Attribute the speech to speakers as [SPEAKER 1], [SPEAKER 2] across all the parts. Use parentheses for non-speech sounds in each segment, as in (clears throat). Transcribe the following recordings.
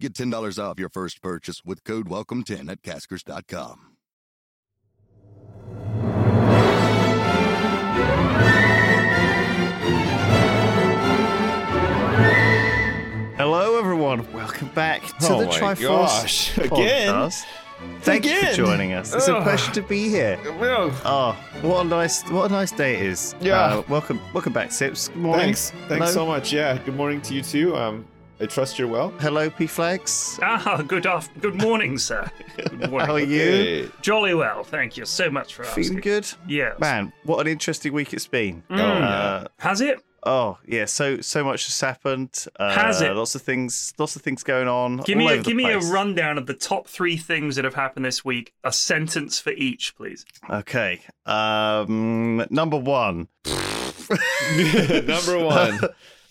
[SPEAKER 1] Get $10 off your first purchase with code WELCOME10 at caskers.com.
[SPEAKER 2] Hello, everyone. Welcome back to
[SPEAKER 3] Oh
[SPEAKER 2] the
[SPEAKER 3] my
[SPEAKER 2] Triforce
[SPEAKER 4] (laughs)
[SPEAKER 3] gosh. Again?
[SPEAKER 2] podcast. Thank you for
[SPEAKER 3] Again?
[SPEAKER 2] joining us. It's a
[SPEAKER 3] Ugh.
[SPEAKER 2] pleasure to be here.
[SPEAKER 3] Well,
[SPEAKER 2] Oh, what a nice, what a nice day it is. Uh,
[SPEAKER 3] Yeah.
[SPEAKER 2] welcome, welcome back, Sips. Good morning.
[SPEAKER 3] thanks. Thanks so
[SPEAKER 2] Hello.
[SPEAKER 3] much. Yeah. Good morning to you too. Um, I trust you're well.
[SPEAKER 2] Hello, P Flags.
[SPEAKER 4] Ah, good off. Good morning, sir. Good morning.
[SPEAKER 2] (laughs) How are you?
[SPEAKER 3] Hey.
[SPEAKER 4] Jolly well, thank you so much for asking.
[SPEAKER 2] Feeling good?
[SPEAKER 4] Yes. Mm,
[SPEAKER 2] Man, what an interesting week it's been.
[SPEAKER 3] Oh, yeah.
[SPEAKER 2] Uh,
[SPEAKER 4] Has it?
[SPEAKER 2] oh yeah, so so much has happened. Uh,
[SPEAKER 4] Has it?
[SPEAKER 2] Lots of things, lots of things going on.
[SPEAKER 4] Give
[SPEAKER 2] all
[SPEAKER 4] me a,
[SPEAKER 2] over the
[SPEAKER 4] give me a
[SPEAKER 2] place.
[SPEAKER 4] rundown of the top three things that have happened this week. A sentence for each, please.
[SPEAKER 2] Okay. Um, number one.
[SPEAKER 3] (laughs)
[SPEAKER 2] (laughs)
[SPEAKER 3] Number one.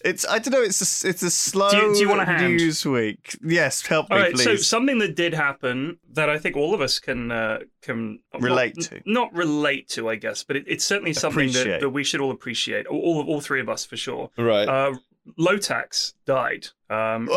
[SPEAKER 2] It's I don't know. It's a, it's a slow
[SPEAKER 4] Do you- do you want a hand?
[SPEAKER 2] news week. Yes, help me
[SPEAKER 4] All right. So
[SPEAKER 2] please.
[SPEAKER 4] something that did happen that I think all of us can uh, can
[SPEAKER 2] Relate
[SPEAKER 4] not,
[SPEAKER 2] to.
[SPEAKER 4] n- not relate to, I guess, but it, it's certainly something
[SPEAKER 2] Appreciate.
[SPEAKER 4] that, that we should all appreciate. All all, all three of us for sure.
[SPEAKER 3] right.
[SPEAKER 4] Uh, Lotax died,
[SPEAKER 2] (laughs)
[SPEAKER 4] um,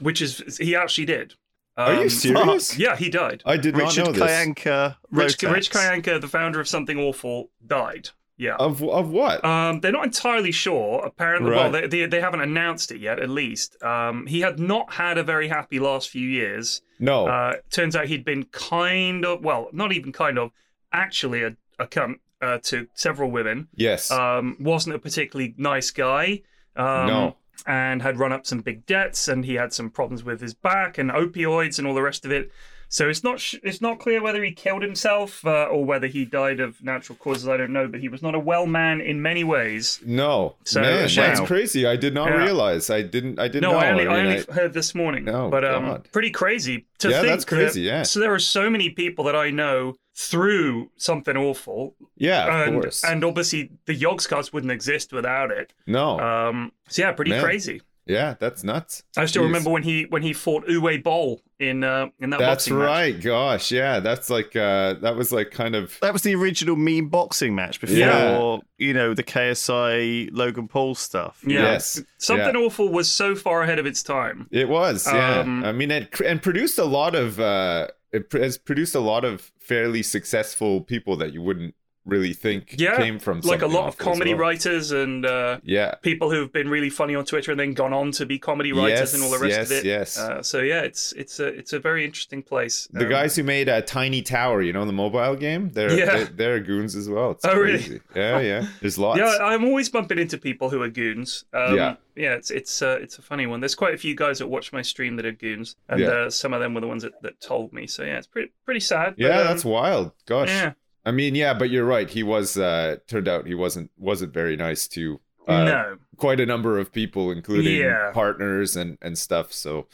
[SPEAKER 4] which is he actually did.
[SPEAKER 3] Are
[SPEAKER 4] Um,
[SPEAKER 3] you serious?
[SPEAKER 4] Yeah, he died.
[SPEAKER 3] I did
[SPEAKER 2] Richard
[SPEAKER 3] not know this.
[SPEAKER 2] Kayanka,
[SPEAKER 4] Rich,
[SPEAKER 2] Rotax.
[SPEAKER 4] Rich Kayanka, the founder of Something Awful, died. Yeah.
[SPEAKER 3] Of of what?
[SPEAKER 4] Um, they're not entirely sure. Apparently, well, they,
[SPEAKER 3] Right.
[SPEAKER 4] they, they haven't announced it yet, at least. Um, he had not had a very happy last few years.
[SPEAKER 3] no.
[SPEAKER 4] Uh, turns out he'd been kind of, well, not even kind of, actually a, a cunt uh, to several women.
[SPEAKER 3] yes.
[SPEAKER 4] Um, wasn't a particularly nice guy. Um,
[SPEAKER 3] no.
[SPEAKER 4] and had run up some big debts and he had some problems with his back and opioids and all the rest of it. So it's not sh- it's not clear whether he killed himself uh, or whether he died of natural causes. I don't know, but he was not a well man in many ways.
[SPEAKER 3] No.
[SPEAKER 4] So,
[SPEAKER 3] Man,
[SPEAKER 4] wow.
[SPEAKER 3] that's crazy. I did not
[SPEAKER 4] Yeah.
[SPEAKER 3] realize. I didn't. I didn't
[SPEAKER 4] No,
[SPEAKER 3] know.
[SPEAKER 4] I only, I
[SPEAKER 3] mean,
[SPEAKER 4] only heard this morning.
[SPEAKER 3] Oh,
[SPEAKER 4] but um,
[SPEAKER 3] God.
[SPEAKER 4] pretty crazy to
[SPEAKER 3] Yeah,
[SPEAKER 4] think.
[SPEAKER 3] that's crazy,
[SPEAKER 4] that-
[SPEAKER 3] yeah.
[SPEAKER 4] So there are so many people that I know through something awful,
[SPEAKER 3] yeah. Of
[SPEAKER 4] and
[SPEAKER 3] course.
[SPEAKER 4] and obviously the Yogscast wouldn't exist without it.
[SPEAKER 3] no.
[SPEAKER 4] Um, so yeah, pretty
[SPEAKER 3] Oh. Man.
[SPEAKER 4] crazy.
[SPEAKER 3] yeah. That's nuts.
[SPEAKER 4] I still
[SPEAKER 3] Jeez.
[SPEAKER 4] remember when he when he fought Uwe Boll in uh, in that
[SPEAKER 3] That's
[SPEAKER 4] boxing match.
[SPEAKER 3] right. Gosh. Yeah. That's like. Uh, that was like kind of.
[SPEAKER 2] That was the original meme boxing match before
[SPEAKER 3] Yeah.
[SPEAKER 2] you know the KSI Logan Paul stuff.
[SPEAKER 4] Yeah.
[SPEAKER 3] Yes.
[SPEAKER 4] Something awful was so far ahead of its time.
[SPEAKER 3] It was, yeah.
[SPEAKER 4] Um,
[SPEAKER 3] I mean, it and produced a lot of uh, it pr- has produced a lot of fairly successful people that you wouldn't really think
[SPEAKER 4] Yeah,
[SPEAKER 3] came from
[SPEAKER 4] Like a
[SPEAKER 3] something
[SPEAKER 4] lot of
[SPEAKER 3] awful as
[SPEAKER 4] comedy
[SPEAKER 3] well.
[SPEAKER 4] writers and uh,
[SPEAKER 3] Yeah,
[SPEAKER 4] people who've been really funny on Twitter and then gone on to be comedy writers
[SPEAKER 3] Yes,
[SPEAKER 4] and all the rest
[SPEAKER 3] yes,
[SPEAKER 4] of it.
[SPEAKER 3] yes.
[SPEAKER 4] Uh, so yeah, it's it's a it's a very interesting place.
[SPEAKER 3] the
[SPEAKER 4] Um,
[SPEAKER 3] guys who made uh, Tiny Tower, you know, the mobile game, they're
[SPEAKER 4] Yeah.
[SPEAKER 3] they're, they're goons as well. It's
[SPEAKER 4] Oh, really?
[SPEAKER 3] crazy. Yeah, yeah. There's lots.
[SPEAKER 4] Yeah, I'm always bumping into people who are goons. Um,
[SPEAKER 3] Yeah.
[SPEAKER 4] it's it's uh, it's a funny one. There's quite a few guys that watch my stream that are goons, and
[SPEAKER 3] Yeah.
[SPEAKER 4] uh, some of them were the ones that, that told me. So yeah, it's pretty pretty sad. but,
[SPEAKER 3] yeah,
[SPEAKER 4] um,
[SPEAKER 3] that's wild. Gosh.
[SPEAKER 4] yeah.
[SPEAKER 3] I mean, yeah, but you're right. He was uh, turned out he wasn't wasn't very nice to uh,
[SPEAKER 4] no,
[SPEAKER 3] quite a number of people, including
[SPEAKER 4] Yeah.
[SPEAKER 3] partners and and stuff. So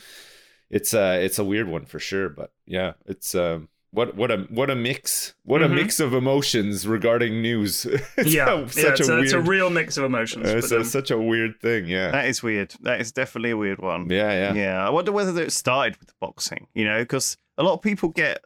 [SPEAKER 3] it's uh it's a weird one for sure. But yeah, it's um what what a what a mix what
[SPEAKER 4] Mhm.
[SPEAKER 3] a mix of emotions regarding news. (laughs) it's
[SPEAKER 4] yeah,
[SPEAKER 3] a-
[SPEAKER 4] yeah,
[SPEAKER 3] such
[SPEAKER 4] it's,
[SPEAKER 3] a,
[SPEAKER 4] a,
[SPEAKER 3] weird.
[SPEAKER 4] it's a real mix of emotions.
[SPEAKER 3] uh, it's
[SPEAKER 4] but,
[SPEAKER 3] a-
[SPEAKER 4] um,
[SPEAKER 3] such a weird thing. Yeah.
[SPEAKER 2] That is weird. That is definitely a weird one.
[SPEAKER 3] Yeah. Yeah.
[SPEAKER 2] Yeah, I wonder whether it started with boxing, you know, because a lot of people get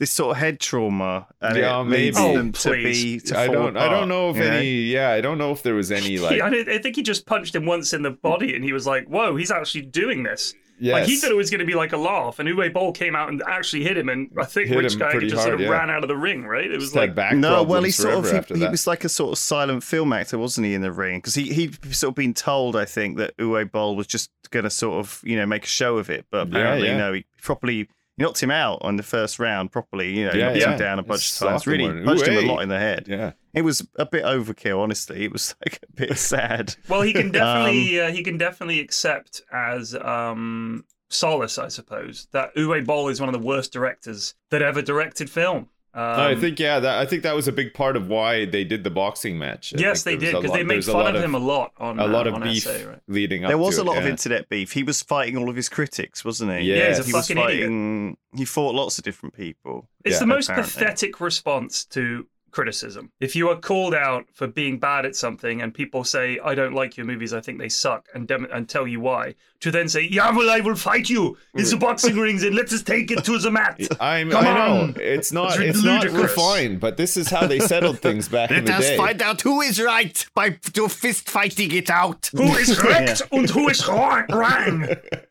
[SPEAKER 2] this sort of head trauma, and
[SPEAKER 3] Yeah,
[SPEAKER 2] it leads
[SPEAKER 3] maybe.
[SPEAKER 2] them to be.
[SPEAKER 4] Oh, please.
[SPEAKER 2] To
[SPEAKER 3] I
[SPEAKER 2] fall
[SPEAKER 3] don't. I
[SPEAKER 2] apart,
[SPEAKER 3] don't know if
[SPEAKER 2] you
[SPEAKER 3] any. Yeah, I don't know if there was any like.
[SPEAKER 4] (laughs) Yeah, I, don't- I think he just punched him once in the body, and he was like, "Whoa, he's actually doing this!" Like he
[SPEAKER 3] Yes.
[SPEAKER 4] thought it was going to be like a laugh, and Uwe Boll came out and actually hit him, and I think
[SPEAKER 3] Hit
[SPEAKER 4] Rich
[SPEAKER 3] him
[SPEAKER 4] guy
[SPEAKER 3] pretty
[SPEAKER 4] just
[SPEAKER 3] hard,
[SPEAKER 4] sort of
[SPEAKER 3] yeah.
[SPEAKER 4] ran out of the ring. Right? It was
[SPEAKER 3] Just had
[SPEAKER 4] like,
[SPEAKER 3] back
[SPEAKER 2] No, well, he
[SPEAKER 3] problems
[SPEAKER 2] sort
[SPEAKER 3] forever
[SPEAKER 2] of
[SPEAKER 3] after
[SPEAKER 2] he, he
[SPEAKER 3] that.
[SPEAKER 2] was like a sort of silent film actor, wasn't he, in the ring? Because he he sort of been told, I think, that Uwe Boll was just going to sort of you know make a show of it, but
[SPEAKER 3] Yeah,
[SPEAKER 2] apparently
[SPEAKER 3] yeah.
[SPEAKER 2] no, he properly knocked him out on the first round properly. You know,
[SPEAKER 3] Yeah,
[SPEAKER 2] knocked
[SPEAKER 3] yeah.
[SPEAKER 2] him down a bunch
[SPEAKER 3] Soft
[SPEAKER 2] of times. Really
[SPEAKER 3] one.
[SPEAKER 2] punched him
[SPEAKER 3] Ooh-ay.
[SPEAKER 2] a lot in the head.
[SPEAKER 3] Yeah.
[SPEAKER 2] It was a bit overkill, honestly. It was (laughs) like a bit sad.
[SPEAKER 4] well, he can definitely
[SPEAKER 3] um,
[SPEAKER 4] uh, he can definitely accept as um, solace, I suppose, that Uwe Boll is one of the worst directors that ever directed film. Um,
[SPEAKER 3] I think yeah, that, I think that was a big part of why they did the boxing match. I
[SPEAKER 4] yes, they
[SPEAKER 3] think there
[SPEAKER 4] did
[SPEAKER 3] was a
[SPEAKER 4] because
[SPEAKER 3] lot-
[SPEAKER 4] they
[SPEAKER 3] there
[SPEAKER 4] made
[SPEAKER 3] was a
[SPEAKER 4] fun
[SPEAKER 3] lot
[SPEAKER 4] of, him a lot on
[SPEAKER 3] a lot
[SPEAKER 4] uh,
[SPEAKER 3] of
[SPEAKER 4] on
[SPEAKER 3] beef
[SPEAKER 4] SA, right?
[SPEAKER 3] leading (laughs) up.
[SPEAKER 2] There was
[SPEAKER 3] to
[SPEAKER 2] a lot
[SPEAKER 3] it,
[SPEAKER 2] of
[SPEAKER 3] yeah.
[SPEAKER 2] internet beef. He was fighting all of his critics, wasn't he?
[SPEAKER 3] Yeah. Yeah, he's a
[SPEAKER 2] he was
[SPEAKER 4] fucking idiot.
[SPEAKER 2] fighting. He fought lots of different people.
[SPEAKER 4] It's
[SPEAKER 3] Yeah,
[SPEAKER 4] the most
[SPEAKER 2] apparently.
[SPEAKER 4] pathetic response to criticism. If you are called out for being bad at something and people say, I don't like your movies, I think they suck, and, dem- and tell you why, to then say, Yeah, well, I will fight you. It's
[SPEAKER 3] (laughs)
[SPEAKER 4] a boxing rings and let us take it to the mat.
[SPEAKER 3] (laughs) I'm,
[SPEAKER 4] Come
[SPEAKER 3] I know
[SPEAKER 4] on!
[SPEAKER 3] it's not
[SPEAKER 4] It's
[SPEAKER 3] it's, not
[SPEAKER 4] ludicrous.
[SPEAKER 3] refined, but this is how they settled things back in
[SPEAKER 5] Let
[SPEAKER 3] the
[SPEAKER 5] us
[SPEAKER 3] day.
[SPEAKER 5] find out who is right by do fist fighting it out.
[SPEAKER 4] Who
[SPEAKER 3] (laughs)
[SPEAKER 4] is correct and who is wrong? wrong?
[SPEAKER 3] (laughs)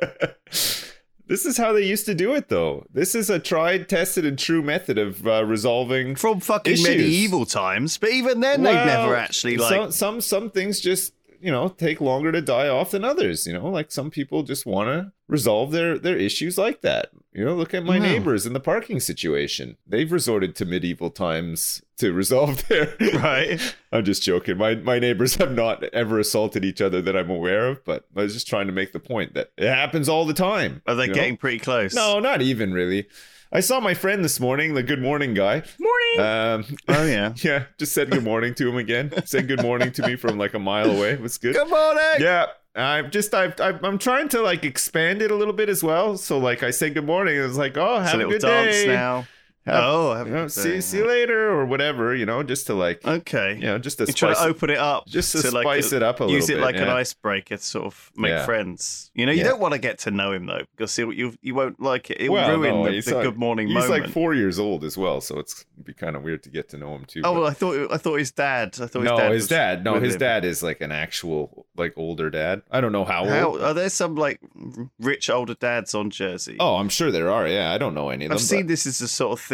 [SPEAKER 3] this is how they used to do it, though. This is a tried, tested, and true method of uh, resolving
[SPEAKER 2] From fucking
[SPEAKER 3] Issues.
[SPEAKER 2] medieval times, but even then they'd
[SPEAKER 3] Well,
[SPEAKER 2] never actually like
[SPEAKER 3] some, some some things just you know take longer to die off than others you know like some people just want to resolve their their issues like that you know look at my
[SPEAKER 2] Hmm.
[SPEAKER 5] Wow.
[SPEAKER 3] neighbors in the parking situation they've resorted to medieval times to resolve (laughs) their
[SPEAKER 2] right.
[SPEAKER 3] i'm just joking my my neighbors have not ever assaulted each other that i'm aware of but i was just trying to make the point that it happens all the time
[SPEAKER 2] Are they
[SPEAKER 3] you know?
[SPEAKER 2] getting pretty close?
[SPEAKER 3] no not even really i saw my friend this morning the good morning guy
[SPEAKER 4] Morning.
[SPEAKER 3] um
[SPEAKER 2] Oh
[SPEAKER 3] (laughs)
[SPEAKER 2] yeah.
[SPEAKER 3] yeah, just said good morning to him again. said good morning to me from like a mile away. What's good?
[SPEAKER 2] Come on, Egg!
[SPEAKER 3] Yeah, I'm just I've, I've I'm trying to like expand it a little bit as well. So like I say good morning, and it's like oh
[SPEAKER 2] It's
[SPEAKER 3] have
[SPEAKER 2] a
[SPEAKER 3] a,
[SPEAKER 2] little
[SPEAKER 3] good
[SPEAKER 2] dance
[SPEAKER 3] day.
[SPEAKER 2] now.
[SPEAKER 3] Have-
[SPEAKER 2] oh, have
[SPEAKER 3] You
[SPEAKER 2] a
[SPEAKER 3] know,
[SPEAKER 2] good
[SPEAKER 3] see
[SPEAKER 2] day.
[SPEAKER 3] see you later or whatever. You know, just to like
[SPEAKER 2] Okay.
[SPEAKER 3] you know just to
[SPEAKER 2] You try
[SPEAKER 3] spice
[SPEAKER 2] to
[SPEAKER 3] it-
[SPEAKER 2] open it up,
[SPEAKER 3] just to,
[SPEAKER 2] like
[SPEAKER 3] spice
[SPEAKER 2] a-
[SPEAKER 3] it up a little
[SPEAKER 2] use it
[SPEAKER 3] bit,
[SPEAKER 2] like an
[SPEAKER 3] yeah.
[SPEAKER 2] icebreaker to sort of make
[SPEAKER 3] Yeah.
[SPEAKER 2] friends. You know, you
[SPEAKER 3] Yeah.
[SPEAKER 2] don't want to get to know him though, because he'll, you you won't like it. It'll
[SPEAKER 3] Well,
[SPEAKER 2] ruin
[SPEAKER 3] no,
[SPEAKER 2] the,
[SPEAKER 3] he's
[SPEAKER 2] the
[SPEAKER 3] like-
[SPEAKER 2] good morning
[SPEAKER 3] He's
[SPEAKER 2] moment.
[SPEAKER 3] like four years old as well, so it's it'd be kind of weird to get to know him too.
[SPEAKER 2] oh,
[SPEAKER 3] but-
[SPEAKER 2] well, I thought I thought his dad. I thought his
[SPEAKER 3] no,
[SPEAKER 2] dad.
[SPEAKER 3] his
[SPEAKER 2] was
[SPEAKER 3] dad. No,
[SPEAKER 2] with
[SPEAKER 3] his
[SPEAKER 2] him.
[SPEAKER 3] dad is like an actual like older dad. I don't know how,
[SPEAKER 2] How
[SPEAKER 3] old.
[SPEAKER 2] are there some like r- rich older dads on Jersey?
[SPEAKER 3] Oh, I'm sure there are. Yeah, I don't know any of them.
[SPEAKER 2] I've
[SPEAKER 3] but-
[SPEAKER 2] seen this is the sort of thing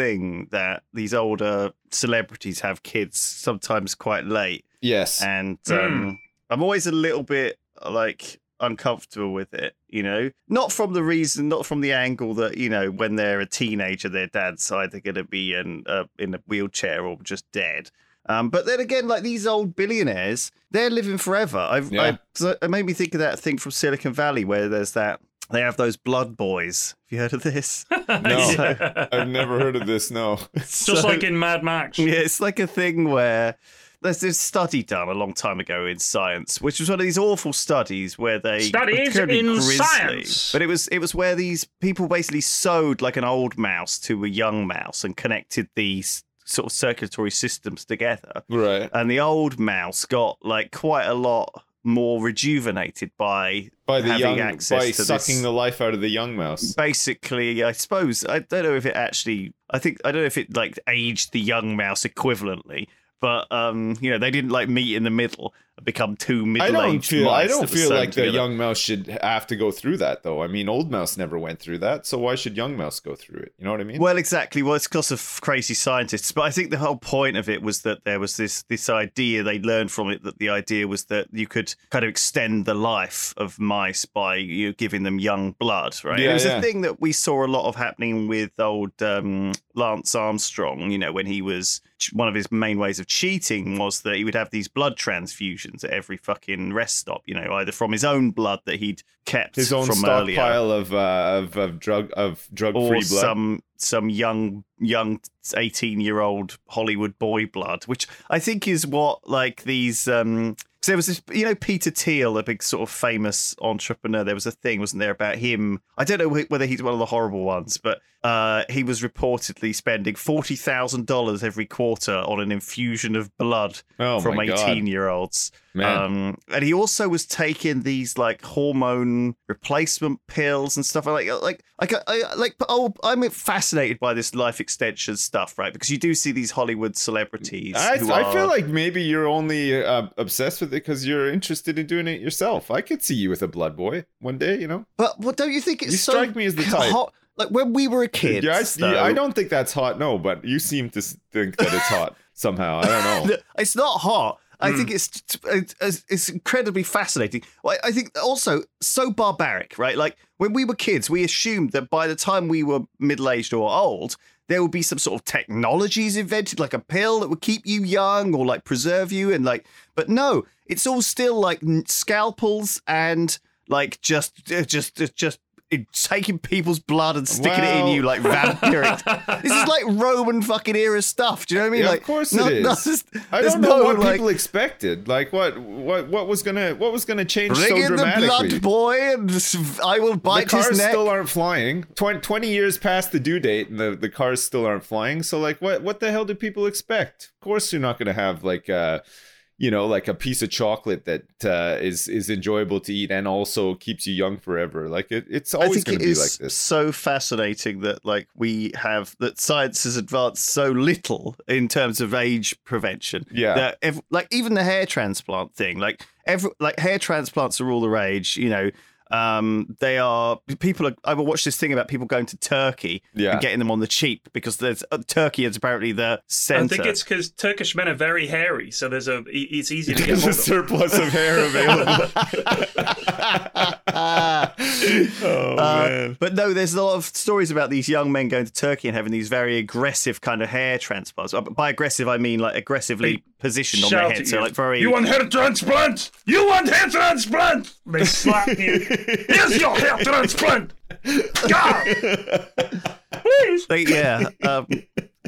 [SPEAKER 2] that these older celebrities have kids sometimes quite late,
[SPEAKER 3] Yes.
[SPEAKER 2] and um, I'm always a little bit like uncomfortable with it. You know, not from the reason, not from the angle that you know when they're a teenager, their dad's either going to be in uh, in a wheelchair or just dead. Um, but then again, like these old billionaires, they're living forever. I've,
[SPEAKER 3] Yeah.
[SPEAKER 2] I, so it made me think of that thing from Silicon Valley where there's that they have those blood boys. Have you heard of
[SPEAKER 3] (laughs)
[SPEAKER 2] this? (laughs)
[SPEAKER 3] Uh, No.
[SPEAKER 4] (laughs)
[SPEAKER 3] (laughs)
[SPEAKER 4] Yeah.
[SPEAKER 3] I've never heard of this. No.
[SPEAKER 4] Just like in Mad Max.
[SPEAKER 2] (laughs) Yeah, it's like a thing where there's this study done a long time ago in science, which was one of these awful studies where they
[SPEAKER 4] Studies
[SPEAKER 2] incredibly
[SPEAKER 4] in science.
[SPEAKER 2] But it was it was where these people basically sewed like an old mouse to a young mouse and connected these sort of circulatory systems together.
[SPEAKER 3] Right.
[SPEAKER 2] And the old mouse got like quite a lot more rejuvenated by
[SPEAKER 3] By the
[SPEAKER 2] having
[SPEAKER 3] young,
[SPEAKER 2] access
[SPEAKER 3] by
[SPEAKER 2] to
[SPEAKER 3] sucking
[SPEAKER 2] this-
[SPEAKER 3] the life out of the young mouse.
[SPEAKER 2] basically i suppose i don't know if it actually i think i don't know if it like aged the young mouse equivalently but um you know they didn't like meet in the middle and become two
[SPEAKER 3] I don't
[SPEAKER 2] middle-aged
[SPEAKER 3] feel. I
[SPEAKER 2] mice
[SPEAKER 3] don't
[SPEAKER 2] that were
[SPEAKER 3] feel
[SPEAKER 2] sewn
[SPEAKER 3] like the
[SPEAKER 2] together.
[SPEAKER 3] young mouse should have to go through that, though. I mean, old mouse never went through that, so why should young mouse go through it? You know what I mean?
[SPEAKER 2] well exactly well it's because of crazy scientists but i think the whole point of it was that there was this this idea they learned from it that the idea was that you could kind of extend the life of mice by you know, giving them young blood right
[SPEAKER 3] Yeah,
[SPEAKER 2] it was
[SPEAKER 3] yeah.
[SPEAKER 2] a thing that we saw a lot of happening with old um, lance armstrong you know when he was one of his main ways of cheating was that he would have these blood transfusions at every fucking rest stop you know either from his own blood that he'd kept
[SPEAKER 3] His own
[SPEAKER 2] from earlier
[SPEAKER 3] stockpile of, uh, of of drug of drug
[SPEAKER 2] or
[SPEAKER 3] free blood.
[SPEAKER 2] some some young young 18 year old hollywood boy blood which i think is what like these um 'cause there was this you know peter thiel a big sort of famous entrepreneur there was a thing wasn't there about him i don't know wh- whether he's one of the horrible ones but uh he was reportedly spending $40,000 every quarter on an infusion of blood
[SPEAKER 3] oh
[SPEAKER 2] from
[SPEAKER 3] my
[SPEAKER 2] 18
[SPEAKER 3] God.
[SPEAKER 2] year olds
[SPEAKER 3] man.
[SPEAKER 2] um, and he also was taking these like hormone replacement pills and stuff like uh, like like I, like but oh, I'm fascinated by this life extension stuff, right? Because you do see these Hollywood celebrities.
[SPEAKER 3] I,
[SPEAKER 2] who
[SPEAKER 3] I
[SPEAKER 2] are-
[SPEAKER 3] feel like maybe you're only uh, obsessed with it because you're interested in doing it yourself. I could see you with a blood boy one day, you know.
[SPEAKER 2] but what don't you think it's
[SPEAKER 3] you
[SPEAKER 2] so
[SPEAKER 3] strike me as the type.
[SPEAKER 2] hot? Like when we were a kid,
[SPEAKER 3] yeah, I, see- I don't think that's hot. No, but you seem to s- think that it's hot somehow. I
[SPEAKER 2] (laughs)
[SPEAKER 3] don't know.
[SPEAKER 2] It's not hot. I
[SPEAKER 4] Hmm.
[SPEAKER 2] think it's uh, it's it's incredibly fascinating. Well, I I think also so barbaric, right? Like when we were kids, we assumed that by the time we were middle aged or old, there would be some sort of technologies invented, like a pill that would keep you young or like preserve you, and like. But no, it's all still like n- scalpels and like just uh, just uh, just in- taking people's blood and sticking it in
[SPEAKER 3] Well-
[SPEAKER 2] you like vampiric.
[SPEAKER 3] (laughs)
[SPEAKER 2] this is like Roman fucking era stuff. Do you know what I mean?
[SPEAKER 3] Yeah, of
[SPEAKER 2] like,
[SPEAKER 3] course
[SPEAKER 2] no-
[SPEAKER 3] it
[SPEAKER 2] no,
[SPEAKER 3] is.
[SPEAKER 2] there's-
[SPEAKER 3] I
[SPEAKER 2] there's
[SPEAKER 3] don't know
[SPEAKER 2] no,
[SPEAKER 3] what
[SPEAKER 2] like,
[SPEAKER 3] people expected. Like what what what was gonna what was gonna change
[SPEAKER 2] Bring
[SPEAKER 3] so
[SPEAKER 2] in the
[SPEAKER 3] dramatically?
[SPEAKER 2] blood boy, and s- I will
[SPEAKER 3] the
[SPEAKER 2] bite
[SPEAKER 3] cars
[SPEAKER 2] his neck.
[SPEAKER 3] still aren't flying. 20, 20 years past the due date, and the, the cars still aren't flying. So, like, what what the hell do people expect? Of course, you're not going to have like, uh, you know, like a piece of chocolate that uh, is is enjoyable to eat and also keeps you young forever. Like, it, it's
[SPEAKER 2] I
[SPEAKER 3] always
[SPEAKER 2] think
[SPEAKER 3] going
[SPEAKER 2] it
[SPEAKER 3] to be
[SPEAKER 2] is (laughs)
[SPEAKER 3] like this.
[SPEAKER 2] so fascinating that like we have that science has advanced so little in terms of age prevention.
[SPEAKER 3] Yeah.
[SPEAKER 2] that ev- like even the hair transplant thing, like every like hair transplants are all the rage. You know, um, they are people are. I watched this thing about people going to Turkey
[SPEAKER 3] Yeah.
[SPEAKER 2] and getting them on the cheap because there's uh, Turkey is apparently the center.
[SPEAKER 4] I
[SPEAKER 2] (laughs)
[SPEAKER 4] think it's (laughs) because Turkish men are very hairy, so there's a e- it's easy to
[SPEAKER 3] (laughs)
[SPEAKER 4] get
[SPEAKER 3] There's
[SPEAKER 4] hold
[SPEAKER 3] a
[SPEAKER 4] of.
[SPEAKER 3] surplus of (laughs) hair available. (laughs) oh
[SPEAKER 2] Uh,
[SPEAKER 3] man!
[SPEAKER 2] But no, there's a lot of stories about these young men going to Turkey and having these very aggressive kind of hair transplants. Uh, By aggressive, I mean like aggressively
[SPEAKER 4] They
[SPEAKER 2] positioned on
[SPEAKER 4] Shout
[SPEAKER 2] their
[SPEAKER 4] at
[SPEAKER 2] head, so
[SPEAKER 4] you.
[SPEAKER 2] like very.
[SPEAKER 4] You want hair transplant? You want hair transplant? They slap you. Here's your hair transplant. God, please.
[SPEAKER 2] (laughs) They, yeah, um,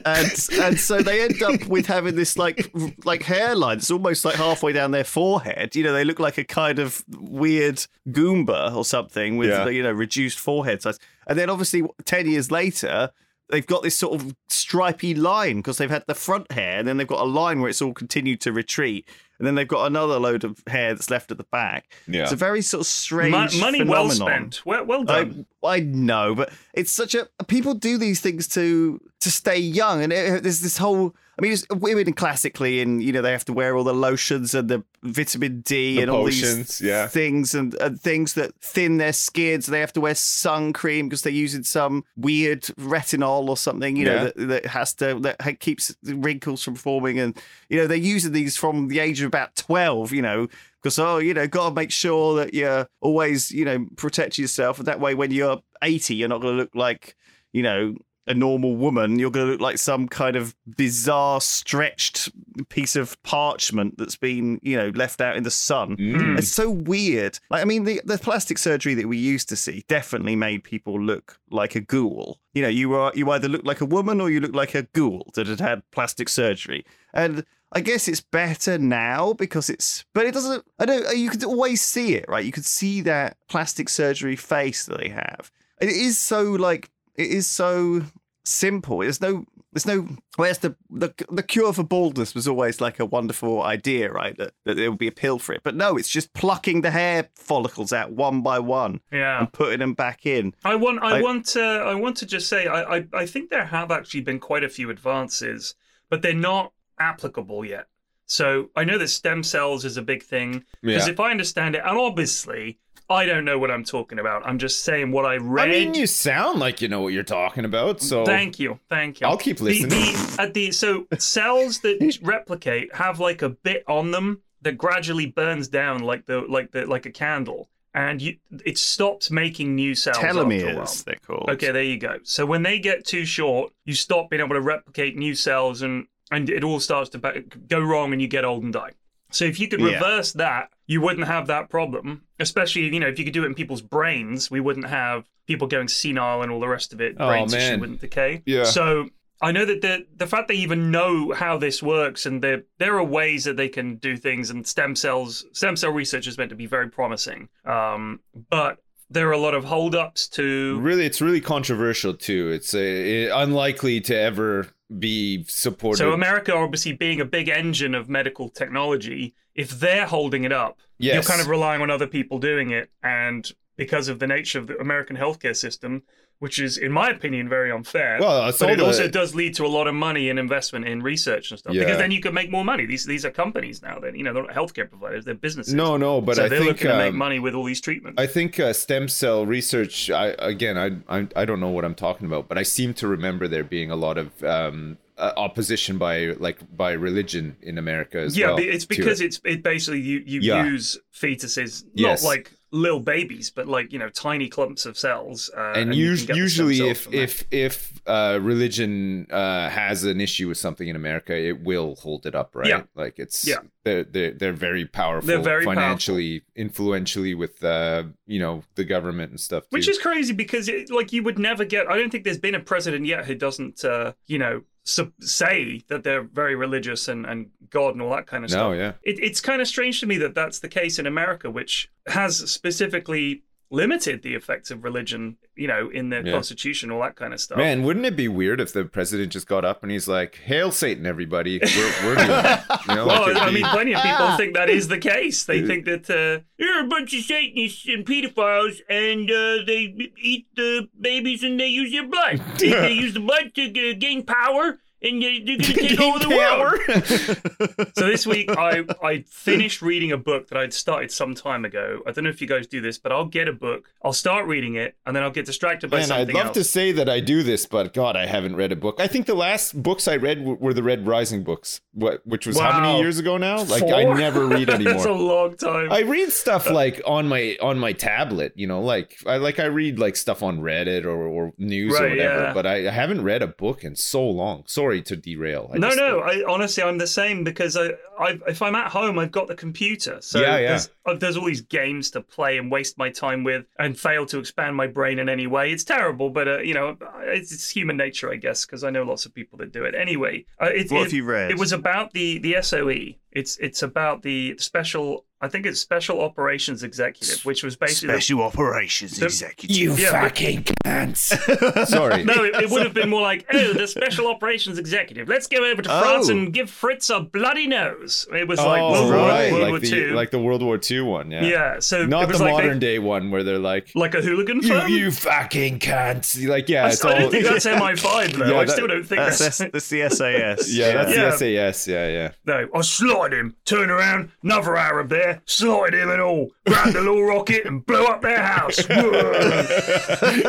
[SPEAKER 2] and and so they end up with having this like r- like hairline. It's almost like halfway down their forehead. You know, they look like a kind of weird goomba or something with
[SPEAKER 3] Yeah.
[SPEAKER 2] you know reduced forehead size. And then obviously ten years later. They've got this sort of stripy line because they've had the front hair, and then they've got a line where it's all continued to retreat, and then they've got another load of hair that's left at the back.
[SPEAKER 3] Yeah.
[SPEAKER 2] It's a very sort of
[SPEAKER 4] Mo-
[SPEAKER 2] strange
[SPEAKER 4] money well
[SPEAKER 2] phenomenon.
[SPEAKER 4] spent. Well, well
[SPEAKER 2] I,
[SPEAKER 4] done.
[SPEAKER 2] I know, but it's such a people do these things to to stay young, and it, there's this whole. I mean, it's women classically, and you know they have to wear all the lotions and the vitamin D
[SPEAKER 3] The
[SPEAKER 2] and all
[SPEAKER 3] potions,
[SPEAKER 2] these
[SPEAKER 3] yeah.
[SPEAKER 2] things and, and things that thin their skin, so they have to wear sun cream because they're using some weird retinol or something, you know,
[SPEAKER 3] Yeah.
[SPEAKER 2] that, that has to that ha- keeps the wrinkles from forming, and you know they're using these from the age of about twelve, you know, because oh, you know, got to make sure that you're always, you know, protect yourself, and that way when you're eighty, you're not going to look like, you know. A normal woman, you're going to look like some kind of bizarre stretched piece of parchment that's been, you know, left out in the sun.
[SPEAKER 3] Mm.
[SPEAKER 2] It's so weird. Like, I mean, the, the plastic surgery that we used to see definitely made people look like a ghoul. You know, you are you either look like a woman or you look like a ghoul that had had plastic surgery. And I guess it's better now because it's, but it doesn't. I don't. You could always see it, right? You could see that plastic surgery face that they have. And it is so like it is so simple. There's no, there's no. Whereas the the the cure for baldness was always like a wonderful idea, right? That, that there would be a pill for it, but no, it's just plucking the hair follicles out one by one
[SPEAKER 4] yeah.
[SPEAKER 2] and putting them back in.
[SPEAKER 4] I want, I,
[SPEAKER 2] I-
[SPEAKER 4] want to, I want to just say, I, I, I think there have actually been quite a few advances, but they're not applicable yet. So I know that stem cells is a big thing because
[SPEAKER 3] Yeah.
[SPEAKER 4] if I understand it, and obviously I don't know what I'm talking about. I'm just saying what I read.
[SPEAKER 3] I mean, you sound like you know what you're talking about. So
[SPEAKER 4] Thank you, thank you.
[SPEAKER 3] I'll keep
[SPEAKER 4] The-
[SPEAKER 3] listening.
[SPEAKER 4] the- at the so cells that replicate have like a bit on them that gradually burns down like the like the like a candle, and you, it stops making new cells. after a while.
[SPEAKER 2] Telomeres, they're called.
[SPEAKER 4] Okay, there you go. So when they get too short, you stop being able to replicate new cells, and and it all starts to ba- go wrong, and you get old and die. So if you could
[SPEAKER 2] Yeah.
[SPEAKER 4] reverse that, you wouldn't have that problem. Especially, you know, if you could do it in people's brains, we wouldn't have people going senile and all the rest of it.
[SPEAKER 3] Oh,
[SPEAKER 4] Brain
[SPEAKER 3] man.
[SPEAKER 4] tissue wouldn't decay.
[SPEAKER 3] Yeah.
[SPEAKER 4] So I know that the the fact they even know how this works, and there there are ways that they can do things, and stem cells stem cell research is meant to be very promising. Um, but there are a lot of holdups to
[SPEAKER 3] really it's really controversial too it's uh uh, unlikely to ever be supported
[SPEAKER 4] So America, obviously being a big engine of medical technology, if they're holding it up,
[SPEAKER 3] Yes.
[SPEAKER 4] you're kind of relying on other people doing it. And because of the nature of the American healthcare system, which is, in my opinion, very unfair.
[SPEAKER 3] Well, it's
[SPEAKER 4] but
[SPEAKER 3] all
[SPEAKER 4] it
[SPEAKER 3] the-
[SPEAKER 4] also does lead to a lot of money and investment in research and stuff.
[SPEAKER 3] Yeah.
[SPEAKER 4] Because then you can make more money. These these are companies now. Then you know they're not healthcare providers; they're businesses.
[SPEAKER 3] no no but
[SPEAKER 4] so
[SPEAKER 3] i
[SPEAKER 4] they're
[SPEAKER 3] think
[SPEAKER 4] looking to make
[SPEAKER 3] um,
[SPEAKER 4] money with all these treatments.
[SPEAKER 3] I think uh, stem cell research. I again, I, I I don't know what I'm talking about, but I seem to remember there being a lot of um, uh, opposition by like by religion in America as
[SPEAKER 4] yeah,
[SPEAKER 3] well.
[SPEAKER 4] but it's
[SPEAKER 3] to
[SPEAKER 4] because
[SPEAKER 3] it.
[SPEAKER 4] it's it basically you you
[SPEAKER 3] Yeah.
[SPEAKER 4] use fetuses,
[SPEAKER 3] Yes.
[SPEAKER 4] not like little babies, but like you know, tiny clumps of cells. Uh,
[SPEAKER 3] and
[SPEAKER 4] you
[SPEAKER 3] us-
[SPEAKER 4] can get the stem
[SPEAKER 3] usually
[SPEAKER 4] cells
[SPEAKER 3] if
[SPEAKER 4] from that.
[SPEAKER 3] if if uh, religion uh, has an issue with something in america it will hold it up right
[SPEAKER 4] Yeah.
[SPEAKER 3] like it's
[SPEAKER 4] Yeah.
[SPEAKER 3] they're, they're they're very powerful
[SPEAKER 4] They're very
[SPEAKER 3] financially influentially with uh you know the government and stuff too.
[SPEAKER 4] Which is crazy because, it, like, you would never get. I don't think there's been a president yet who doesn't, uh, you know, sub- say that they're very religious and, and God and all that kind of
[SPEAKER 3] no
[SPEAKER 4] stuff.
[SPEAKER 3] yeah
[SPEAKER 4] It, it's kind of strange to me that that's the case in America, which has specifically limited the effects of religion, you know, in their
[SPEAKER 3] Yeah.
[SPEAKER 4] constitution, all that kind of stuff.
[SPEAKER 3] Man, wouldn't it be weird if the president just got up and he's like, "Hail Satan, everybody! We're,
[SPEAKER 4] (laughs)
[SPEAKER 3] we're doing it." You know, like
[SPEAKER 4] Well,
[SPEAKER 3] it'd
[SPEAKER 4] I
[SPEAKER 3] be- (laughs)
[SPEAKER 4] mean, (laughs) plenty of people think that is the case. They think that uh, you're a bunch of Satanists and pedophiles, and uh, they eat the babies and they use their blood.
[SPEAKER 5] (laughs)
[SPEAKER 4] They, they use the blood to g- gain power, and they,
[SPEAKER 5] (laughs)
[SPEAKER 4] they're going to take over the world.
[SPEAKER 3] (laughs)
[SPEAKER 4] So this week, I I finished reading a book that I'd started some time ago. I don't know if you guys do this, but I'll get a book, I'll start reading it, and then I'll get distracted by
[SPEAKER 3] Man, I'd
[SPEAKER 4] something
[SPEAKER 3] love
[SPEAKER 4] else.
[SPEAKER 3] to say that I do this, but God, I haven't read a book. I think the last books I read w- were the Red Rising books, what, which was how many
[SPEAKER 4] Wow.
[SPEAKER 3] years ago now? Like I
[SPEAKER 4] Four? Uh.
[SPEAKER 3] never read
[SPEAKER 4] (laughs) That's a
[SPEAKER 3] anymore.
[SPEAKER 4] long time.
[SPEAKER 3] I read stuff like on my on my tablet, you know, like I like I read like stuff on Reddit or, or news or
[SPEAKER 4] Right,
[SPEAKER 3] whatever,
[SPEAKER 4] yeah.
[SPEAKER 3] but I, I haven't read a book in so long. Sorry to derail. I
[SPEAKER 4] no,
[SPEAKER 3] just-
[SPEAKER 4] no. I honestly, I'm the same because I, I, if I'm at home, I've got the computer, so
[SPEAKER 3] Yeah, yeah.
[SPEAKER 4] There's, uh, there's all these games to play and waste my time with, and fail to expand my brain in any way. It's terrible, but uh, you know, it's, it's human nature, I guess, because I know lots of people that do it. Anyway, uh, it,
[SPEAKER 2] What
[SPEAKER 4] it-
[SPEAKER 2] have you read?
[SPEAKER 4] It was about the the SOE. It's it's about the special. I think it's special operations executive, which was basically
[SPEAKER 5] Special operations
[SPEAKER 4] The- (laughs)
[SPEAKER 5] executive.
[SPEAKER 4] Yeah, but-
[SPEAKER 5] fucking
[SPEAKER 4] (laughs)
[SPEAKER 5] cunts.
[SPEAKER 3] Sorry.
[SPEAKER 4] No, it, it would have been more like, oh, the special operations executive. Let's go over to France
[SPEAKER 3] Oh.
[SPEAKER 4] and give Fritz a bloody nose. It was
[SPEAKER 3] Oh,
[SPEAKER 4] like World War
[SPEAKER 3] right.
[SPEAKER 4] World
[SPEAKER 3] like
[SPEAKER 4] War
[SPEAKER 3] the,
[SPEAKER 4] Two.
[SPEAKER 3] like the World War II one, yeah.
[SPEAKER 4] yeah. so
[SPEAKER 3] Not
[SPEAKER 4] it was
[SPEAKER 3] the
[SPEAKER 4] like,
[SPEAKER 3] modern
[SPEAKER 4] a,
[SPEAKER 3] day one where they're like,
[SPEAKER 4] like a hooligan
[SPEAKER 3] you,
[SPEAKER 4] firm.
[SPEAKER 3] you fucking can't. Like, yeah,
[SPEAKER 4] (laughs) I,
[SPEAKER 3] it's
[SPEAKER 4] I
[SPEAKER 3] all.
[SPEAKER 4] don't
[SPEAKER 3] (laughs)
[SPEAKER 4] think that's MI5 though.
[SPEAKER 3] Yeah,
[SPEAKER 4] I
[SPEAKER 3] that-
[SPEAKER 4] still don't think
[SPEAKER 2] That's,
[SPEAKER 4] that's,
[SPEAKER 2] that's, that's the
[SPEAKER 5] (laughs)
[SPEAKER 2] SAS.
[SPEAKER 3] yeah, that's
[SPEAKER 4] Yeah.
[SPEAKER 3] the SAS. Yeah, yeah.
[SPEAKER 4] (laughs) no. I slaughtered him. Turn around, another Arab there. Slaughtered him and all. Grabbed the little rocket and blew up their
[SPEAKER 3] (laughs)
[SPEAKER 4] house.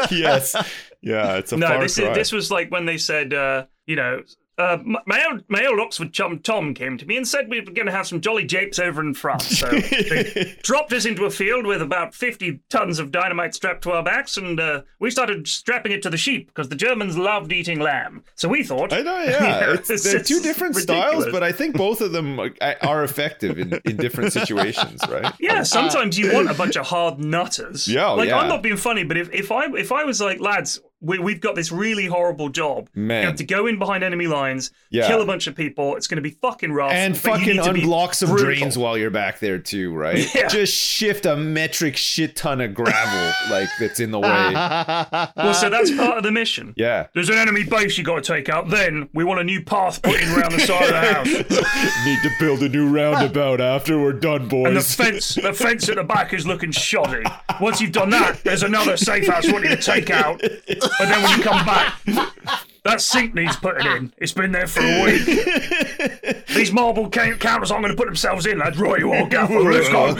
[SPEAKER 3] yes. Yeah, it's a
[SPEAKER 4] no,
[SPEAKER 3] far
[SPEAKER 4] this
[SPEAKER 3] cry.
[SPEAKER 4] is this was like when they said, uh, you know, uh, my, my old my old Oxford chum Tom came to me and said we were going to have some jolly japes over in France.
[SPEAKER 3] (laughs)
[SPEAKER 4] So they dropped us into a field with about fifty tons of dynamite strapped to our backs, and uh, we started strapping it to the sheep because the Germans loved eating lamb. So we thought,
[SPEAKER 3] I know, yeah.
[SPEAKER 4] (laughs) Yeah,
[SPEAKER 3] it's,
[SPEAKER 4] it's
[SPEAKER 3] they're
[SPEAKER 4] just
[SPEAKER 3] two different styles,
[SPEAKER 4] ridiculous.
[SPEAKER 3] but I think both of them are, are effective in, in different
[SPEAKER 4] (laughs)
[SPEAKER 3] situations, right?
[SPEAKER 4] Yeah, sometimes you want a
[SPEAKER 3] (laughs)
[SPEAKER 4] bunch of hard nutters.
[SPEAKER 3] Uh, Yeah, oh,
[SPEAKER 4] like
[SPEAKER 3] yeah.
[SPEAKER 4] I'm not being funny, but if, if I if I was like, lads, we, we've got this really horrible job.
[SPEAKER 3] Man.
[SPEAKER 4] you have to go in behind enemy lines,
[SPEAKER 3] Yeah.
[SPEAKER 4] kill a bunch of people. It's going to be fucking rough,
[SPEAKER 3] And
[SPEAKER 4] but you
[SPEAKER 3] fucking
[SPEAKER 4] need to be
[SPEAKER 3] unblock some
[SPEAKER 4] brutal.
[SPEAKER 3] drains while you're back there too, right?
[SPEAKER 4] (laughs) Yeah.
[SPEAKER 3] Just shift a metric shit ton of
[SPEAKER 4] (laughs)
[SPEAKER 3] gravel like that's in the way.
[SPEAKER 4] Well, so that's part of the mission.
[SPEAKER 3] Uh. (laughs) Yeah.
[SPEAKER 4] There's an enemy base you got to take out. Then we want a new path put in around the side of the house,
[SPEAKER 3] Need to build a new roundabout after we're done, boys.
[SPEAKER 4] and the (laughs) fence, the fence at the back is looking shoddy. Once you've done that, there's another safe house you want you to take out, and then when you come back, that sink needs putting in. It's been there for a week. These marble ca- counters aren't going to put themselves in, lads. Right, you all go.
[SPEAKER 3] (laughs)
[SPEAKER 4] Let's go.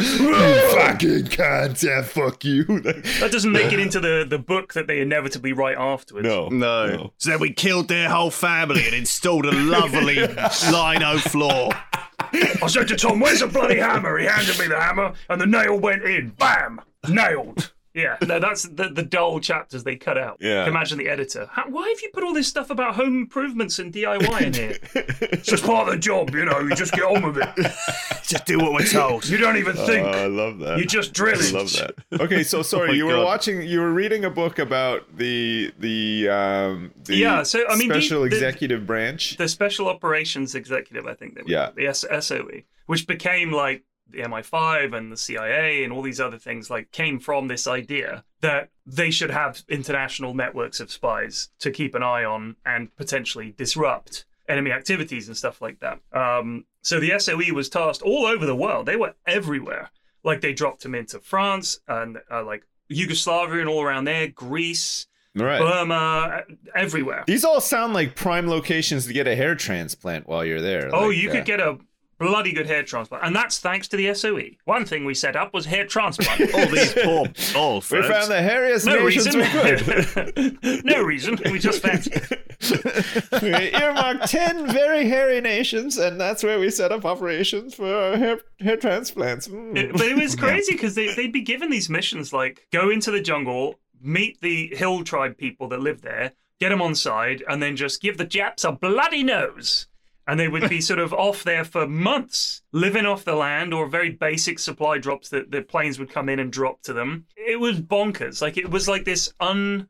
[SPEAKER 3] fucking can't. Yeah, fuck you. (laughs)
[SPEAKER 4] That doesn't make it into the, the book that they inevitably write afterwards.
[SPEAKER 3] no.
[SPEAKER 2] no.
[SPEAKER 5] So then we killed their whole family and installed a
[SPEAKER 2] (laughs)
[SPEAKER 5] lovely lino floor.
[SPEAKER 4] I said to Tom, where's the bloody hammer? He handed me the hammer and the nail went in. Bam! Nailed. Yeah, no, that's the, the dull chapters they cut out.
[SPEAKER 3] Yeah.
[SPEAKER 4] Imagine the editor. How, why have you put all this stuff about home improvements and DIY
[SPEAKER 3] (laughs)
[SPEAKER 4] in here? it's just part of the job, you know, you just get on with (laughs) it.
[SPEAKER 5] Just do what we're told.
[SPEAKER 4] You don't even think.
[SPEAKER 3] Oh, I love that.
[SPEAKER 4] you just drill
[SPEAKER 3] I
[SPEAKER 4] it.
[SPEAKER 3] love
[SPEAKER 4] (laughs)
[SPEAKER 3] that. Oh Okay, so sorry,
[SPEAKER 2] my
[SPEAKER 3] you were
[SPEAKER 2] God.
[SPEAKER 3] watching, you were reading a book about the the um the
[SPEAKER 4] Yeah, so, I mean, the-
[SPEAKER 3] special
[SPEAKER 4] the-
[SPEAKER 3] executive branch.
[SPEAKER 4] The Special Operations Executive, I think they were.
[SPEAKER 3] Yeah.
[SPEAKER 4] The S- SOE, which became like the MI5 and the CIA and all these other things, like came from this idea that they should have international networks of spies to keep an eye on and potentially disrupt enemy activities and stuff like that. Um, so the SOE was tasked all over the world. They were everywhere. Like they dropped them into France and uh, like Yugoslavia and all around there, Greece,
[SPEAKER 3] right.
[SPEAKER 4] Burma, e- everywhere.
[SPEAKER 3] These all sound like prime locations to get a hair transplant while you're there.
[SPEAKER 4] Oh,
[SPEAKER 3] Like,
[SPEAKER 4] you
[SPEAKER 3] uh,
[SPEAKER 4] could get a Bloody good hair transplant. And that's thanks to the SOE. One thing we set up was hair transplant.
[SPEAKER 5] All
[SPEAKER 3] (laughs)
[SPEAKER 5] these poor all
[SPEAKER 3] We
[SPEAKER 5] folks.
[SPEAKER 3] found the hairiest
[SPEAKER 4] No
[SPEAKER 3] nations
[SPEAKER 4] reason.
[SPEAKER 3] we could.
[SPEAKER 4] (laughs) no reason. We just fancy.
[SPEAKER 3] (laughs)
[SPEAKER 4] (laughs)
[SPEAKER 3] we earmarked 10 very hairy nations, and that's where we set up operations for our hair, hair transplants. Mm.
[SPEAKER 4] It- but it was crazy because they, they'd be given these missions like go into the jungle, meet the hill tribe people that live there, get them on side, and then just give the Japs a bloody nose. And they would be sort of off there for months, living off the land or very basic supply drops that the planes would come in and drop to them. It was bonkers. Like it was like this un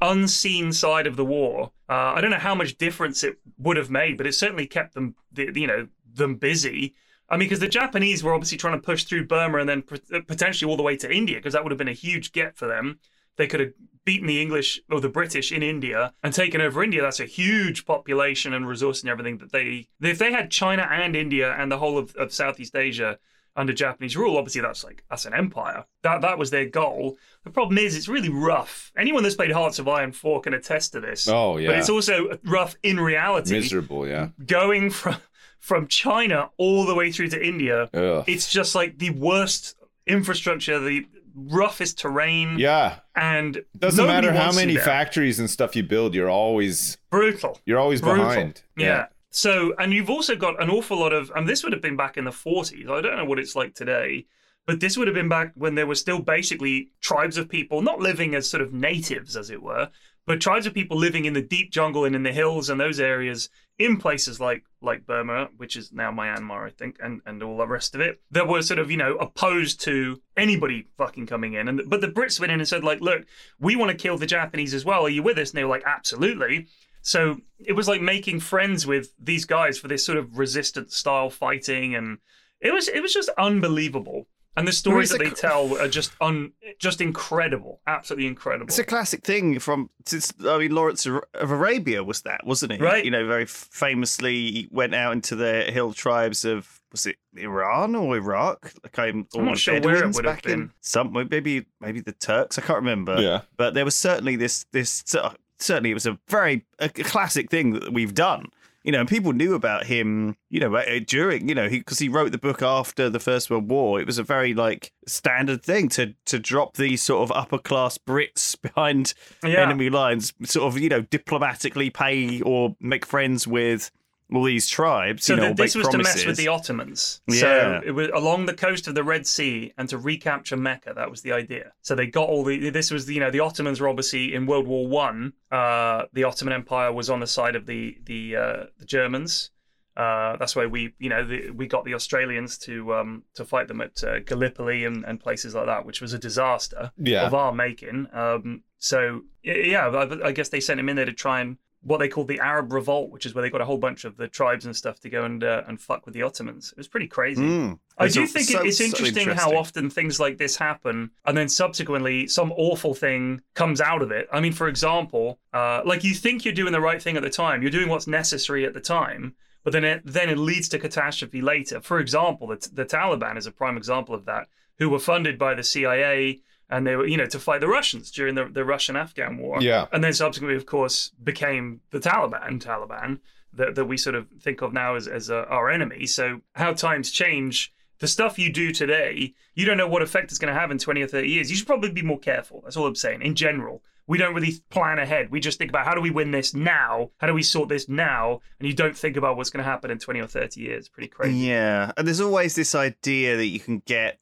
[SPEAKER 4] unseen side of the war. Uh, I don't know how much difference it would have made, but it certainly kept them, the, you know, them busy. I mean, because the Japanese were obviously trying to push through Burma and then pot- uh, potentially all the way to India, because that would have been a huge get for them. They could have beaten the English or the British in India and taken over India. That's a huge population and resource and everything that they. If they had China and India and the whole of, of Southeast Asia under Japanese rule, obviously that's like that's an empire. That that was their goal. The problem is, it's really rough. Anyone that's played Hearts of Iron Four can attest to this.
[SPEAKER 3] Oh, yeah.
[SPEAKER 4] But it's also rough in reality.
[SPEAKER 3] Miserable, yeah.
[SPEAKER 4] Going from from China all the way through to India
[SPEAKER 3] Ugh.
[SPEAKER 4] it's just like the worst infrastructure, the roughest terrain,
[SPEAKER 3] Yeah.
[SPEAKER 4] and
[SPEAKER 3] Doesn't
[SPEAKER 4] nobody
[SPEAKER 3] matter how
[SPEAKER 4] wants you
[SPEAKER 3] many
[SPEAKER 4] there.
[SPEAKER 3] factories and stuff you build, you're always
[SPEAKER 4] brutal.
[SPEAKER 3] you're always
[SPEAKER 4] Brutal.
[SPEAKER 3] behind.
[SPEAKER 4] Yeah. So, and you've also got an awful lot of, and this would have been back in the 40s. I don't know what it's like today, but this would have been back when there were still basically tribes of people, not living as sort of natives, as it were, but tribes of people living in the deep jungle and in the hills and those areas in places like like Burma, which is now Myanmar, I think, and, and all the rest of it, that were sort of, you know, opposed to anybody fucking coming in. And but the Brits went in and said, like, look, we want to kill the Japanese as well. Are you with us? And they were like, absolutely. So it was like making friends with these guys for this sort of resistance style fighting, and it was it was just unbelievable. And the stories that
[SPEAKER 2] Well,
[SPEAKER 4] they
[SPEAKER 2] it's
[SPEAKER 4] tell are just un just incredible, absolutely incredible.
[SPEAKER 2] It's a classic thing from. since- I mean, Lawrence of of Arabia was that, wasn't he?
[SPEAKER 4] Right.
[SPEAKER 2] You know, very famously he went out into the hill tribes of was it Iran or Iraq? Like I'm, or
[SPEAKER 4] I'm not sure where it
[SPEAKER 2] Bedouins
[SPEAKER 4] would have
[SPEAKER 2] back in
[SPEAKER 4] been.
[SPEAKER 2] Some maybe maybe the Turks. I can't remember.
[SPEAKER 3] Yeah.
[SPEAKER 2] But there was certainly this this uh, certainly it was a very a classic thing that we've done. You know, and people knew about him. You know, uh, during you know he because he wrote the book after the First World War. It was a very like standard thing to to drop these sort of upper class Brits (laughs) behind
[SPEAKER 4] Yeah.
[SPEAKER 2] enemy lines, sort of you know diplomatically pay or make friends with all these tribes.
[SPEAKER 4] So
[SPEAKER 2] you know,
[SPEAKER 4] that
[SPEAKER 2] or
[SPEAKER 4] this
[SPEAKER 2] make
[SPEAKER 4] was to mess with
[SPEAKER 2] promises.
[SPEAKER 4] the Ottomans.
[SPEAKER 2] Yeah.
[SPEAKER 4] So it was along the coast of the Red Sea and to recapture Mecca. That was the idea. So they got all the. This was the, you know the Ottomans were obviously in World War One. Uh, the Ottoman Empire was on the side of the the uh, the Germans. Uh, that's why we, you know, the, we got the Australians to um, to fight them at uh, Gallipoli and, and places like that, which was a disaster
[SPEAKER 3] Yeah.
[SPEAKER 4] of our making. Um, so y- yeah, I, I guess they sent him in there to try and what they called the Arab Revolt, which is where they got a whole bunch of the tribes and stuff to go and uh, and fuck with the Ottomans. It was pretty crazy.
[SPEAKER 2] Mm.
[SPEAKER 4] I
[SPEAKER 2] It's
[SPEAKER 4] do
[SPEAKER 2] a-
[SPEAKER 4] think
[SPEAKER 2] so-
[SPEAKER 4] it it's
[SPEAKER 2] so
[SPEAKER 4] interesting, how
[SPEAKER 2] interesting.
[SPEAKER 4] often things like this happen, and then subsequently some awful thing comes out of it. I mean, for example, uh, like you think you're doing the right thing at the time, you're doing what's necessary at the time, but then it then it leads to catastrophe later. For example, the, the Taliban is a prime example of that, who were funded by the CIA and they were, you know, to fight the Russians during the, the Russian-Afghan war
[SPEAKER 3] Yeah.
[SPEAKER 4] and then subsequently, of course, became the Taliban. Taliban that, that we sort of think of now as as uh, our enemy. So how times change. The stuff you do today, you don't know what effect it's going to have in 20 or 30 years. You should probably be more careful. That's all I'm saying. In general, we don't really plan ahead. We just think about how do we win this now? How do we sort this now? And you don't think about what's going to happen in 20 or 30 years. Pretty crazy.
[SPEAKER 2] Yeah, and there's always this idea that you can get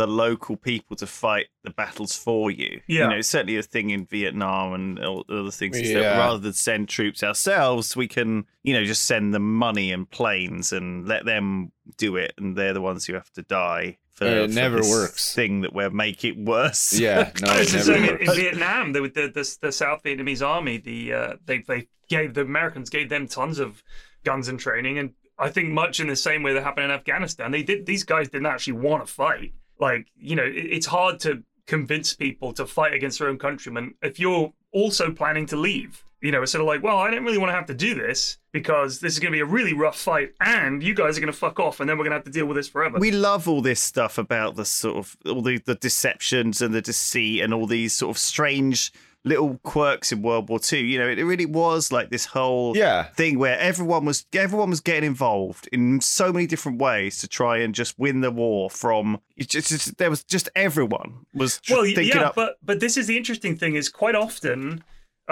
[SPEAKER 2] the local people to fight the battles for you.
[SPEAKER 4] Yeah.
[SPEAKER 2] you know, it's certainly a thing in Vietnam and all the other things. Is that
[SPEAKER 3] Yeah.
[SPEAKER 2] rather than send troops ourselves, we can you know just send them money and planes and let them do it, and they're the ones who have to die. For,
[SPEAKER 3] Uh, it
[SPEAKER 2] for
[SPEAKER 3] never
[SPEAKER 2] this
[SPEAKER 3] works.
[SPEAKER 2] Thing that we're make it worse.
[SPEAKER 4] (laughs)
[SPEAKER 3] Yeah. No,
[SPEAKER 4] It's
[SPEAKER 3] it
[SPEAKER 4] the
[SPEAKER 3] never
[SPEAKER 4] same in,
[SPEAKER 3] works.
[SPEAKER 4] in Vietnam. The, the, the, the South Vietnamese army, the uh, they they gave the Americans gave them tons of guns and training, and I think much in the same way that happened in Afghanistan. They did these guys didn't actually want to fight. Like you know, it, it's hard to convince people to fight against their own countrymen if you're also planning to leave. You know, it's sort of like, well, I don't really want to have to do this because this is going to be a really rough fight, and you guys are going to fuck off, and then we're going to have to deal with this forever.
[SPEAKER 2] we love all this stuff about the sort of all the, the deceptions and the deceit and all these sort of strange little quirks in World War Two. You know, it really was like this whole
[SPEAKER 3] Yeah.
[SPEAKER 2] thing where everyone was everyone was getting involved in so many different ways to try and just win the war from it's just, it's- there was just everyone was tr-
[SPEAKER 4] well, y-
[SPEAKER 2] thinking
[SPEAKER 4] yeah,
[SPEAKER 2] up
[SPEAKER 4] but but this is the interesting thing is quite often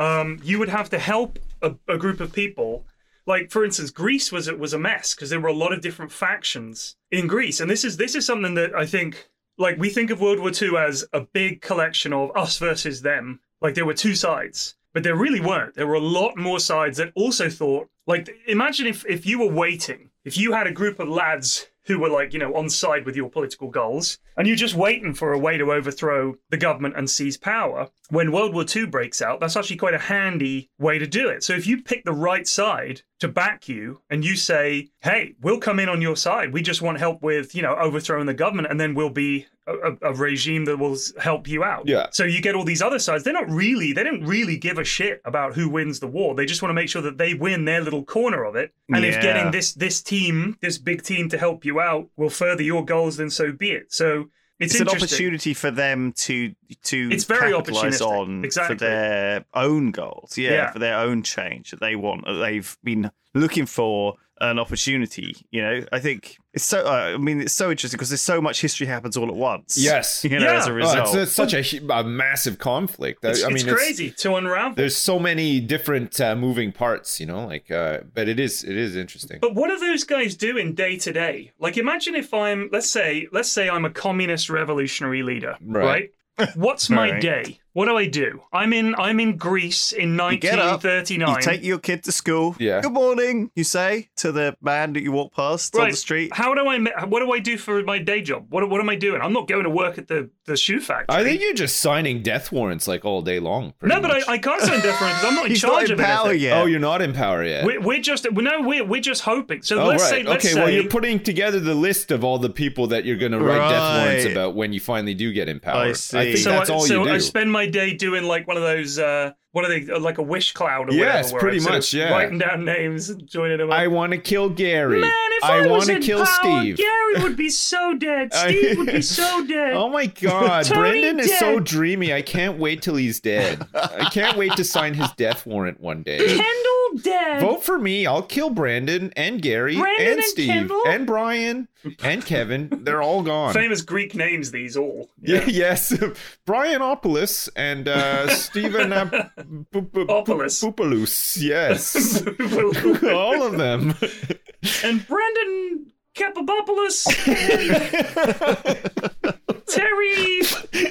[SPEAKER 4] um, you would have to help a, a group of people. Like for instance, Greece was it was a mess because there were a lot of different factions in Greece, and this is this is something that I think like we think of World War II as a big collection of us versus them. Like there were two sides, but there really weren't. There were a lot more sides that also thought like imagine if if you were waiting, if you had a group of lads who were like, you know, on side with your political goals, and you're just waiting for a way to overthrow the government and seize power. When World War II breaks out, that's actually quite a handy way to do it. So if you pick the right side to back you and you say, hey, we'll come in on your side, we just want help with, you know, overthrowing the government, and then we'll be a, a- a regime that will s- help you out.
[SPEAKER 3] Yeah.
[SPEAKER 4] So you get all these other sides. They're not really, they don't really give a shit about who wins the war. They just want to make sure that they win their little corner of it. And if
[SPEAKER 2] Yeah.
[SPEAKER 4] getting this this team, this big team to help you out will further your goals, then so be it. So it's,
[SPEAKER 2] it's, an
[SPEAKER 4] interesting.
[SPEAKER 2] opportunity for them to to
[SPEAKER 4] It's very
[SPEAKER 2] capitalize
[SPEAKER 4] opportunistic,
[SPEAKER 2] on
[SPEAKER 4] exactly.
[SPEAKER 2] for their own goals yeah,
[SPEAKER 4] Yeah.
[SPEAKER 2] for their own change that they want that they've been looking for an opportunity you know i think it's so uh, i mean it's so interesting because there's so much history happens all at once (laughs)
[SPEAKER 3] Yes.
[SPEAKER 2] you know
[SPEAKER 4] Yeah.
[SPEAKER 2] as a
[SPEAKER 4] Oh,
[SPEAKER 3] Oh,
[SPEAKER 2] result
[SPEAKER 3] it's, it's such a, hu- a massive conflict. I,
[SPEAKER 4] It's,
[SPEAKER 3] I mean,
[SPEAKER 4] it's crazy to unravel.
[SPEAKER 3] there's so many different uh, moving parts, you know. Like, uh, but it is it is interesting.
[SPEAKER 4] But what are those guys doing day to day? Like imagine if I'm let's say let's say I'm a communist revolutionary leader,
[SPEAKER 3] Right.
[SPEAKER 4] right?
[SPEAKER 2] (laughs)
[SPEAKER 4] What's my
[SPEAKER 2] Right.
[SPEAKER 4] day? What do I do? I'm in I'm in Greece in
[SPEAKER 2] You get up,
[SPEAKER 4] 1939.
[SPEAKER 2] You take your kid to school.
[SPEAKER 3] Yeah.
[SPEAKER 2] Good morning, you say to the man that you walk past on
[SPEAKER 4] Right.
[SPEAKER 2] the street.
[SPEAKER 4] How do I ma- what do I do for my day job? What what am I doing? I'm not going to work at the the shoe factory.
[SPEAKER 3] I think you're just signing death warrants like all day long. pretty
[SPEAKER 4] no, but
[SPEAKER 3] much.
[SPEAKER 4] I, I can't sign different because I'm not
[SPEAKER 2] (laughs)
[SPEAKER 4] in
[SPEAKER 2] He's
[SPEAKER 4] charge
[SPEAKER 2] not in
[SPEAKER 4] of
[SPEAKER 2] power
[SPEAKER 4] anything.
[SPEAKER 2] yet.
[SPEAKER 3] Oh, you're not in power yet.
[SPEAKER 4] We're, we're just well, no, we're we're just hoping. So
[SPEAKER 3] Oh
[SPEAKER 4] let's
[SPEAKER 3] right.
[SPEAKER 4] say let's
[SPEAKER 3] okay.
[SPEAKER 4] say
[SPEAKER 3] Well, you're putting together the list of all the people that you're going to write death warrants
[SPEAKER 2] Right.
[SPEAKER 3] about when you finally do get in power.
[SPEAKER 2] I see.
[SPEAKER 3] think
[SPEAKER 4] so
[SPEAKER 3] that's
[SPEAKER 4] I,
[SPEAKER 3] all
[SPEAKER 4] so
[SPEAKER 3] you do.
[SPEAKER 4] I spend my day doing like one of those uh, what are they like a wish cloud or
[SPEAKER 3] Yes,
[SPEAKER 4] whatever. where
[SPEAKER 3] pretty
[SPEAKER 4] I'm sort of
[SPEAKER 3] much, yeah.
[SPEAKER 4] writing down names and joining them. Up.
[SPEAKER 3] I want to kill Gary.
[SPEAKER 4] Man, if
[SPEAKER 3] I,
[SPEAKER 4] I,
[SPEAKER 3] want
[SPEAKER 4] was
[SPEAKER 3] to
[SPEAKER 4] in
[SPEAKER 3] kill
[SPEAKER 4] power,
[SPEAKER 3] Steve.
[SPEAKER 4] Gary
[SPEAKER 3] (laughs)
[SPEAKER 4] would be so dead.
[SPEAKER 3] I-
[SPEAKER 4] Steve would be so
[SPEAKER 3] (laughs)
[SPEAKER 4] dead.
[SPEAKER 3] Oh my God,
[SPEAKER 4] Tony
[SPEAKER 3] Brendan is so
[SPEAKER 4] dead.
[SPEAKER 3] dreamy. I can't wait till he's dead. I can't wait to sign his death warrant one day.
[SPEAKER 4] Kendall dead.
[SPEAKER 3] Vote for me. I'll kill Brandon and Gary
[SPEAKER 4] Brandon
[SPEAKER 3] and
[SPEAKER 4] and
[SPEAKER 3] Steve
[SPEAKER 4] Kendall?
[SPEAKER 3] and Brian and Kevin. They're all gone.
[SPEAKER 4] Famous Greek names. These all.
[SPEAKER 3] Yeah. (laughs) Yes, Brianopoulos and uh, Stephen uh, (laughs) P- P- P-
[SPEAKER 4] Opoulos.
[SPEAKER 3] Poupoulos.
[SPEAKER 4] (laughs)
[SPEAKER 3] Yes,
[SPEAKER 4] Yeah.
[SPEAKER 3] all of
[SPEAKER 4] (laughs)
[SPEAKER 3] them.
[SPEAKER 4] and Brendan
[SPEAKER 3] (laughs)
[SPEAKER 4] Kapabopoulos. Terry.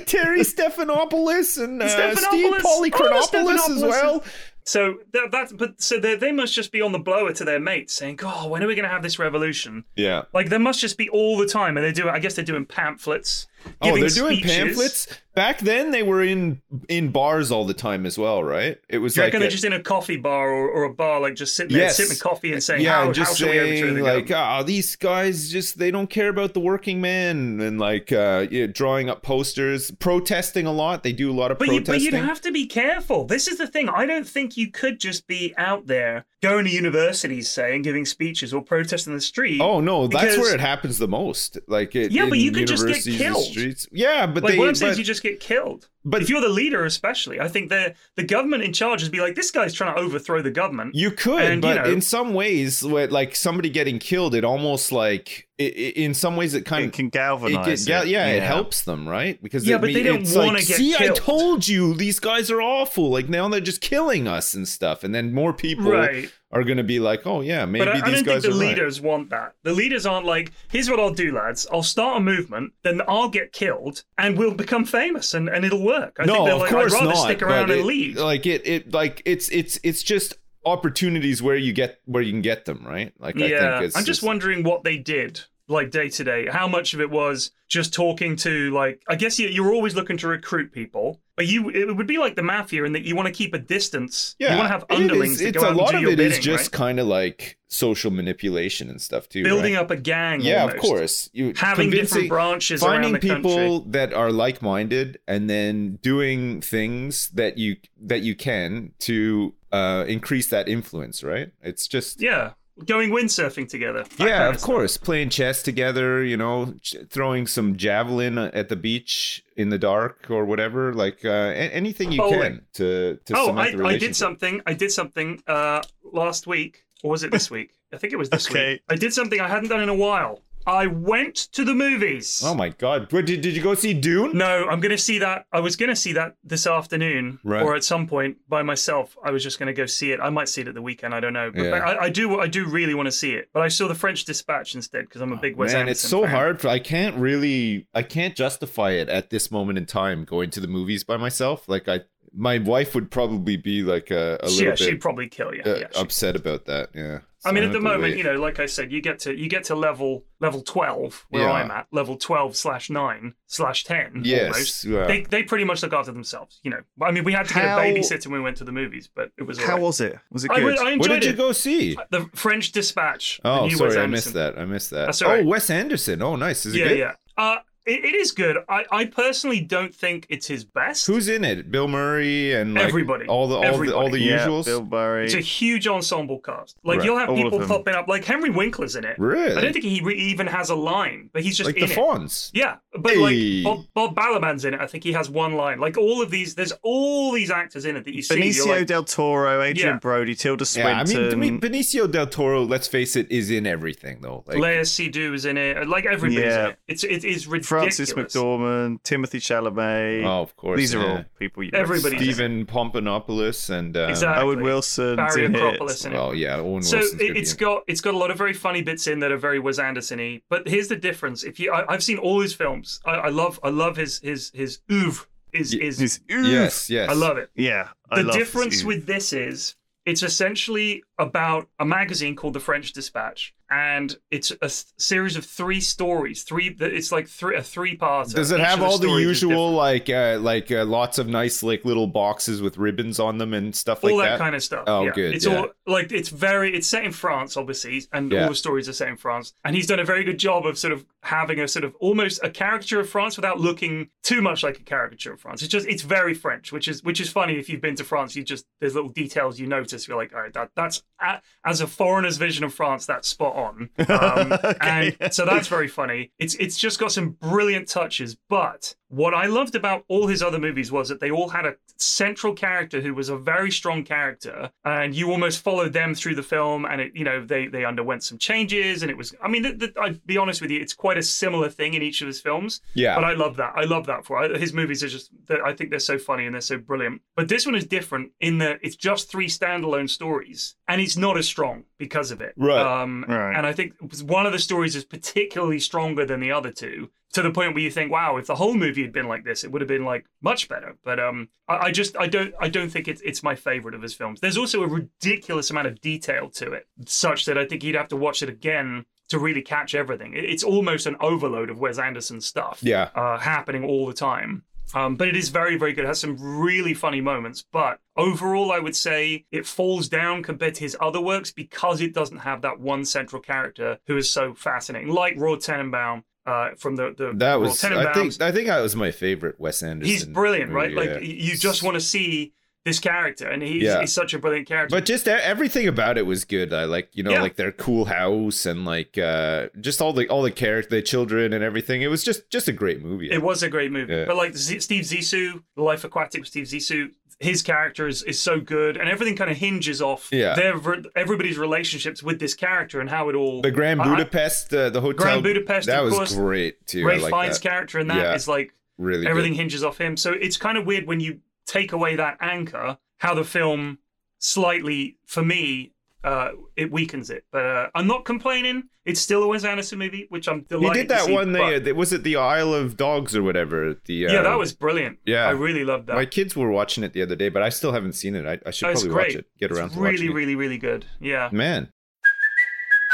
[SPEAKER 3] Terry Stephanopoulos and uh, Steve
[SPEAKER 4] Stephanopoulos. All the
[SPEAKER 3] Polychronopoulos as
[SPEAKER 4] Stephanopoulos.
[SPEAKER 3] well.
[SPEAKER 4] So that, that's but so they, they must just be on the blower to their mates, saying, "God, when are we going to have this revolution?"
[SPEAKER 3] Yeah.
[SPEAKER 4] Like there must just be all the time, and they do. I guess they're doing pamphlets.
[SPEAKER 3] Oh,
[SPEAKER 4] giving
[SPEAKER 3] they're doing
[SPEAKER 4] speeches.
[SPEAKER 3] pamphlets. Back then, they were in in bars all the time as well, right? It was
[SPEAKER 4] Do you
[SPEAKER 3] like
[SPEAKER 4] reckon
[SPEAKER 3] a-
[SPEAKER 4] they're just in a coffee bar or, or a bar, like just sitting there
[SPEAKER 3] Yes.
[SPEAKER 4] sipping coffee and saying,
[SPEAKER 3] yeah,
[SPEAKER 4] "How,
[SPEAKER 3] and just
[SPEAKER 4] how shall we overthrow
[SPEAKER 3] saying
[SPEAKER 4] the
[SPEAKER 3] like,
[SPEAKER 4] government?"
[SPEAKER 3] ah, these guys just they don't care about the working man, and like uh, yeah, drawing up posters, protesting a lot. They do a lot of
[SPEAKER 4] But, you,
[SPEAKER 3] protesting.
[SPEAKER 4] but you'd have to be careful. This is the thing. I don't think you could just be out there going to universities, saying, giving speeches or protesting in the street.
[SPEAKER 3] Oh no, that's
[SPEAKER 4] Because-
[SPEAKER 3] where it happens the most. Like it,
[SPEAKER 4] Yeah, but
[SPEAKER 3] in
[SPEAKER 4] you could just get
[SPEAKER 3] universities and
[SPEAKER 4] killed.
[SPEAKER 3] Streets. Yeah, but
[SPEAKER 4] like
[SPEAKER 3] they.
[SPEAKER 4] what I'm saying is
[SPEAKER 3] but-
[SPEAKER 4] you just get killed.
[SPEAKER 3] but-
[SPEAKER 4] But if you're the leader, especially, I think the the government in charge would be like, this guy's trying to overthrow the government.
[SPEAKER 3] You could,
[SPEAKER 4] And, you
[SPEAKER 3] but
[SPEAKER 4] know-
[SPEAKER 3] in some ways, with like somebody getting killed, it almost like i i in some ways it kind
[SPEAKER 2] It
[SPEAKER 3] of
[SPEAKER 2] can
[SPEAKER 3] It
[SPEAKER 2] galvanize.
[SPEAKER 3] get- yeah,
[SPEAKER 2] it.
[SPEAKER 3] yeah, it helps them, right? Because
[SPEAKER 4] Yeah,
[SPEAKER 3] it
[SPEAKER 4] but
[SPEAKER 3] me-
[SPEAKER 4] they don't
[SPEAKER 3] it's
[SPEAKER 4] wanna
[SPEAKER 3] like,
[SPEAKER 4] get
[SPEAKER 3] See, I
[SPEAKER 4] killed."
[SPEAKER 3] told you these guys are awful. Like now they're just killing us and stuff, and then more people
[SPEAKER 4] Right.
[SPEAKER 3] are going to be like, oh yeah, maybe
[SPEAKER 4] but I,
[SPEAKER 3] these
[SPEAKER 4] I don't think
[SPEAKER 3] guys
[SPEAKER 4] the
[SPEAKER 3] are right."
[SPEAKER 4] leaders want that. The leaders aren't like, here's what I'll do, lads. I'll start a movement, then I'll get killed, and we'll become famous, and, and it'll work. I
[SPEAKER 3] no,
[SPEAKER 4] think they're
[SPEAKER 3] of
[SPEAKER 4] like,
[SPEAKER 3] course
[SPEAKER 4] I'd rather
[SPEAKER 3] not.
[SPEAKER 4] stick
[SPEAKER 3] but
[SPEAKER 4] around
[SPEAKER 3] it,
[SPEAKER 4] and leave.
[SPEAKER 3] Like it, it, like it's, it's, it's just opportunities where you get where you can get them, right? Like I
[SPEAKER 4] yeah,
[SPEAKER 3] think it's
[SPEAKER 4] I'm just wondering what they did, like day to day. How much of it was just talking to, like, I guess you, you're always looking to recruit people, but you it would be like the mafia in that you want to keep a distance.
[SPEAKER 3] Yeah,
[SPEAKER 4] you want to have
[SPEAKER 3] it is-
[SPEAKER 4] underlings to
[SPEAKER 3] it's
[SPEAKER 4] go out
[SPEAKER 3] a lot
[SPEAKER 4] and
[SPEAKER 3] of
[SPEAKER 4] do your
[SPEAKER 3] it is
[SPEAKER 4] bidding,
[SPEAKER 3] just
[SPEAKER 4] right?
[SPEAKER 3] kind of like social manipulation and stuff too.
[SPEAKER 4] building
[SPEAKER 3] right?
[SPEAKER 4] up a gang.
[SPEAKER 3] yeah, of
[SPEAKER 4] almost.
[SPEAKER 3] course. You
[SPEAKER 4] Having
[SPEAKER 3] convincing-
[SPEAKER 4] different branches around
[SPEAKER 3] finding
[SPEAKER 4] the country.
[SPEAKER 3] people that are like-minded and then doing things that you that you can to uh increase that influence right it's just
[SPEAKER 4] Yeah. going windsurfing together. that
[SPEAKER 3] yeah,
[SPEAKER 4] kind
[SPEAKER 3] of
[SPEAKER 4] stuff.
[SPEAKER 3] course. Playing chess together, you know, ch- throwing some javelin at the beach in the dark or whatever, like uh, a- anything you
[SPEAKER 4] Bowling.
[SPEAKER 3] can to to
[SPEAKER 4] Oh,
[SPEAKER 3] cement
[SPEAKER 4] I,
[SPEAKER 3] the
[SPEAKER 4] I did
[SPEAKER 3] relationship.
[SPEAKER 4] something. I did something uh, last week, or was it
[SPEAKER 3] (laughs)
[SPEAKER 4] this week? I think it was this
[SPEAKER 2] Okay.
[SPEAKER 4] week. I did something I hadn't done in a while. I went to the movies.
[SPEAKER 3] Oh my god! What, did did you go see Dune?
[SPEAKER 4] No, I'm going to see that. I was going to see that this afternoon
[SPEAKER 3] Right.
[SPEAKER 4] or at some point by myself. I was just going to go see it. I might see it at the weekend. I don't know. But
[SPEAKER 3] Yeah.
[SPEAKER 4] I, I do. I do really want to see it. But I saw the French Dispatch instead because I'm a big Wes
[SPEAKER 3] Oh, Man,
[SPEAKER 4] Anderson
[SPEAKER 3] it's so
[SPEAKER 4] fan.
[SPEAKER 3] hard. For, I can't really, I can't justify it at this moment in time going to the movies by myself. Like I, my wife would probably be like a, a
[SPEAKER 4] yeah,
[SPEAKER 3] little
[SPEAKER 4] she'd
[SPEAKER 3] bit
[SPEAKER 4] probably kill you.
[SPEAKER 3] uh,
[SPEAKER 4] yeah, she-
[SPEAKER 3] upset about that. Yeah.
[SPEAKER 4] I mean, at the moment, you know, like I said, you get to you get to level level twelve where
[SPEAKER 3] Yeah.
[SPEAKER 4] I'm at, level twelve slash nine slash ten.
[SPEAKER 3] Yes.
[SPEAKER 4] almost.
[SPEAKER 3] Yeah.
[SPEAKER 4] They, they pretty much look after themselves, you know. I mean, we had to get
[SPEAKER 2] How-
[SPEAKER 4] a babysitter when we went to the movies, but it was.
[SPEAKER 2] How
[SPEAKER 4] alright.
[SPEAKER 2] was it? Was it
[SPEAKER 4] I,
[SPEAKER 2] good?
[SPEAKER 4] re- I
[SPEAKER 3] Where
[SPEAKER 4] enjoyed
[SPEAKER 3] did you
[SPEAKER 4] it.
[SPEAKER 3] go see?
[SPEAKER 4] The French Dispatch. the
[SPEAKER 3] Oh,
[SPEAKER 4] new Wes
[SPEAKER 3] sorry, I
[SPEAKER 4] Anderson.
[SPEAKER 3] missed that. I missed that.
[SPEAKER 4] That's all
[SPEAKER 3] oh,
[SPEAKER 4] right.
[SPEAKER 3] Wes Anderson. Oh, nice. Is it
[SPEAKER 4] yeah,
[SPEAKER 3] good?
[SPEAKER 4] yeah. Uh, it, it is good. I, I personally don't think it's his best.
[SPEAKER 3] Who's in it? Bill Murray and like,
[SPEAKER 4] Everybody.
[SPEAKER 3] All the all the all the
[SPEAKER 2] yeah,
[SPEAKER 3] usuals.
[SPEAKER 2] Bill Murray.
[SPEAKER 4] it's a huge ensemble cast. Like
[SPEAKER 3] Right.
[SPEAKER 4] you'll have
[SPEAKER 2] All of
[SPEAKER 4] people
[SPEAKER 2] them.
[SPEAKER 4] popping up. Like Henry Winkler's in it.
[SPEAKER 3] Really?
[SPEAKER 4] I don't think he re- even has a line, but he's just
[SPEAKER 3] like
[SPEAKER 4] in
[SPEAKER 3] the
[SPEAKER 4] it.
[SPEAKER 3] Fawns.
[SPEAKER 4] Yeah, but
[SPEAKER 3] Hey.
[SPEAKER 4] like Bob, Bob Balaban's in it. I think he has one line. Like all of these, there's all these actors in it that you see.
[SPEAKER 2] Benicio
[SPEAKER 4] you're like,
[SPEAKER 2] del Toro, Adrian
[SPEAKER 4] Yeah.
[SPEAKER 2] Brody, Tilda
[SPEAKER 3] Yeah, I
[SPEAKER 2] Swinton.
[SPEAKER 3] mean, I
[SPEAKER 4] um,
[SPEAKER 3] mean, Benicio del Toro. Let's face it, is in everything though. Like,
[SPEAKER 4] Leia Seydoux is in it. Like everybody's
[SPEAKER 2] Yeah.
[SPEAKER 4] in it. It's it is ridiculous.
[SPEAKER 2] Francis McDormand, Timothy Chalamet.
[SPEAKER 3] oh, of course.
[SPEAKER 2] These are
[SPEAKER 3] yeah.
[SPEAKER 2] all people you
[SPEAKER 4] Everybody's in it.
[SPEAKER 3] Stephen Pompanopoulos and uh,
[SPEAKER 4] Exactly.
[SPEAKER 2] Owen Wilson.
[SPEAKER 4] Barry Acropolis in it.
[SPEAKER 3] Well, yeah, Owen
[SPEAKER 4] so
[SPEAKER 3] Wilson's
[SPEAKER 4] it,
[SPEAKER 3] good
[SPEAKER 4] it's
[SPEAKER 3] in-
[SPEAKER 4] got it's got a lot of very funny bits in that are very Wes Anderson-y. But here's the difference: if you, I, I've seen all his films. I, I love I love his his his oeuvre. Is
[SPEAKER 3] Ye-
[SPEAKER 4] is
[SPEAKER 2] Yes,
[SPEAKER 3] Yes, yes.
[SPEAKER 4] I love it.
[SPEAKER 2] Yeah. I
[SPEAKER 4] the
[SPEAKER 2] love
[SPEAKER 4] difference
[SPEAKER 2] this.
[SPEAKER 4] with this is it's essentially about a magazine called the french dispatch and it's a s- series of three stories three th- it's like three a three part
[SPEAKER 3] Does it have all the usual like uh, like uh, lots of nice like little boxes with ribbons on them and stuff
[SPEAKER 4] all
[SPEAKER 3] like
[SPEAKER 4] that, kind of stuff
[SPEAKER 3] Oh,
[SPEAKER 4] yeah.
[SPEAKER 3] good,
[SPEAKER 4] it's
[SPEAKER 3] yeah.
[SPEAKER 4] all like it's very it's set in france obviously and
[SPEAKER 3] Yeah.
[SPEAKER 4] all the stories are set in france and he's done a very good job of sort of having a sort of almost a caricature of france without looking too much like a caricature of france it's just it's very french which is which is funny if you've been to france you just there's little details you notice you're like all right that that's a- as a foreigner's vision of france that's spot on um,
[SPEAKER 2] Okay.
[SPEAKER 4] and so that's very funny it's it's just got some brilliant touches but what i loved about all his other movies was that they all had a central character who was a very strong character and you almost followed them through the film and it you know they they underwent some changes and it was i mean th th- i'd be honest with you it's quite a similar thing in each of his films
[SPEAKER 3] Yeah.
[SPEAKER 4] but I love that. I love that for his movies are just. they're- I think they're so funny and they're so brilliant. But this one is different in that it's just three standalone stories, and it's not as strong because of it.
[SPEAKER 3] Right.
[SPEAKER 4] Um,
[SPEAKER 2] Right.
[SPEAKER 4] And I think one of the stories is particularly stronger than the other two, to the point where you think, "Wow, if the whole movie had been like this, it would have been like much better." But um, I, I just I don't I don't think it's it's my favorite of his films. There's also a ridiculous amount of detail to it, such that I think you'd have to watch it again to really catch everything. It- It's almost an overload of Wes Anderson stuff
[SPEAKER 3] Yeah.
[SPEAKER 4] uh, happening all the time. Um, but it is very, very good. It has some really funny moments. But overall, I would say it falls down compared to his other works because it doesn't have that one central character who is so fascinating, like Rod Tenenbaum uh, from the the
[SPEAKER 3] That
[SPEAKER 4] Royal
[SPEAKER 3] was I think I think that was my favorite Wes Anderson.
[SPEAKER 4] he's brilliant, right?
[SPEAKER 3] movie,
[SPEAKER 4] Like
[SPEAKER 3] yeah.
[SPEAKER 4] you just want to see this character, and he's,
[SPEAKER 3] Yeah.
[SPEAKER 4] he's such a brilliant character.
[SPEAKER 3] But just e- everything about it was good. I like, you know,
[SPEAKER 4] Yeah.
[SPEAKER 3] like their cool house and like uh just all the all the character, the children and everything. It was just just a great movie.
[SPEAKER 4] It was a great movie.
[SPEAKER 3] Yeah.
[SPEAKER 4] But like Z- Steve Zissou, The Life Aquatic with Steve Zissou, his character is, is so good, and everything kind of hinges off
[SPEAKER 3] Yeah.
[SPEAKER 4] their ver- everybody's relationships with this character and how it all.
[SPEAKER 3] the Grand
[SPEAKER 4] I- I-
[SPEAKER 3] Budapest, uh, the hotel.
[SPEAKER 4] Grand Budapest,
[SPEAKER 3] that
[SPEAKER 4] of
[SPEAKER 3] was
[SPEAKER 4] course.
[SPEAKER 3] great too.
[SPEAKER 4] Ray
[SPEAKER 3] I like
[SPEAKER 4] Fiennes'
[SPEAKER 3] that.
[SPEAKER 4] character in that is
[SPEAKER 3] Yeah.
[SPEAKER 4] like
[SPEAKER 3] Really,
[SPEAKER 4] everything
[SPEAKER 3] Good.
[SPEAKER 4] hinges off him. So it's kind of weird when you take away that anchor, how the film slightly, for me, uh, it weakens it. But uh, I'm not complaining. It's still a Wes Anderson movie, which I'm
[SPEAKER 3] He
[SPEAKER 4] delighted.
[SPEAKER 3] did
[SPEAKER 4] to
[SPEAKER 3] that
[SPEAKER 4] see,
[SPEAKER 3] one.
[SPEAKER 4] but-
[SPEAKER 3] They, was it the Isle of Dogs or whatever? The uh,
[SPEAKER 4] yeah, that was brilliant.
[SPEAKER 3] Yeah.
[SPEAKER 4] I really loved that.
[SPEAKER 3] My kids were watching it the other day, but I still haven't seen it. I, I should
[SPEAKER 4] Oh, it's
[SPEAKER 3] probably watch
[SPEAKER 4] great.
[SPEAKER 3] it. Get around
[SPEAKER 4] it's
[SPEAKER 3] to
[SPEAKER 4] really,
[SPEAKER 3] watching
[SPEAKER 4] really, really good. Yeah.
[SPEAKER 3] it. Man,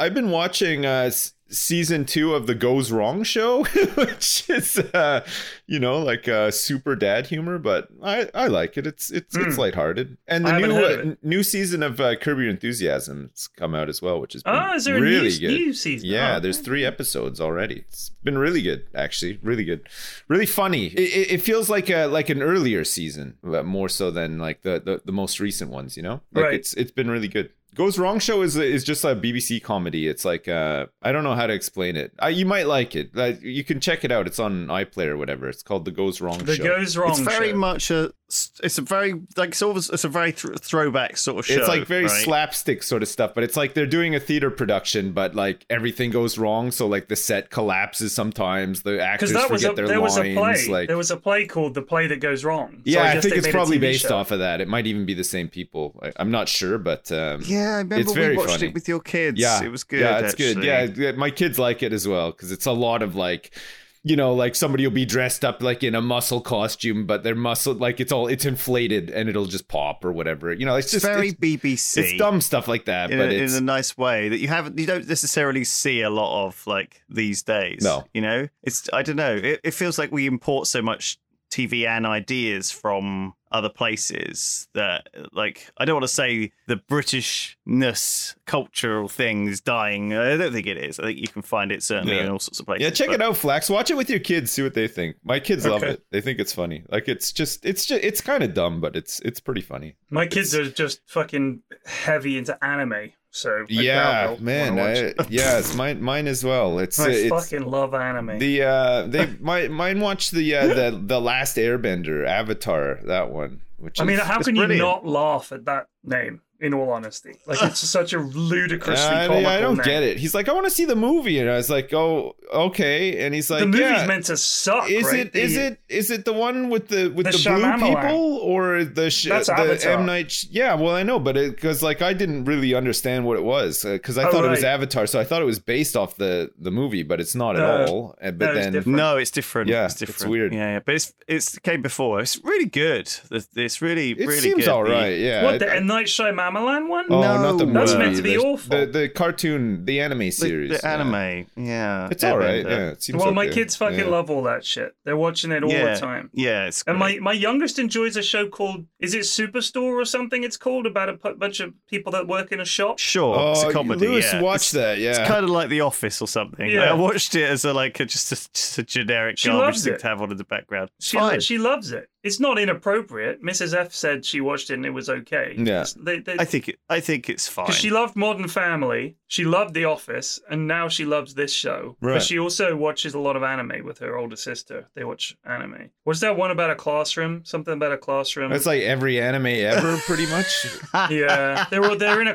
[SPEAKER 3] I've been watching uh, s- season two of the Goes Wrong show, (laughs) which is uh, you know like uh, super dad humor, but I, I like it. It's it's it's
[SPEAKER 4] Hmm.
[SPEAKER 3] lighthearted, and the
[SPEAKER 4] I haven't
[SPEAKER 3] new
[SPEAKER 4] heard
[SPEAKER 3] uh,
[SPEAKER 4] of it.
[SPEAKER 3] n- new season of uh, Curb Your Enthusiasm's come out as well, which has been
[SPEAKER 4] Oh, is there a
[SPEAKER 3] really
[SPEAKER 4] new,
[SPEAKER 3] good.
[SPEAKER 4] new season?
[SPEAKER 3] Yeah,
[SPEAKER 4] Oh.
[SPEAKER 3] there's three episodes already. It's been really good, actually, really good, really funny. It, it, it feels like a like an earlier season, but more so than like the the, the most recent ones. You know, like
[SPEAKER 4] Right.
[SPEAKER 3] It's it's been really good. Goes Wrong Show is is just a BBC comedy. It's like uh, I don't know how to explain it. Uh, you might like it. Uh, you can check it out. It's on iPlayer or whatever. It's called The Goes Wrong
[SPEAKER 4] the
[SPEAKER 3] Show.
[SPEAKER 4] goes wrong.
[SPEAKER 2] It's very
[SPEAKER 4] show.
[SPEAKER 2] much a. It's a very like sort of. It's a very thr throwback sort of show.
[SPEAKER 3] it's like very
[SPEAKER 2] right?
[SPEAKER 3] slapstick sort of stuff but it's like they're doing a theater production but like everything goes wrong so like the set collapses sometimes the actors
[SPEAKER 4] because that was
[SPEAKER 3] forget
[SPEAKER 4] a,
[SPEAKER 3] their
[SPEAKER 4] there
[SPEAKER 3] lines
[SPEAKER 4] was a play.
[SPEAKER 3] like
[SPEAKER 4] there was a play called The Play That Goes Wrong. So
[SPEAKER 3] yeah i,
[SPEAKER 4] guess
[SPEAKER 3] think
[SPEAKER 4] they
[SPEAKER 3] it's
[SPEAKER 4] made a
[SPEAKER 3] probably
[SPEAKER 4] TV
[SPEAKER 3] based
[SPEAKER 4] show.
[SPEAKER 3] off of that it might even be the same people I, i'm not sure but um
[SPEAKER 2] Yeah, I remember
[SPEAKER 3] It's very
[SPEAKER 2] we watched
[SPEAKER 3] funny.
[SPEAKER 2] it with your kids.
[SPEAKER 3] yeah
[SPEAKER 2] it was good.
[SPEAKER 3] yeah it's
[SPEAKER 2] actually.
[SPEAKER 3] good yeah, yeah my kids like it as well because it's a lot of like you know like somebody will be dressed up like in a muscle costume but their muscle like it's all it's inflated and it'll just pop or whatever you know it's
[SPEAKER 2] It's
[SPEAKER 3] just
[SPEAKER 2] very
[SPEAKER 3] it's,
[SPEAKER 2] BBC.
[SPEAKER 3] it's dumb stuff like that
[SPEAKER 2] in,
[SPEAKER 3] but
[SPEAKER 2] a,
[SPEAKER 3] it's
[SPEAKER 2] in a nice way that you haven't you don't necessarily see a lot of like these days
[SPEAKER 3] No.
[SPEAKER 2] you know it's i don't know it, it feels like we import so much tv and ideas from other places that like i don't want to say the britishness cultural thing is dying i don't think it is i think you can find it certainly
[SPEAKER 3] Yeah.
[SPEAKER 2] in all sorts of places
[SPEAKER 3] Yeah, check it out, Flax. Watch it with your kids. See what they think. My kids love
[SPEAKER 4] Okay.
[SPEAKER 3] it. They think it's funny. Like it's just, it's just, it's kind of dumb, but it's, it's pretty funny.
[SPEAKER 4] My kids are just fucking heavy into anime. So I doubt
[SPEAKER 3] yeah,
[SPEAKER 4] they'll
[SPEAKER 3] man.
[SPEAKER 4] wanna watch it.
[SPEAKER 3] I, yeah, it's mine, mine as well. It's, uh,
[SPEAKER 4] I
[SPEAKER 3] it's
[SPEAKER 4] fucking love anime.
[SPEAKER 3] the uh, they my mine watched the uh, the the last Airbender Avatar that one. Which
[SPEAKER 4] I mean,
[SPEAKER 3] is,
[SPEAKER 4] how
[SPEAKER 2] it's
[SPEAKER 4] can you
[SPEAKER 2] brilliant.
[SPEAKER 4] not laugh at that name? In all honesty,
[SPEAKER 3] (laughs)
[SPEAKER 4] like it's such a ludicrously
[SPEAKER 3] Uh, I,
[SPEAKER 4] comical
[SPEAKER 3] I don't
[SPEAKER 4] name.
[SPEAKER 3] get it. He's like, I want to see the movie, and I was like, oh, okay. And he's like,
[SPEAKER 4] the movie's
[SPEAKER 3] yeah.
[SPEAKER 4] meant to suck.
[SPEAKER 3] is
[SPEAKER 4] right?
[SPEAKER 3] it is
[SPEAKER 4] The-
[SPEAKER 3] it is it the one with the with
[SPEAKER 4] The
[SPEAKER 3] the, blue
[SPEAKER 4] Shyamalan.
[SPEAKER 3] people or the sh-
[SPEAKER 4] That's
[SPEAKER 3] the
[SPEAKER 4] Avatar.
[SPEAKER 3] M Night? Sh- yeah, well, I know, but because like I didn't really understand what it was because I
[SPEAKER 4] Oh,
[SPEAKER 3] thought it was
[SPEAKER 4] right.
[SPEAKER 3] Avatar, so I thought it was based off the the movie, but it's not
[SPEAKER 4] No.
[SPEAKER 3] at all. And- But
[SPEAKER 4] No, it's
[SPEAKER 3] then
[SPEAKER 4] different.
[SPEAKER 2] no it's different
[SPEAKER 3] Yeah,
[SPEAKER 2] it's
[SPEAKER 3] it's
[SPEAKER 2] different
[SPEAKER 3] weird.
[SPEAKER 2] yeah, yeah. but it's it's it came before it's really good it's it's really
[SPEAKER 3] it
[SPEAKER 2] really
[SPEAKER 3] seems
[SPEAKER 2] good
[SPEAKER 3] all
[SPEAKER 2] The-
[SPEAKER 3] right. Yeah,
[SPEAKER 4] what the
[SPEAKER 3] I-
[SPEAKER 4] M Night Shyamalan one?
[SPEAKER 3] oh, not the
[SPEAKER 2] No. That's
[SPEAKER 3] movie.
[SPEAKER 4] meant to be
[SPEAKER 3] the,
[SPEAKER 4] awful.
[SPEAKER 3] The, the cartoon, the anime
[SPEAKER 2] the, the
[SPEAKER 3] series, yeah.
[SPEAKER 2] anime yeah
[SPEAKER 3] It's all right.
[SPEAKER 2] Airbender.
[SPEAKER 3] Yeah, it seems
[SPEAKER 4] well, my
[SPEAKER 3] okay.
[SPEAKER 4] kids fucking
[SPEAKER 3] Yeah.
[SPEAKER 4] love all that shit. They're watching it all
[SPEAKER 2] yeah.
[SPEAKER 4] the time.
[SPEAKER 2] Yeah, it's
[SPEAKER 4] And my,
[SPEAKER 2] great.
[SPEAKER 4] my youngest enjoys a show called is it Superstore or something? It's called about a pu- bunch of people that work in a shop.
[SPEAKER 2] sure it's
[SPEAKER 3] Oh,
[SPEAKER 2] a comedy.
[SPEAKER 3] Lewis
[SPEAKER 2] yeah.
[SPEAKER 3] watched
[SPEAKER 2] it's,
[SPEAKER 3] that. Yeah,
[SPEAKER 2] It's kind of like The Office or something. Like,
[SPEAKER 4] Yeah.
[SPEAKER 2] I watched it as a like a, just, a, just a generic
[SPEAKER 4] She
[SPEAKER 2] garbage
[SPEAKER 4] loves
[SPEAKER 2] thing
[SPEAKER 4] it.
[SPEAKER 2] to have on in the background. It's
[SPEAKER 4] She
[SPEAKER 2] Fine.
[SPEAKER 4] she loves it. It's not inappropriate. Mrs F said she watched it and it was okay.
[SPEAKER 3] Yeah.
[SPEAKER 4] It's- they, they,
[SPEAKER 2] I think it, I think it's fine.
[SPEAKER 4] because she loved Modern Family, she loved The Office, and now she loves this show.
[SPEAKER 3] Right.
[SPEAKER 4] But she also watches a lot of anime with her older sister. They watch anime. Was that one about a classroom? Something about a classroom?
[SPEAKER 3] that's like every anime
[SPEAKER 2] (laughs)
[SPEAKER 3] ever, pretty much.
[SPEAKER 4] yeah, they're well, they're in a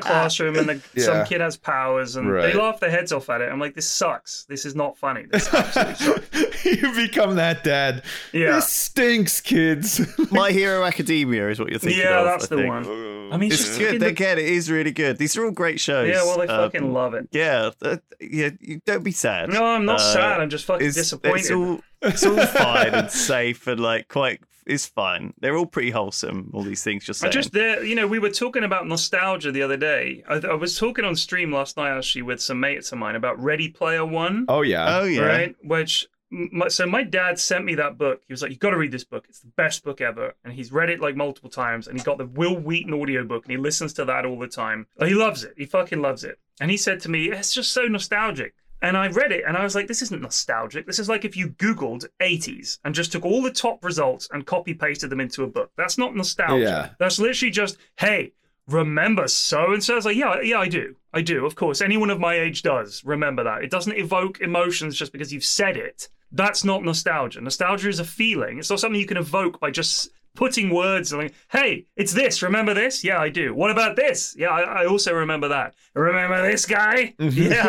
[SPEAKER 2] (laughs)
[SPEAKER 4] classroom and the,
[SPEAKER 3] Yeah.
[SPEAKER 4] some kid has powers and
[SPEAKER 3] Right.
[SPEAKER 4] they laugh their heads off at it. I'm like, this sucks. This is not funny.
[SPEAKER 2] (laughs)
[SPEAKER 4] This absolutely
[SPEAKER 3] (laughs)
[SPEAKER 4] sucks.
[SPEAKER 3] you become that dad.
[SPEAKER 4] Yeah.
[SPEAKER 3] This stinks, kids. (laughs)
[SPEAKER 2] My Hero Academia is what you're thinking
[SPEAKER 4] yeah,
[SPEAKER 2] of.
[SPEAKER 4] that's
[SPEAKER 2] I
[SPEAKER 4] the
[SPEAKER 2] think.
[SPEAKER 4] one. I mean,
[SPEAKER 2] It's good.
[SPEAKER 4] fucking-
[SPEAKER 2] Again, it is really good. These are all great shows.
[SPEAKER 4] yeah, well, they
[SPEAKER 2] Uh,
[SPEAKER 4] fucking love it.
[SPEAKER 2] Yeah, uh, yeah. You, don't be sad.
[SPEAKER 4] No, I'm not
[SPEAKER 2] Uh,
[SPEAKER 4] sad. I'm just fucking disappointed.
[SPEAKER 2] It's all, it's all fine and safe and like quite. It's fine. They're all pretty wholesome. All these things you're
[SPEAKER 4] I
[SPEAKER 2] saying.
[SPEAKER 4] just, there, you know, we were talking about nostalgia the other day. I, I was talking on stream last night actually with some mates of mine about Ready Player One.
[SPEAKER 3] Oh yeah.
[SPEAKER 2] oh yeah.
[SPEAKER 4] right? Which my, so my dad sent me that book. He was like, "You got to read this book. It's the best book ever." And he's read it like multiple times. And he got the Will Wheaton audiobook, and he listens to that all the time. And He loves it. He fucking loves it. And he said to me, "It's just so nostalgic." And I read it, and I was like, "This isn't nostalgic. This is like if you Googled '80s and just took all the top results and copy pasted them into a book. That's not nostalgia.
[SPEAKER 3] Yeah.
[SPEAKER 4] That's literally just hey." remember so and so. It's like, yeah, yeah, I do. I do, of course. Anyone of my age does remember that. It doesn't evoke emotions just because you've said it. That's not nostalgia. Nostalgia is a feeling. It's not something you can evoke by just putting words like, hey, it's this. Remember this? Yeah, I do. What about this? Yeah, I, I also remember that. Remember this guy? Yeah,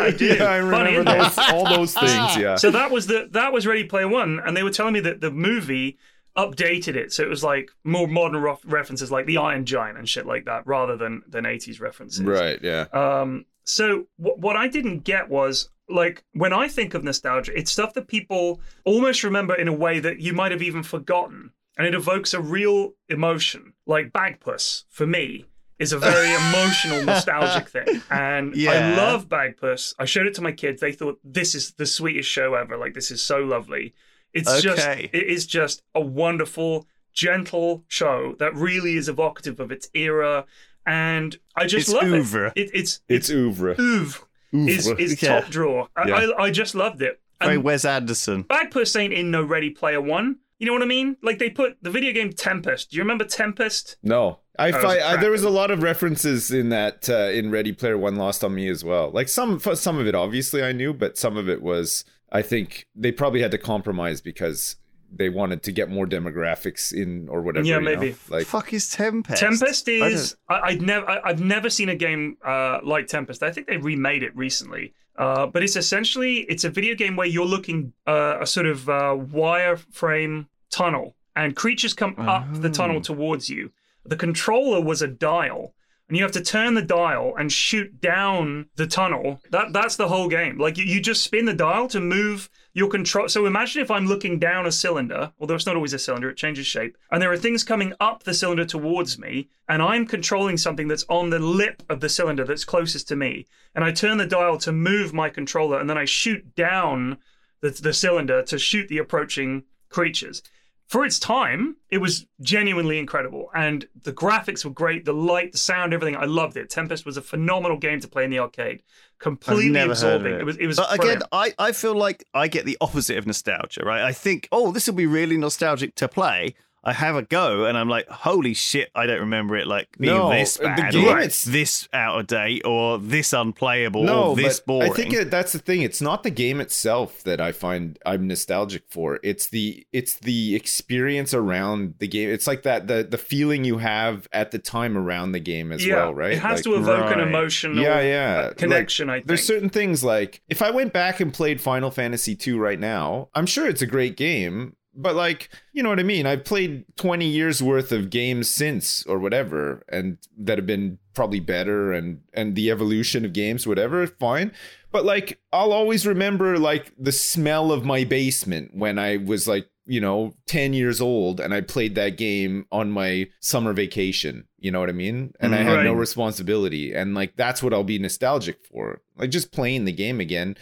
[SPEAKER 3] (laughs)
[SPEAKER 4] I do.
[SPEAKER 3] Mm-hmm. yeah, I remember
[SPEAKER 4] Funny, isn't it?
[SPEAKER 3] those, all those
[SPEAKER 4] (laughs)
[SPEAKER 3] things. Yeah.
[SPEAKER 4] so that was the that was Ready Player One, and they were telling me that the movie updated it, so it was like more modern rof- references, like the Iron Giant and shit like that, rather than than eighties references.
[SPEAKER 3] right. Yeah.
[SPEAKER 4] Um, so wh- what I didn't get was like when I think of nostalgia, it's stuff that people almost remember in a way that you might have even forgotten, and it evokes a real emotion. Like Bagpuss for me is
[SPEAKER 2] (laughs)
[SPEAKER 4] a very emotional, nostalgic thing, and I
[SPEAKER 2] Yeah.
[SPEAKER 4] love Bagpuss. I showed it to my kids; they thought this is the sweetest show ever. Like this is so lovely. It's just
[SPEAKER 2] Okay.
[SPEAKER 4] it is just a wonderful, gentle show that really is evocative of its era. And I just
[SPEAKER 2] It's
[SPEAKER 4] love
[SPEAKER 2] oeuvre.
[SPEAKER 4] it. it. It's
[SPEAKER 3] It's oeuvre.
[SPEAKER 4] oeuvre is,
[SPEAKER 3] Oeuvre.
[SPEAKER 4] is
[SPEAKER 2] Yeah.
[SPEAKER 4] top drawer. I,
[SPEAKER 3] Yeah.
[SPEAKER 4] I, I just loved it.
[SPEAKER 2] Very
[SPEAKER 4] And
[SPEAKER 2] Wes Anderson.
[SPEAKER 4] Bagpuss ain't in no Ready Player One. You know what I mean? Like they put the video game Tempest. Do you remember Tempest?
[SPEAKER 3] No, I,
[SPEAKER 4] That was
[SPEAKER 3] fi-
[SPEAKER 4] a
[SPEAKER 3] I
[SPEAKER 4] crack.
[SPEAKER 3] there was a lot of references in that uh, in Ready Player One Lost on Me as well. Like some f- some of it obviously I knew, but some of it was I think they probably had to compromise because they wanted to get more demographics in or whatever.
[SPEAKER 4] Yeah,
[SPEAKER 3] you know?
[SPEAKER 4] maybe.
[SPEAKER 3] Like
[SPEAKER 2] Fuck is Tempest.
[SPEAKER 4] Tempest
[SPEAKER 2] I don't-
[SPEAKER 4] is I, I'd never I, I've never seen a game uh, like Tempest. I think they remade it recently, uh, but it's essentially it's a video game where you're looking uh, a sort of uh, wireframe tunnel, and creatures come up the
[SPEAKER 2] Oh.
[SPEAKER 4] tunnel towards you. The controller was a dial, and you have to turn the dial and shoot down the tunnel. That that's the whole game. Like you, you just spin the dial to move your control. So imagine if I'm looking down a cylinder, although it's not always a cylinder, it changes shape, and there are things coming up the cylinder towards me, and I'm controlling something that's on the lip of the cylinder that's closest to me, and I turn the dial to move my controller, and then I shoot down the, the cylinder to shoot the approaching creatures for its time, it was genuinely incredible. And the graphics were great, the light, the sound, everything. I loved it. Tempest was a phenomenal game to play in the arcade. Completely
[SPEAKER 2] I've never heard
[SPEAKER 4] absorbing.
[SPEAKER 2] of it.
[SPEAKER 4] was it was
[SPEAKER 2] but again,
[SPEAKER 4] brilliant.
[SPEAKER 2] I, I feel like I get the opposite of nostalgia, right? I think, oh, this will be really nostalgic to play. I have a go, and I'm like, holy shit, I don't remember it like being
[SPEAKER 3] No,
[SPEAKER 2] this
[SPEAKER 3] the
[SPEAKER 2] bad,
[SPEAKER 3] game
[SPEAKER 2] or
[SPEAKER 3] is-
[SPEAKER 2] this out of date, or this unplayable, or this
[SPEAKER 3] but
[SPEAKER 2] boring.
[SPEAKER 3] I think it, that's the thing. It's not the game itself that I find I'm nostalgic for. It's the it's the experience around the game. It's like that the the feeling you have at the time around the game as well, right?
[SPEAKER 4] It has
[SPEAKER 3] Like-
[SPEAKER 4] to evoke an
[SPEAKER 2] right.
[SPEAKER 4] emotional
[SPEAKER 3] yeah, yeah.
[SPEAKER 4] uh,
[SPEAKER 3] Like,
[SPEAKER 4] connection, I think.
[SPEAKER 3] There's certain things like if I went back and played Final Fantasy II right now, I'm sure it's a great game, but like, you know what I mean? I've played 20 years worth of games since or whatever and that have been probably better and and the evolution of games whatever, fine. But like I'll always remember like the smell of my basement when I was like you know, 10 years old, and I played that game on my summer vacation. You know what I mean? And I had no
[SPEAKER 4] Right.
[SPEAKER 3] responsibility. And like, that's what I'll be nostalgic for. Like, just playing the game again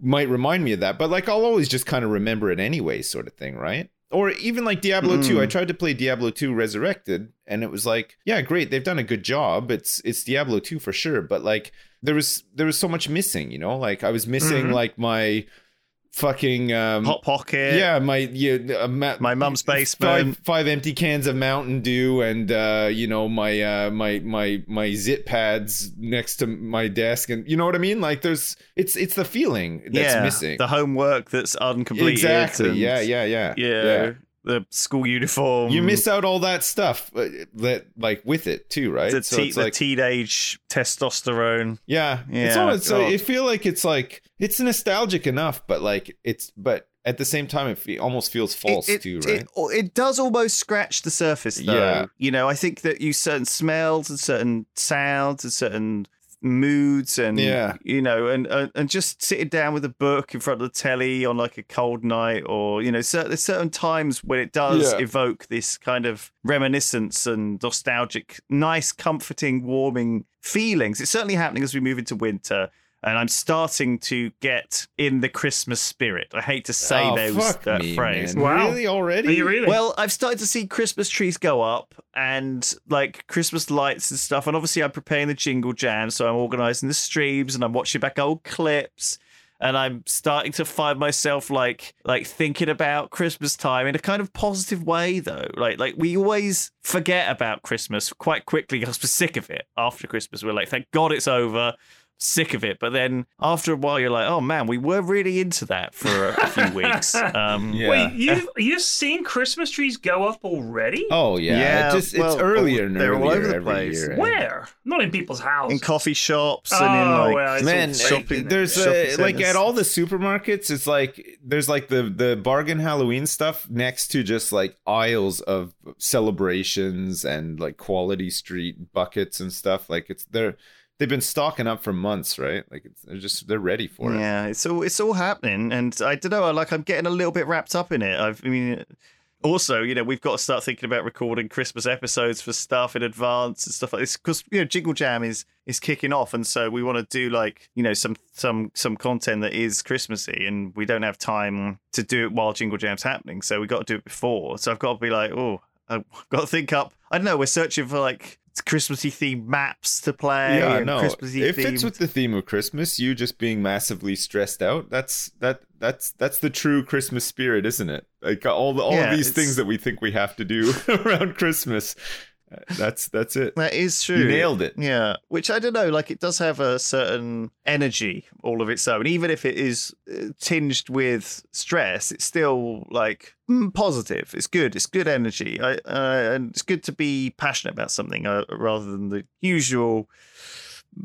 [SPEAKER 3] might remind me of that, but like, I'll always just kind of remember it anyway, sort of thing, right? Or even like Diablo 2, I tried to play Diablo 2 Resurrected and it was like, yeah, great, they've done a good job. It's it's Diablo 2 for sure, but like there was there was so much missing, you know? Like I was missing
[SPEAKER 2] Mm-hmm.
[SPEAKER 4] Mhm.
[SPEAKER 3] like my fucking um
[SPEAKER 2] Hot Pocket.
[SPEAKER 3] yeah, my yeah, uh, ma-
[SPEAKER 2] My mum's
[SPEAKER 3] five,
[SPEAKER 2] basement.
[SPEAKER 3] five empty cans of Mountain Dew, and uh, you know my uh, my my my zit pads next to my desk, and you know what I mean. Like there's, it's it's the feeling that's
[SPEAKER 2] yeah,
[SPEAKER 3] missing.
[SPEAKER 2] The homework that's uncompleted.
[SPEAKER 3] exactly.
[SPEAKER 2] and-
[SPEAKER 3] Yeah, yeah, yeah,
[SPEAKER 2] yeah, Um, The school uniform.
[SPEAKER 3] You miss out all that stuff uh, that like with it too, right?
[SPEAKER 2] the, te-
[SPEAKER 3] it's
[SPEAKER 2] the
[SPEAKER 3] like-
[SPEAKER 2] teenage testosterone.
[SPEAKER 3] Yeah, it's
[SPEAKER 2] Yeah,
[SPEAKER 3] almost, so
[SPEAKER 2] God.
[SPEAKER 3] I feel like it's like it's nostalgic enough, but like it's but at the same time it fe- almost feels false
[SPEAKER 2] it,
[SPEAKER 3] too,
[SPEAKER 2] it-
[SPEAKER 3] right?
[SPEAKER 2] It, it does almost scratch the surface, though.
[SPEAKER 3] Yeah.
[SPEAKER 2] You know, I think that you certain smells and certain sounds and certain moods and
[SPEAKER 3] Yeah.
[SPEAKER 2] you know and and and just sitting down with a book in front of the telly on like a cold night or you know cer- there's certain times when it does
[SPEAKER 3] Yeah.
[SPEAKER 2] evoke this kind of reminiscence and nostalgic nice comforting warming feelings it's certainly happening as we move into winter and I'm starting to get in the Christmas spirit. I hate to say
[SPEAKER 3] Oh,
[SPEAKER 2] those
[SPEAKER 3] fuck
[SPEAKER 2] that
[SPEAKER 3] me,
[SPEAKER 2] phrase.
[SPEAKER 3] man.
[SPEAKER 4] Wow.
[SPEAKER 3] Really already?
[SPEAKER 4] Are you really?
[SPEAKER 2] Well, I've started to see Christmas trees go up and like Christmas lights and stuff. And obviously, I'm preparing the jingle jam, so I'm organizing the streams and I'm watching back old clips. And I'm starting to find myself like like thinking about Christmas time in a kind of positive way, though. Like like we always (laughs) forget about Christmas quite quickly because we're sick of it after Christmas. We're like, thank God it's over. sick of it. But then after a while, you're like, oh man, we were really into that for a, a few weeks. Um,
[SPEAKER 3] Yeah.
[SPEAKER 4] Wait, you've you've seen Christmas trees go up already?
[SPEAKER 3] Oh yeah,
[SPEAKER 2] Yeah,
[SPEAKER 3] it just
[SPEAKER 2] well,
[SPEAKER 3] it's earlier and
[SPEAKER 2] they're
[SPEAKER 3] earlier
[SPEAKER 2] all over the
[SPEAKER 3] every
[SPEAKER 2] place.
[SPEAKER 3] year.
[SPEAKER 4] Where? Not in people's house.
[SPEAKER 2] In coffee shops
[SPEAKER 4] oh,
[SPEAKER 2] and in like.
[SPEAKER 4] well, it's all
[SPEAKER 3] Man,
[SPEAKER 4] fake.
[SPEAKER 2] shopping-
[SPEAKER 3] there's
[SPEAKER 2] shopping
[SPEAKER 3] a, like
[SPEAKER 2] centers.
[SPEAKER 3] at all the supermarkets, it's like there's like the the bargain Halloween stuff next to just like aisles of celebrations and like quality street buckets and stuff. Like it's they're they've been stocking up for months, right? Like it's, they're just they're ready for it.
[SPEAKER 2] Yeah, it's all it's all happening, and I don't know. Like I'm getting a little bit wrapped up in it. I've, I mean, also, you know, we've got to start thinking about recording Christmas episodes for stuff in advance and stuff like this because you know Jingle Jam is is kicking off, and so we want to do like you know some some some content that is Christmassy, and we don't have time to do it while Jingle Jam's happening, so we got to do it before. So I've got to be like, oh, (laughs) I've got to think up. I don't know. We're searching for like. Christmassy themed maps to play.
[SPEAKER 3] Yeah,
[SPEAKER 2] and
[SPEAKER 3] no.
[SPEAKER 2] Christmassy
[SPEAKER 3] If it's
[SPEAKER 2] themed-
[SPEAKER 3] with the theme of Christmas, you just being massively stressed out, that's that that's that's the true Christmas spirit, isn't it? Like all the, all
[SPEAKER 2] Yeah,
[SPEAKER 3] these
[SPEAKER 2] it's-
[SPEAKER 3] things that we think we have to do (laughs) around Christmas. uh, That's that's it.
[SPEAKER 2] That is true.
[SPEAKER 3] You nailed it.
[SPEAKER 2] Yeah, which I don't know. Like it does have a certain energy all of its own, even if it is uh, tinged with stress. It's still like mm, positive. It's good. It's good energy. I uh, and it's good to be passionate about something uh, rather than the usual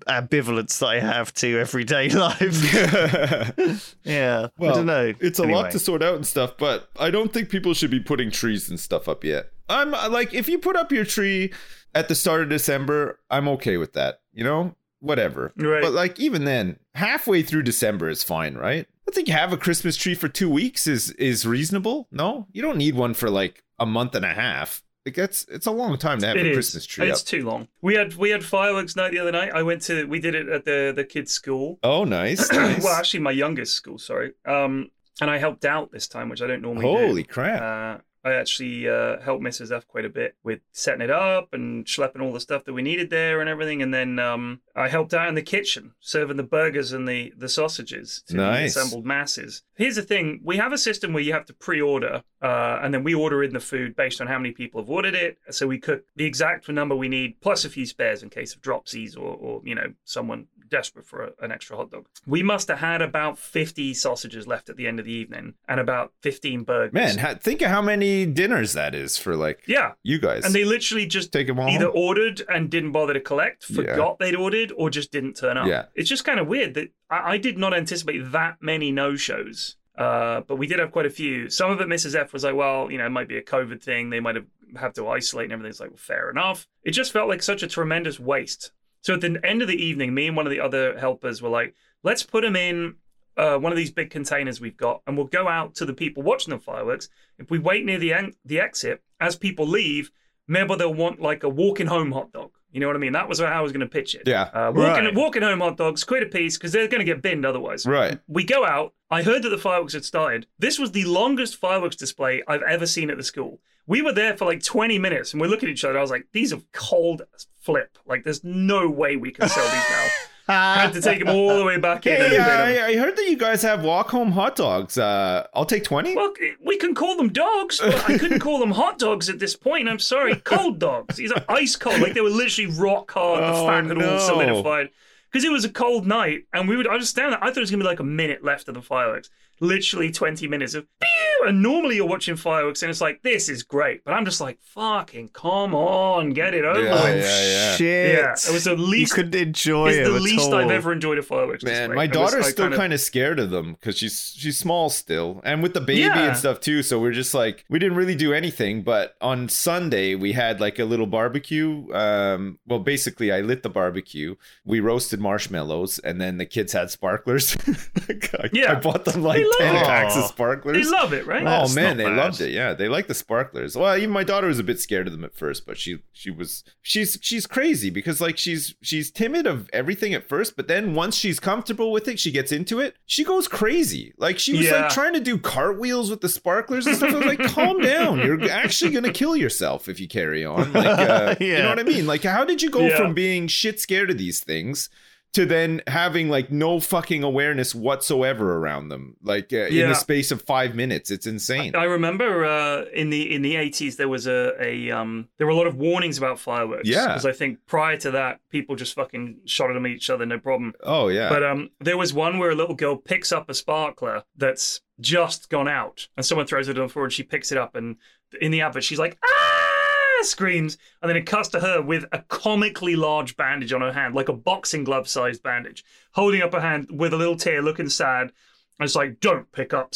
[SPEAKER 2] ambivalence that I have to everyday (laughs)
[SPEAKER 4] (laughs)
[SPEAKER 2] life.
[SPEAKER 3] (laughs)
[SPEAKER 2] yeah, I don't know.
[SPEAKER 3] It's a
[SPEAKER 2] Anyway.
[SPEAKER 3] lot to sort out and stuff, but I don't think people should be putting trees and stuff up yet. I'm uh, like, if you put up your tree at the start of December, I'm okay with that. You know, whatever.
[SPEAKER 4] Right.
[SPEAKER 3] But like, even then, halfway through December is fine, right? I think have a Christmas tree for two weeks is is reasonable. No, you don't need one for like a month and a half. Like that's it's a long time to have
[SPEAKER 4] It
[SPEAKER 3] a
[SPEAKER 4] is.
[SPEAKER 3] Christmas tree
[SPEAKER 4] It's
[SPEAKER 3] up.
[SPEAKER 4] too long. We had we had fireworks night the other night. I went to we did it at the the kids' school.
[SPEAKER 3] Oh,
[SPEAKER 4] (clears throat)
[SPEAKER 3] nice. nice.
[SPEAKER 4] well, actually, my youngest school. Sorry. Um, and I helped out this time, which I don't normally do.
[SPEAKER 3] Holy crap!
[SPEAKER 4] Uh, I actually uh, helped Mrs. F quite a bit with setting it up and schlepping all the stuff that we needed there and everything. And then um, I helped out in the kitchen, serving the burgers and the, the sausages to
[SPEAKER 3] Nice.
[SPEAKER 4] the assembled masses. Here's the thing we have a system where you have to pre order, uh, and then we order in the food based on how many people have ordered it. So we cook the exact number we need, plus a few spares in case of dropsies or, or you know, someone desperate for a, an extra hot dog. We must have had about 50 sausages left at the end of the evening and about 15 burgers.
[SPEAKER 3] Man, ha- think of how many dinners that is for like
[SPEAKER 4] Yeah.
[SPEAKER 3] you guys.
[SPEAKER 4] And they literally just
[SPEAKER 3] take them all.
[SPEAKER 4] either
[SPEAKER 3] home?
[SPEAKER 4] ordered and didn't bother to collect,
[SPEAKER 3] Yeah.
[SPEAKER 4] forgot they'd ordered, or just didn't turn up.
[SPEAKER 3] Yeah.
[SPEAKER 4] It's just kind of weird that I, I did not anticipate that many no shows. Uh, but we did have quite a few. Some of it, Mrs. F was like, well, you know, it might be a COVID thing. They might have have to isolate and everything's like, well, fair enough. It just felt like such a tremendous waste. So at the end of the evening, me and one of the other helpers were like, let's put them in uh, one of these big containers we've got, and we'll go out to the people watching the fireworks. If we wait near the en- the exit, as people leave, maybe they'll want like a walking home hot dog. You know what I mean? That was how I was going to pitch it.
[SPEAKER 3] Yeah.
[SPEAKER 4] uh, walking
[SPEAKER 2] Right.
[SPEAKER 4] walking home hot dogs, quid a piece, because they're going to get binned otherwise.
[SPEAKER 3] Right.
[SPEAKER 4] We go out. I heard that the fireworks had started. This was the longest fireworks display I've ever seen at the school. We were there for like 20 minutes and we're looking at each other. I was like, these are cold as flip. Like, there's no way we can sell these now. I had to take them all the way back in. and
[SPEAKER 3] Hey,
[SPEAKER 4] rebid
[SPEAKER 3] uh,
[SPEAKER 4] 'em.
[SPEAKER 3] I, I heard that you guys have walk home hot dogs. Uh, I'll take twenty.
[SPEAKER 4] Well, we can call them dogs, but I couldn't call them hot dogs at this point. I'm sorry, cold dogs. These are ice cold, like they were literally rock hard. The
[SPEAKER 3] Oh,
[SPEAKER 4] fat had
[SPEAKER 3] no.
[SPEAKER 4] all solidified because it was a cold night, and we would. I just stand there. I thought it was gonna be like a minute left of the fireworks. Literally 20 minutes of pew, and normally you're watching fireworks, and it's like this is great, but I'm just like, fucking, come on, get it over
[SPEAKER 3] Oh, Yeah, Oh,
[SPEAKER 4] with.
[SPEAKER 3] yeah, yeah.
[SPEAKER 2] Shit!
[SPEAKER 4] Yeah, Oh, it was the least-
[SPEAKER 2] you couldn't enjoy
[SPEAKER 4] It's
[SPEAKER 2] it
[SPEAKER 4] the
[SPEAKER 2] at
[SPEAKER 4] least I've
[SPEAKER 2] all.
[SPEAKER 4] ever enjoyed a fireworks.
[SPEAKER 3] Man,
[SPEAKER 4] display.
[SPEAKER 3] my
[SPEAKER 4] I was-
[SPEAKER 3] daughter's
[SPEAKER 4] I
[SPEAKER 3] still kind of scared of them because she's she's small still, and with the baby
[SPEAKER 4] Yeah.
[SPEAKER 3] and stuff too. So we're just like we didn't really do anything. But on Sunday we had like a little barbecue. Um, well, basically I lit the barbecue. We roasted marshmallows, and then the kids had sparklers. (laughs) I,
[SPEAKER 4] Yeah.
[SPEAKER 3] I bought them like
[SPEAKER 4] They love
[SPEAKER 3] ten
[SPEAKER 2] it.
[SPEAKER 3] packs of
[SPEAKER 2] Aw.
[SPEAKER 4] They
[SPEAKER 3] sparklers.
[SPEAKER 4] love it, right?
[SPEAKER 3] Oh
[SPEAKER 2] That's not
[SPEAKER 3] man, they
[SPEAKER 2] bad.
[SPEAKER 3] loved it. Yeah, they like the sparklers. Well, even my daughter was a bit scared of them at first, but she she was she's she's crazy because like she's she's timid of everything at first, but then once she's comfortable with it, she gets into it. She goes crazy. Like she was
[SPEAKER 4] Yeah.
[SPEAKER 3] like trying to do cartwheels with the sparklers and stuff. I was like, calm down. You're actually gonna kill yourself if you carry on. Like, uh,
[SPEAKER 2] (laughs)
[SPEAKER 3] you
[SPEAKER 2] Yeah.
[SPEAKER 3] know what I mean? Like, how did you go
[SPEAKER 4] Yeah.
[SPEAKER 3] from being shit scared of these things? to then having like no fucking awareness whatsoever around them, like uh, in
[SPEAKER 4] Yeah.
[SPEAKER 3] the space of five minutes. It's insane.
[SPEAKER 4] I remember uh, in the in the eighties there was a, a um, there were a lot of warnings about fireworks.
[SPEAKER 3] Yeah.
[SPEAKER 4] because I think prior to that people just fucking shot at them at each other, no problem.
[SPEAKER 3] oh yeah,
[SPEAKER 4] But um, there was one where a little girl picks up a sparkler that's just gone out, and someone throws it on the floor, and she picks it up, and in the advert she's like ah screams, and then it cuts to her with a comically large bandage on her hand, like a boxing glove sized bandage, holding up her hand with a little tear, looking sad. And it's like, don't pick up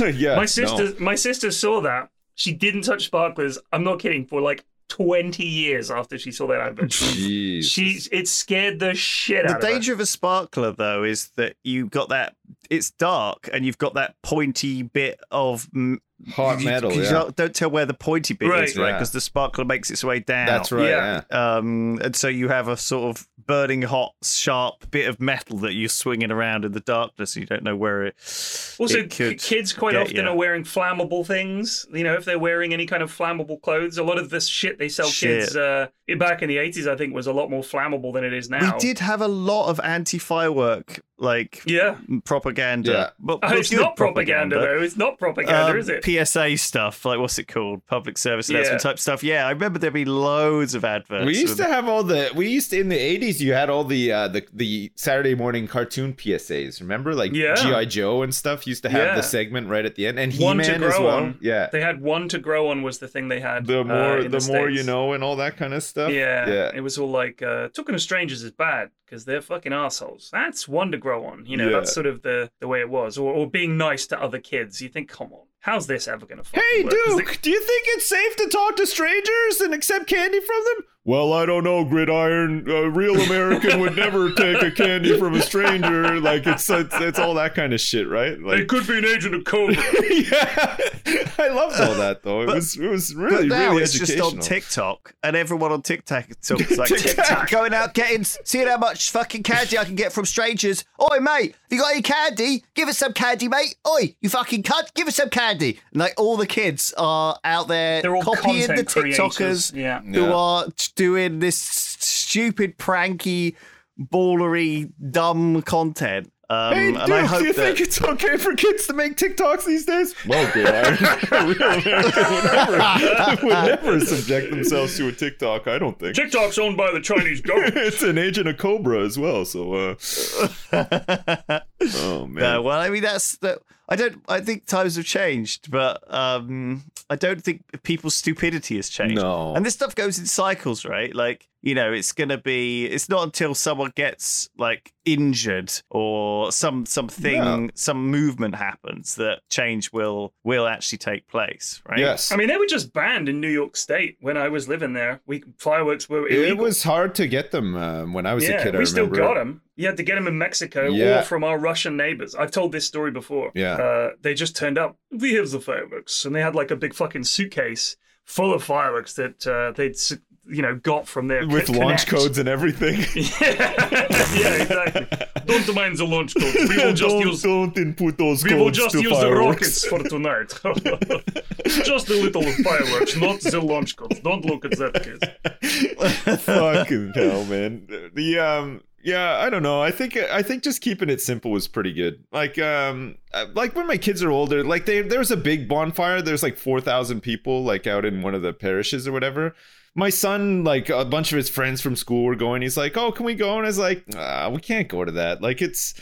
[SPEAKER 3] (laughs) yeah.
[SPEAKER 4] uh, my
[SPEAKER 3] no.
[SPEAKER 4] sister my sister saw that she didn't touch sparklers i'm not kidding for like 20 years after she saw that advert
[SPEAKER 3] Jeez.
[SPEAKER 4] she it scared the shit
[SPEAKER 2] The
[SPEAKER 4] out of her
[SPEAKER 2] danger of a sparkler, though, is that you got that. It's dark, and you've got that pointy bit of mm,
[SPEAKER 3] hot
[SPEAKER 2] you-
[SPEAKER 3] metal.
[SPEAKER 2] 'cause you
[SPEAKER 3] Yeah.
[SPEAKER 2] don't- don't tell where the pointy bit is,
[SPEAKER 4] Right.
[SPEAKER 2] right?
[SPEAKER 3] Yeah.
[SPEAKER 2] Because the sparkler makes its way down.
[SPEAKER 3] That's right.
[SPEAKER 4] Yeah.
[SPEAKER 3] yeah.
[SPEAKER 2] Um, and so you have a sort of burning hot, sharp bit of metal that you're swinging around in the darkness. And you don't know where it.
[SPEAKER 4] also
[SPEAKER 2] it could
[SPEAKER 4] ki- kids quite
[SPEAKER 2] get
[SPEAKER 4] often
[SPEAKER 2] ya.
[SPEAKER 4] are wearing flammable things you know if they're wearing any kind of flammable clothes a lot of this shit they sell
[SPEAKER 2] Shit.
[SPEAKER 4] kids uh, back in the 80s i think was a lot more flammable than it is
[SPEAKER 2] We
[SPEAKER 4] now
[SPEAKER 2] did have a lot of anti-firework like
[SPEAKER 4] yeah
[SPEAKER 2] propaganda,
[SPEAKER 3] Yeah.
[SPEAKER 2] but
[SPEAKER 4] Oh,
[SPEAKER 2] but
[SPEAKER 4] it's
[SPEAKER 2] good
[SPEAKER 4] not propaganda, though. It's not propaganda,
[SPEAKER 2] Um,
[SPEAKER 4] is it?
[SPEAKER 2] PSA stuff, like what's it called? Public service announcement
[SPEAKER 4] Yeah.
[SPEAKER 2] type stuff. Yeah, I remember there'd be loads of adverts.
[SPEAKER 3] We used
[SPEAKER 2] with-
[SPEAKER 3] to have all the we used to in the eighties. You had all the uh, the the Saturday morning cartoon PSAs. Remember, like
[SPEAKER 4] Yeah.
[SPEAKER 3] GI Joe and stuff used to have
[SPEAKER 4] Yeah.
[SPEAKER 3] the segment right at the end, and He
[SPEAKER 4] One to
[SPEAKER 3] Man as
[SPEAKER 4] grow
[SPEAKER 3] well.
[SPEAKER 4] on.
[SPEAKER 3] Yeah,
[SPEAKER 4] They had one to grow on was the thing they had.
[SPEAKER 3] the
[SPEAKER 4] uh,
[SPEAKER 3] more
[SPEAKER 4] in
[SPEAKER 3] the, more you
[SPEAKER 4] States.
[SPEAKER 3] know, and all that kind of stuff.
[SPEAKER 4] Yeah,
[SPEAKER 3] yeah.
[SPEAKER 4] it was all like uh, talking to strangers is bad because they're fucking assholes. That's one to grow on, you know.
[SPEAKER 3] Yeah.
[SPEAKER 4] That's sort of the the way it was, or, or being nice to other kids. You think, come on, how's this ever gonna fucking
[SPEAKER 3] Hey
[SPEAKER 4] work? 'Cause
[SPEAKER 3] Duke, do you think it's safe to talk to strangers and accept candy from them? Well, I don't know, Gridiron. A real American would (laughs) never take a candy from a stranger. Like it's it's, it's all that kind of shit, right?
[SPEAKER 4] They, they
[SPEAKER 3] Like
[SPEAKER 4] could be an agent of Cobra.
[SPEAKER 3] (laughs) yeah, (laughs) I loved all that though. It was it was
[SPEAKER 2] But
[SPEAKER 3] really
[SPEAKER 2] now
[SPEAKER 3] really
[SPEAKER 2] it's just
[SPEAKER 3] educational.
[SPEAKER 2] on TikTok, and everyone on TikTok
[SPEAKER 3] (laughs)
[SPEAKER 2] is like
[SPEAKER 3] TikTok.
[SPEAKER 2] TikTok going out getting, seeing how much fucking candy I can get from strangers. Oi, mate, have you got any candy? Give us some candy, mate. Oi, you fucking cunt, give us some candy. And like all the kids are out there
[SPEAKER 4] They're all
[SPEAKER 2] copying the
[SPEAKER 4] content creators.
[SPEAKER 2] TikTokers
[SPEAKER 4] Yeah.
[SPEAKER 3] Yeah.
[SPEAKER 2] who are t- doing this stupid, pranky, ballery, dumb content. Um,
[SPEAKER 3] Hey,
[SPEAKER 2] and
[SPEAKER 3] Duke,
[SPEAKER 2] I hope
[SPEAKER 3] do you
[SPEAKER 2] that
[SPEAKER 3] think it's okay for kids to make TikToks these days? (laughs) Well, Gridiron, a real American (laughs) would never, would never subject themselves to a TikTok. I don't think.
[SPEAKER 4] TikTok's owned by the Chinese government.
[SPEAKER 3] (laughs) it's an agent of Cobra as well. So,
[SPEAKER 4] (laughs)
[SPEAKER 3] uh, oh man,
[SPEAKER 2] No, well, I mean that's that. I don't. I think times have changed, but um, I don't think people's stupidity has changed.
[SPEAKER 3] No.
[SPEAKER 2] and this stuff goes in cycles, right? Like you know, it's gonna be. It's not until someone gets like injured or some something,
[SPEAKER 3] Yeah.
[SPEAKER 2] some movement happens that change will will actually take place, right?
[SPEAKER 3] yes,
[SPEAKER 4] I mean, they were just banned in New York State when I was living there. We fireworks were illegal.
[SPEAKER 3] it was hard to get them um, when I was
[SPEAKER 4] yeah,
[SPEAKER 3] a kid. I
[SPEAKER 4] we still
[SPEAKER 3] remember.
[SPEAKER 4] got them. You had to get them in Mexico
[SPEAKER 3] Yeah.
[SPEAKER 4] or from our Russian neighbors. I've told this story before.
[SPEAKER 3] Yeah.
[SPEAKER 4] Uh, they just turned up. We have the fireworks, and they had like a big fucking suitcase full of fireworks that uh, they'd s- you know got from their
[SPEAKER 3] with
[SPEAKER 4] connect.
[SPEAKER 3] launch codes and everything.
[SPEAKER 4] yeah, (laughs) yeah,
[SPEAKER 3] (laughs)
[SPEAKER 4] exactly. Don't mind the launch code. We will just
[SPEAKER 3] don't,
[SPEAKER 4] use.
[SPEAKER 3] don't input those
[SPEAKER 4] We
[SPEAKER 3] codes
[SPEAKER 4] will just
[SPEAKER 3] to
[SPEAKER 4] use
[SPEAKER 3] fireworks.
[SPEAKER 4] the rockets for tonight. (laughs) just a little fireworks, not the launch codes. Don't look at that,
[SPEAKER 3] (laughs)
[SPEAKER 4] kids.
[SPEAKER 3] Fucking hell, man. The um, yeah, I don't know. I think I think just keeping it simple was pretty good. Like um, uh, like when my kids are older, like they there was a big bonfire. There's like four thousand people like out in one of the parishes or whatever. My son, like a bunch of his friends from school were going. He's like, "Oh, can we go?" And I was like, ah, "We can't go to that. Like it's."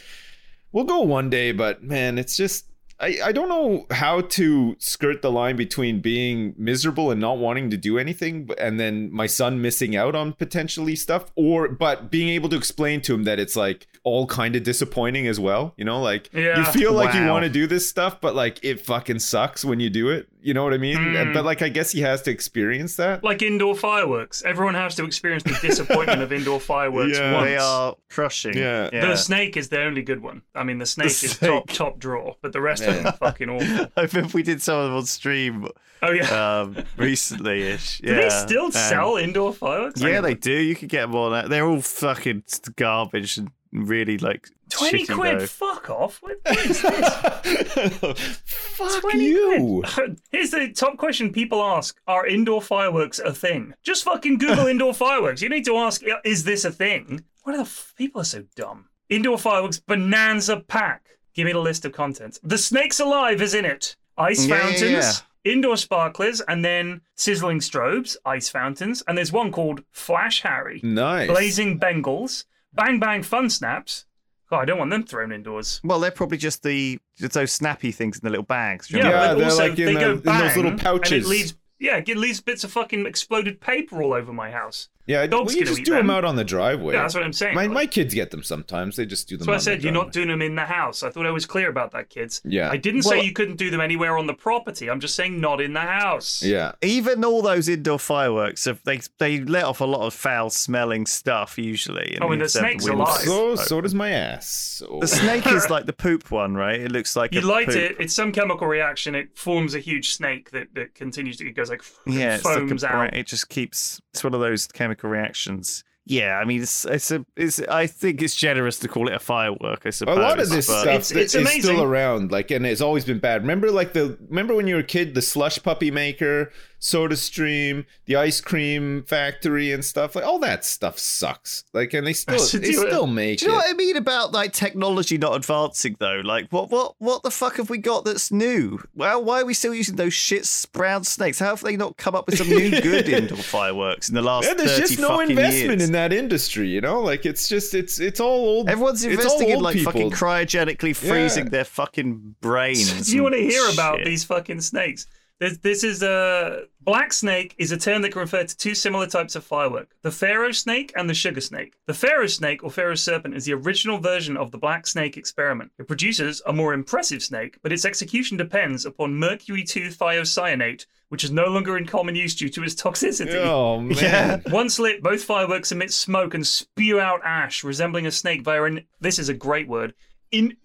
[SPEAKER 3] we'll go one day, but man, it's just I, I don't know how to skirt the line between being miserable and not wanting to do anything b- and then my son missing out on potentially stuff or but being able to explain to him that it's like all kind of disappointing as well you know like you
[SPEAKER 4] Yeah.
[SPEAKER 3] feel like you
[SPEAKER 2] Wow.
[SPEAKER 3] want to do this stuff but like it fucking sucks when you do it you know what i mean
[SPEAKER 4] Mm.
[SPEAKER 3] but like i guess he has to experience that
[SPEAKER 4] like indoor fireworks. Everyone has to experience the disappointment of indoor
[SPEAKER 2] (laughs)
[SPEAKER 4] fireworks
[SPEAKER 3] Yeah.
[SPEAKER 4] once.
[SPEAKER 2] They are crushing.
[SPEAKER 3] Yeah.
[SPEAKER 2] (laughs)
[SPEAKER 4] The snake is the only good one. I mean, the snake is
[SPEAKER 2] snake.
[SPEAKER 4] top top draw, but the rest of them are fucking awful.
[SPEAKER 2] I think we did some of them on stream (laughs)
[SPEAKER 4] Oh yeah.
[SPEAKER 2] um, recently ish.
[SPEAKER 4] Do they
[SPEAKER 2] Yeah,
[SPEAKER 4] still
[SPEAKER 2] and-
[SPEAKER 4] sell indoor fireworks?
[SPEAKER 2] Yeah,
[SPEAKER 4] Like,
[SPEAKER 2] they do. You can get them all out. They're all fucking garbage and really like
[SPEAKER 4] twenty
[SPEAKER 2] shitty,
[SPEAKER 4] quid.
[SPEAKER 2] though.
[SPEAKER 4] Fuck off! What is this?
[SPEAKER 3] fuck
[SPEAKER 4] Twenty
[SPEAKER 3] you
[SPEAKER 4] quid. (laughs) Here's the top question people ask: Are indoor fireworks a thing? Just fucking Google indoor fireworks. You need to ask: Is this a thing? What are the f- people are so dumb? Indoor fireworks bonanza pack. Give me the list of contents. The snakes alive is in it. Ice
[SPEAKER 2] Yeah, yeah,
[SPEAKER 4] fountains, indoor sparklers, and then sizzling strobes, ice fountains, and there's one called Flash Harry,
[SPEAKER 3] Nice.
[SPEAKER 4] blazing Bengals, bang bang fun snaps. God, I don't want them thrown indoors.
[SPEAKER 2] Well, they're probably just the just those snappy things in the little bags. do you
[SPEAKER 4] Yeah,
[SPEAKER 2] remember?
[SPEAKER 3] Yeah,
[SPEAKER 4] but
[SPEAKER 3] they're
[SPEAKER 4] also
[SPEAKER 3] like in
[SPEAKER 4] they
[SPEAKER 3] the-
[SPEAKER 4] go
[SPEAKER 3] in those
[SPEAKER 4] bang,
[SPEAKER 3] little
[SPEAKER 4] And
[SPEAKER 3] pouches.
[SPEAKER 4] it leaves, yeah, it leaves bits of fucking exploded paper all over my house.
[SPEAKER 3] yeah, well,
[SPEAKER 4] dogs
[SPEAKER 3] you
[SPEAKER 4] gonna
[SPEAKER 3] just
[SPEAKER 4] eat
[SPEAKER 3] do them
[SPEAKER 4] them.
[SPEAKER 3] out on the driveway.
[SPEAKER 4] Yeah, that's what I'm saying.
[SPEAKER 3] My,
[SPEAKER 4] Like-
[SPEAKER 3] my kids get them sometimes. They just do them.
[SPEAKER 4] So I
[SPEAKER 3] on the
[SPEAKER 4] said you're
[SPEAKER 3] driveway.
[SPEAKER 4] not doing them in the house. I thought I was clear about that, kids.
[SPEAKER 3] Yeah.
[SPEAKER 4] I didn't
[SPEAKER 2] Well-
[SPEAKER 4] say you couldn't do them anywhere on the property. I'm just saying not in the house.
[SPEAKER 3] Yeah.
[SPEAKER 2] Even all those indoor fireworks, have, they they let off a lot of foul-smelling stuff usually.
[SPEAKER 4] Oh, and
[SPEAKER 2] you
[SPEAKER 4] the
[SPEAKER 2] just have
[SPEAKER 4] snake's
[SPEAKER 2] wind
[SPEAKER 4] alive.
[SPEAKER 3] So
[SPEAKER 2] blow.
[SPEAKER 3] so does my ass. Oh. So-
[SPEAKER 2] The snake
[SPEAKER 4] (laughs)
[SPEAKER 2] is like the poop one, right? It looks like
[SPEAKER 4] You
[SPEAKER 2] a
[SPEAKER 4] light
[SPEAKER 2] poop.
[SPEAKER 4] it, it's some chemical reaction, it forms a huge snake that, that continues to, it goes like,
[SPEAKER 2] Yeah, it's like a
[SPEAKER 4] foams out.
[SPEAKER 2] bra- it just keeps. It's one of those chemical reactions. Yeah, I mean, it's it's a. It's, I think it's generous to call it a firework. I
[SPEAKER 3] a
[SPEAKER 2] suppose.
[SPEAKER 3] lot of this
[SPEAKER 2] but-
[SPEAKER 3] stuff
[SPEAKER 4] It's-
[SPEAKER 3] that
[SPEAKER 4] it's
[SPEAKER 3] is
[SPEAKER 4] amazing.
[SPEAKER 3] still around, like, and it's always been bad. Remember, like the remember when you were a kid, the slush puppy maker, Soda Stream, the ice cream factory, and stuff. Like all that stuff sucks. Like,
[SPEAKER 4] (laughs)
[SPEAKER 3] and they still
[SPEAKER 4] should
[SPEAKER 3] they
[SPEAKER 4] do it.
[SPEAKER 3] still make
[SPEAKER 2] Do you know
[SPEAKER 3] it.
[SPEAKER 2] what I mean about like technology not advancing though? Like what what what the fuck have we got that's new? Well, why are we still using those shit brown snakes? How have they not come up with some new
[SPEAKER 4] (laughs)
[SPEAKER 2] good indoor fireworks in the last
[SPEAKER 3] Yeah, there's
[SPEAKER 2] 30
[SPEAKER 3] just no
[SPEAKER 2] fucking
[SPEAKER 3] investment
[SPEAKER 2] years?
[SPEAKER 3] in that industry, you know. Like it's just it's it's all old.
[SPEAKER 2] Everyone's
[SPEAKER 3] it's all
[SPEAKER 2] investing in
[SPEAKER 3] old
[SPEAKER 2] like fucking
[SPEAKER 3] people.
[SPEAKER 2] cryogenically freezing
[SPEAKER 3] Yeah.
[SPEAKER 2] their fucking brains.
[SPEAKER 4] Do (laughs) you want to
[SPEAKER 2] and
[SPEAKER 4] hear about
[SPEAKER 2] shit.
[SPEAKER 4] these fucking snakes? This, this is a black snake is a term that can refer to two similar types of firework: the pharaoh snake and the sugar snake. The pharaoh snake or pharaoh serpent is the original version of the black snake experiment. It produces a more impressive snake, but its execution depends upon mercury 2 thiocyanate, which is no longer in common use due to its toxicity.
[SPEAKER 2] (laughs)
[SPEAKER 3] (laughs) Oh man.
[SPEAKER 2] Yeah.
[SPEAKER 4] (laughs) Once lit, both fireworks emit smoke and spew out ash, resembling a snake via an this is a great word. In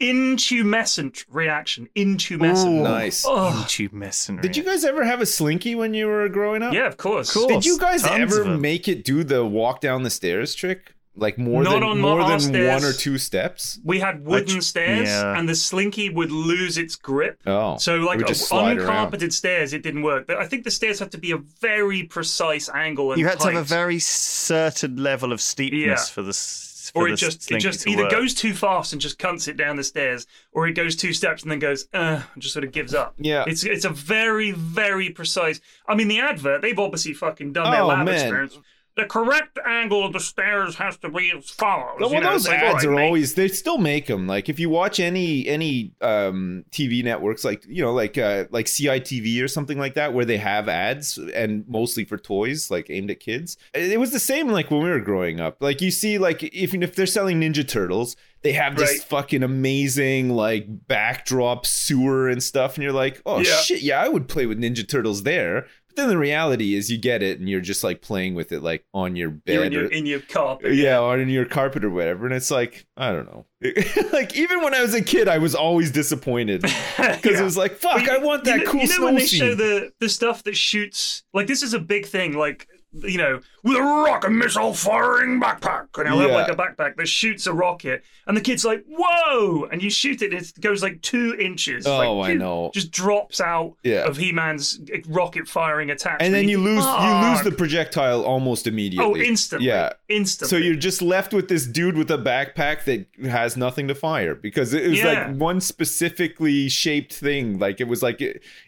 [SPEAKER 4] intumescent reaction. Intumescent.
[SPEAKER 2] Ooh.
[SPEAKER 3] Nice.
[SPEAKER 4] Oh,
[SPEAKER 2] YouTube mercenary.
[SPEAKER 3] Did you guys ever have a slinky when you were growing up?
[SPEAKER 4] yeah, of course.
[SPEAKER 2] Cool.
[SPEAKER 3] Did you guys
[SPEAKER 2] Tons of
[SPEAKER 3] ever
[SPEAKER 2] them.
[SPEAKER 3] make it do the walk down the stairs trick? Like more
[SPEAKER 4] Not
[SPEAKER 3] than
[SPEAKER 4] on
[SPEAKER 3] more
[SPEAKER 4] our
[SPEAKER 3] than
[SPEAKER 4] stairs.
[SPEAKER 3] one or two steps?
[SPEAKER 4] We had wooden
[SPEAKER 2] I-
[SPEAKER 4] stairs,
[SPEAKER 2] yeah.
[SPEAKER 4] and the slinky would lose its grip.
[SPEAKER 3] Oh,
[SPEAKER 4] So,
[SPEAKER 3] it
[SPEAKER 4] like
[SPEAKER 3] would just
[SPEAKER 4] uh, on
[SPEAKER 3] slide around.
[SPEAKER 4] carpeted stairs, it didn't work. But I think the stairs have to be a very precise angle. And
[SPEAKER 2] You had to have a
[SPEAKER 4] height,
[SPEAKER 2] very certain level of steepness
[SPEAKER 4] Yeah.
[SPEAKER 2] for this. For
[SPEAKER 4] Or it
[SPEAKER 2] this
[SPEAKER 4] just it
[SPEAKER 2] thing
[SPEAKER 4] just
[SPEAKER 2] to
[SPEAKER 4] either
[SPEAKER 2] work.
[SPEAKER 4] goes too fast and just cunts it down the stairs, or it goes two steps and then goes uh, and just sort of gives up.
[SPEAKER 3] Yeah.
[SPEAKER 4] it's it's a very very precise. I mean, the advert they've obviously fucking done their
[SPEAKER 3] Oh,
[SPEAKER 4] lab
[SPEAKER 3] man.
[SPEAKER 4] experience. The correct angle of the stairs has to be as follows.
[SPEAKER 3] Well,
[SPEAKER 4] you know,
[SPEAKER 3] those
[SPEAKER 4] it's like,
[SPEAKER 3] ads
[SPEAKER 4] all
[SPEAKER 3] are
[SPEAKER 4] right, mate.
[SPEAKER 3] always they still make them. Like if you watch any any um, TV networks, like you know, like uh, like CITV or something like that, where they have ads and mostly for toys, like aimed at kids. It it was the same like when we were growing up. Like you see, like if if they're selling Ninja Turtles, they have this
[SPEAKER 4] Right.
[SPEAKER 3] fucking amazing like backdrop sewer and stuff, and you're like, oh
[SPEAKER 4] Yeah.
[SPEAKER 3] shit, yeah, I would play with Ninja Turtles there. But then the reality is, you get it, and you're just like playing with it, like on your bed.
[SPEAKER 4] You're in your
[SPEAKER 3] or-
[SPEAKER 4] in
[SPEAKER 3] (laughs)
[SPEAKER 4] your carpet.
[SPEAKER 3] yeah, or in your carpet or whatever. And it's like, I don't know. (laughs) like even when I was a kid, I was always disappointed
[SPEAKER 4] (laughs)
[SPEAKER 3] because it was like, fuck,
[SPEAKER 4] Well,
[SPEAKER 3] I want
[SPEAKER 4] you
[SPEAKER 3] that
[SPEAKER 4] know-
[SPEAKER 3] cool
[SPEAKER 4] You know
[SPEAKER 3] snow
[SPEAKER 4] when they
[SPEAKER 3] scene.
[SPEAKER 4] show the the stuff that shoots like this is a big thing like you know with a rocket missile firing backpack and I'll have
[SPEAKER 3] Yeah.
[SPEAKER 4] like a backpack that shoots a rocket and the kid's like whoa and you shoot it it goes like two inches like,
[SPEAKER 3] Oh, I
[SPEAKER 4] pew,
[SPEAKER 3] know.
[SPEAKER 4] just drops out
[SPEAKER 3] Yeah.
[SPEAKER 4] of He Man's rocket firing attachment
[SPEAKER 3] and then you lose you lose
[SPEAKER 4] Fuck.
[SPEAKER 3] the projectile almost immediately.
[SPEAKER 4] oh instantly
[SPEAKER 3] Yeah.
[SPEAKER 4] instantly
[SPEAKER 3] So you're just left with this dude with a backpack that has nothing to fire because it was
[SPEAKER 4] Yeah.
[SPEAKER 3] like one specifically shaped thing, like it was like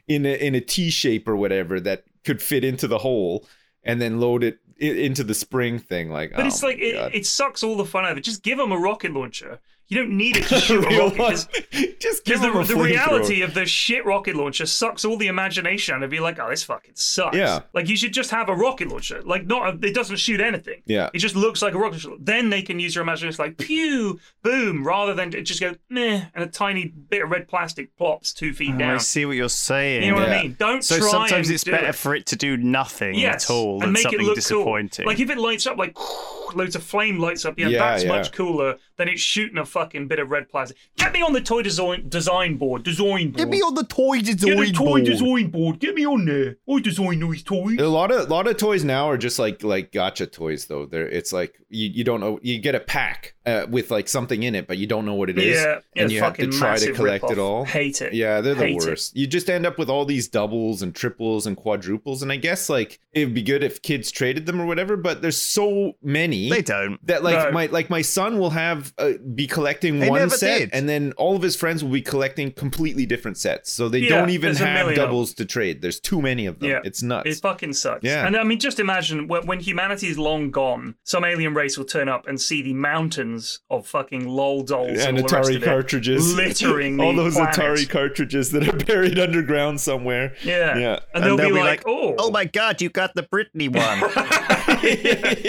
[SPEAKER 3] in a, in a T shape or whatever that could fit into the hole, and then load it i- into the spring thing. Like,
[SPEAKER 4] But
[SPEAKER 3] oh
[SPEAKER 4] it's like
[SPEAKER 3] my God.
[SPEAKER 4] it, it sucks all the fun out of it. Just give them a rocket launcher. You don't need it
[SPEAKER 3] (laughs)
[SPEAKER 4] to shoot a
[SPEAKER 3] Real
[SPEAKER 4] rocket. 'cause-
[SPEAKER 3] one. Just give
[SPEAKER 4] Because
[SPEAKER 3] them
[SPEAKER 4] the,
[SPEAKER 3] a
[SPEAKER 4] the
[SPEAKER 3] flamethrower.
[SPEAKER 4] reality of the shit rocket launcher sucks all the imagination out of you. Like, oh, this fucking sucks.
[SPEAKER 3] Yeah.
[SPEAKER 4] Like, you should just have a rocket launcher. Like, not a, it doesn't shoot anything.
[SPEAKER 3] Yeah.
[SPEAKER 4] It just looks like a rocket launcher. Then they can use your imagination. It's like, pew, boom, rather than it just go meh, and a tiny bit of red plastic plops two feet
[SPEAKER 2] Oh, I
[SPEAKER 4] down.
[SPEAKER 2] see what you're saying.
[SPEAKER 4] You know what
[SPEAKER 3] Yeah.
[SPEAKER 4] I mean? Don't
[SPEAKER 2] So
[SPEAKER 4] try
[SPEAKER 2] sometimes
[SPEAKER 4] and
[SPEAKER 2] it's
[SPEAKER 4] do
[SPEAKER 2] better
[SPEAKER 4] it.
[SPEAKER 2] for it to do nothing
[SPEAKER 4] yes,
[SPEAKER 2] at all
[SPEAKER 4] and
[SPEAKER 2] than
[SPEAKER 4] make it
[SPEAKER 2] something
[SPEAKER 4] look
[SPEAKER 2] disappointing.
[SPEAKER 4] Cool. Like if it lights up like (laughs) loads of flame lights up, yeah,
[SPEAKER 3] Yeah,
[SPEAKER 4] that's
[SPEAKER 3] yeah.
[SPEAKER 4] much cooler than it shooting a fucking bit of red plastic. Get me on the toy design design board. Design board.
[SPEAKER 5] Get me on the toy
[SPEAKER 4] Get a
[SPEAKER 5] design
[SPEAKER 4] toy
[SPEAKER 5] board.
[SPEAKER 4] design board. Get me on there. I design these toys.
[SPEAKER 3] A lot of lot of toys now are just like like gotcha toys though. They're it's like you, you don't know you get a pack uh, with like something in it, but you don't know what it is,
[SPEAKER 4] Yeah,
[SPEAKER 3] and
[SPEAKER 4] yeah,
[SPEAKER 3] you have to
[SPEAKER 4] fucking
[SPEAKER 3] try to
[SPEAKER 4] massive
[SPEAKER 3] collect it
[SPEAKER 4] ripoff.
[SPEAKER 3] all.
[SPEAKER 4] Hate it.
[SPEAKER 3] Yeah, they're the
[SPEAKER 4] Hate it.
[SPEAKER 3] worst. You just end up with all these doubles and triples and quadruples, and I guess like it'd be good if kids traded them or whatever. But there's so many
[SPEAKER 2] They don't.
[SPEAKER 3] that like
[SPEAKER 4] No.
[SPEAKER 3] my like my son will have uh, be collecting
[SPEAKER 2] They
[SPEAKER 3] one
[SPEAKER 2] never
[SPEAKER 3] set
[SPEAKER 2] did.
[SPEAKER 3] and then all of his friends will be collecting completely different sets so they
[SPEAKER 4] Yeah,
[SPEAKER 3] don't even
[SPEAKER 4] there's a
[SPEAKER 3] have
[SPEAKER 4] million of them.
[SPEAKER 3] doubles to trade there's too many of them
[SPEAKER 4] Yeah.
[SPEAKER 3] it's nuts
[SPEAKER 4] It fucking sucks.
[SPEAKER 3] Yeah.
[SPEAKER 4] And I mean, just imagine when, when humanity is long gone, some alien race will turn up and see the mountains of fucking lol dolls
[SPEAKER 3] and
[SPEAKER 4] and, all the rest
[SPEAKER 3] Atari
[SPEAKER 4] of it
[SPEAKER 3] cartridges
[SPEAKER 4] littering
[SPEAKER 3] (laughs)
[SPEAKER 4] the
[SPEAKER 3] all those
[SPEAKER 4] planet.
[SPEAKER 3] Atari cartridges that are (laughs) buried underground somewhere
[SPEAKER 4] Yeah.
[SPEAKER 3] yeah
[SPEAKER 4] And they'll,
[SPEAKER 2] they'll
[SPEAKER 4] be,
[SPEAKER 2] be
[SPEAKER 4] like,
[SPEAKER 2] like,
[SPEAKER 4] oh,
[SPEAKER 2] Oh my god, you got the Britney one.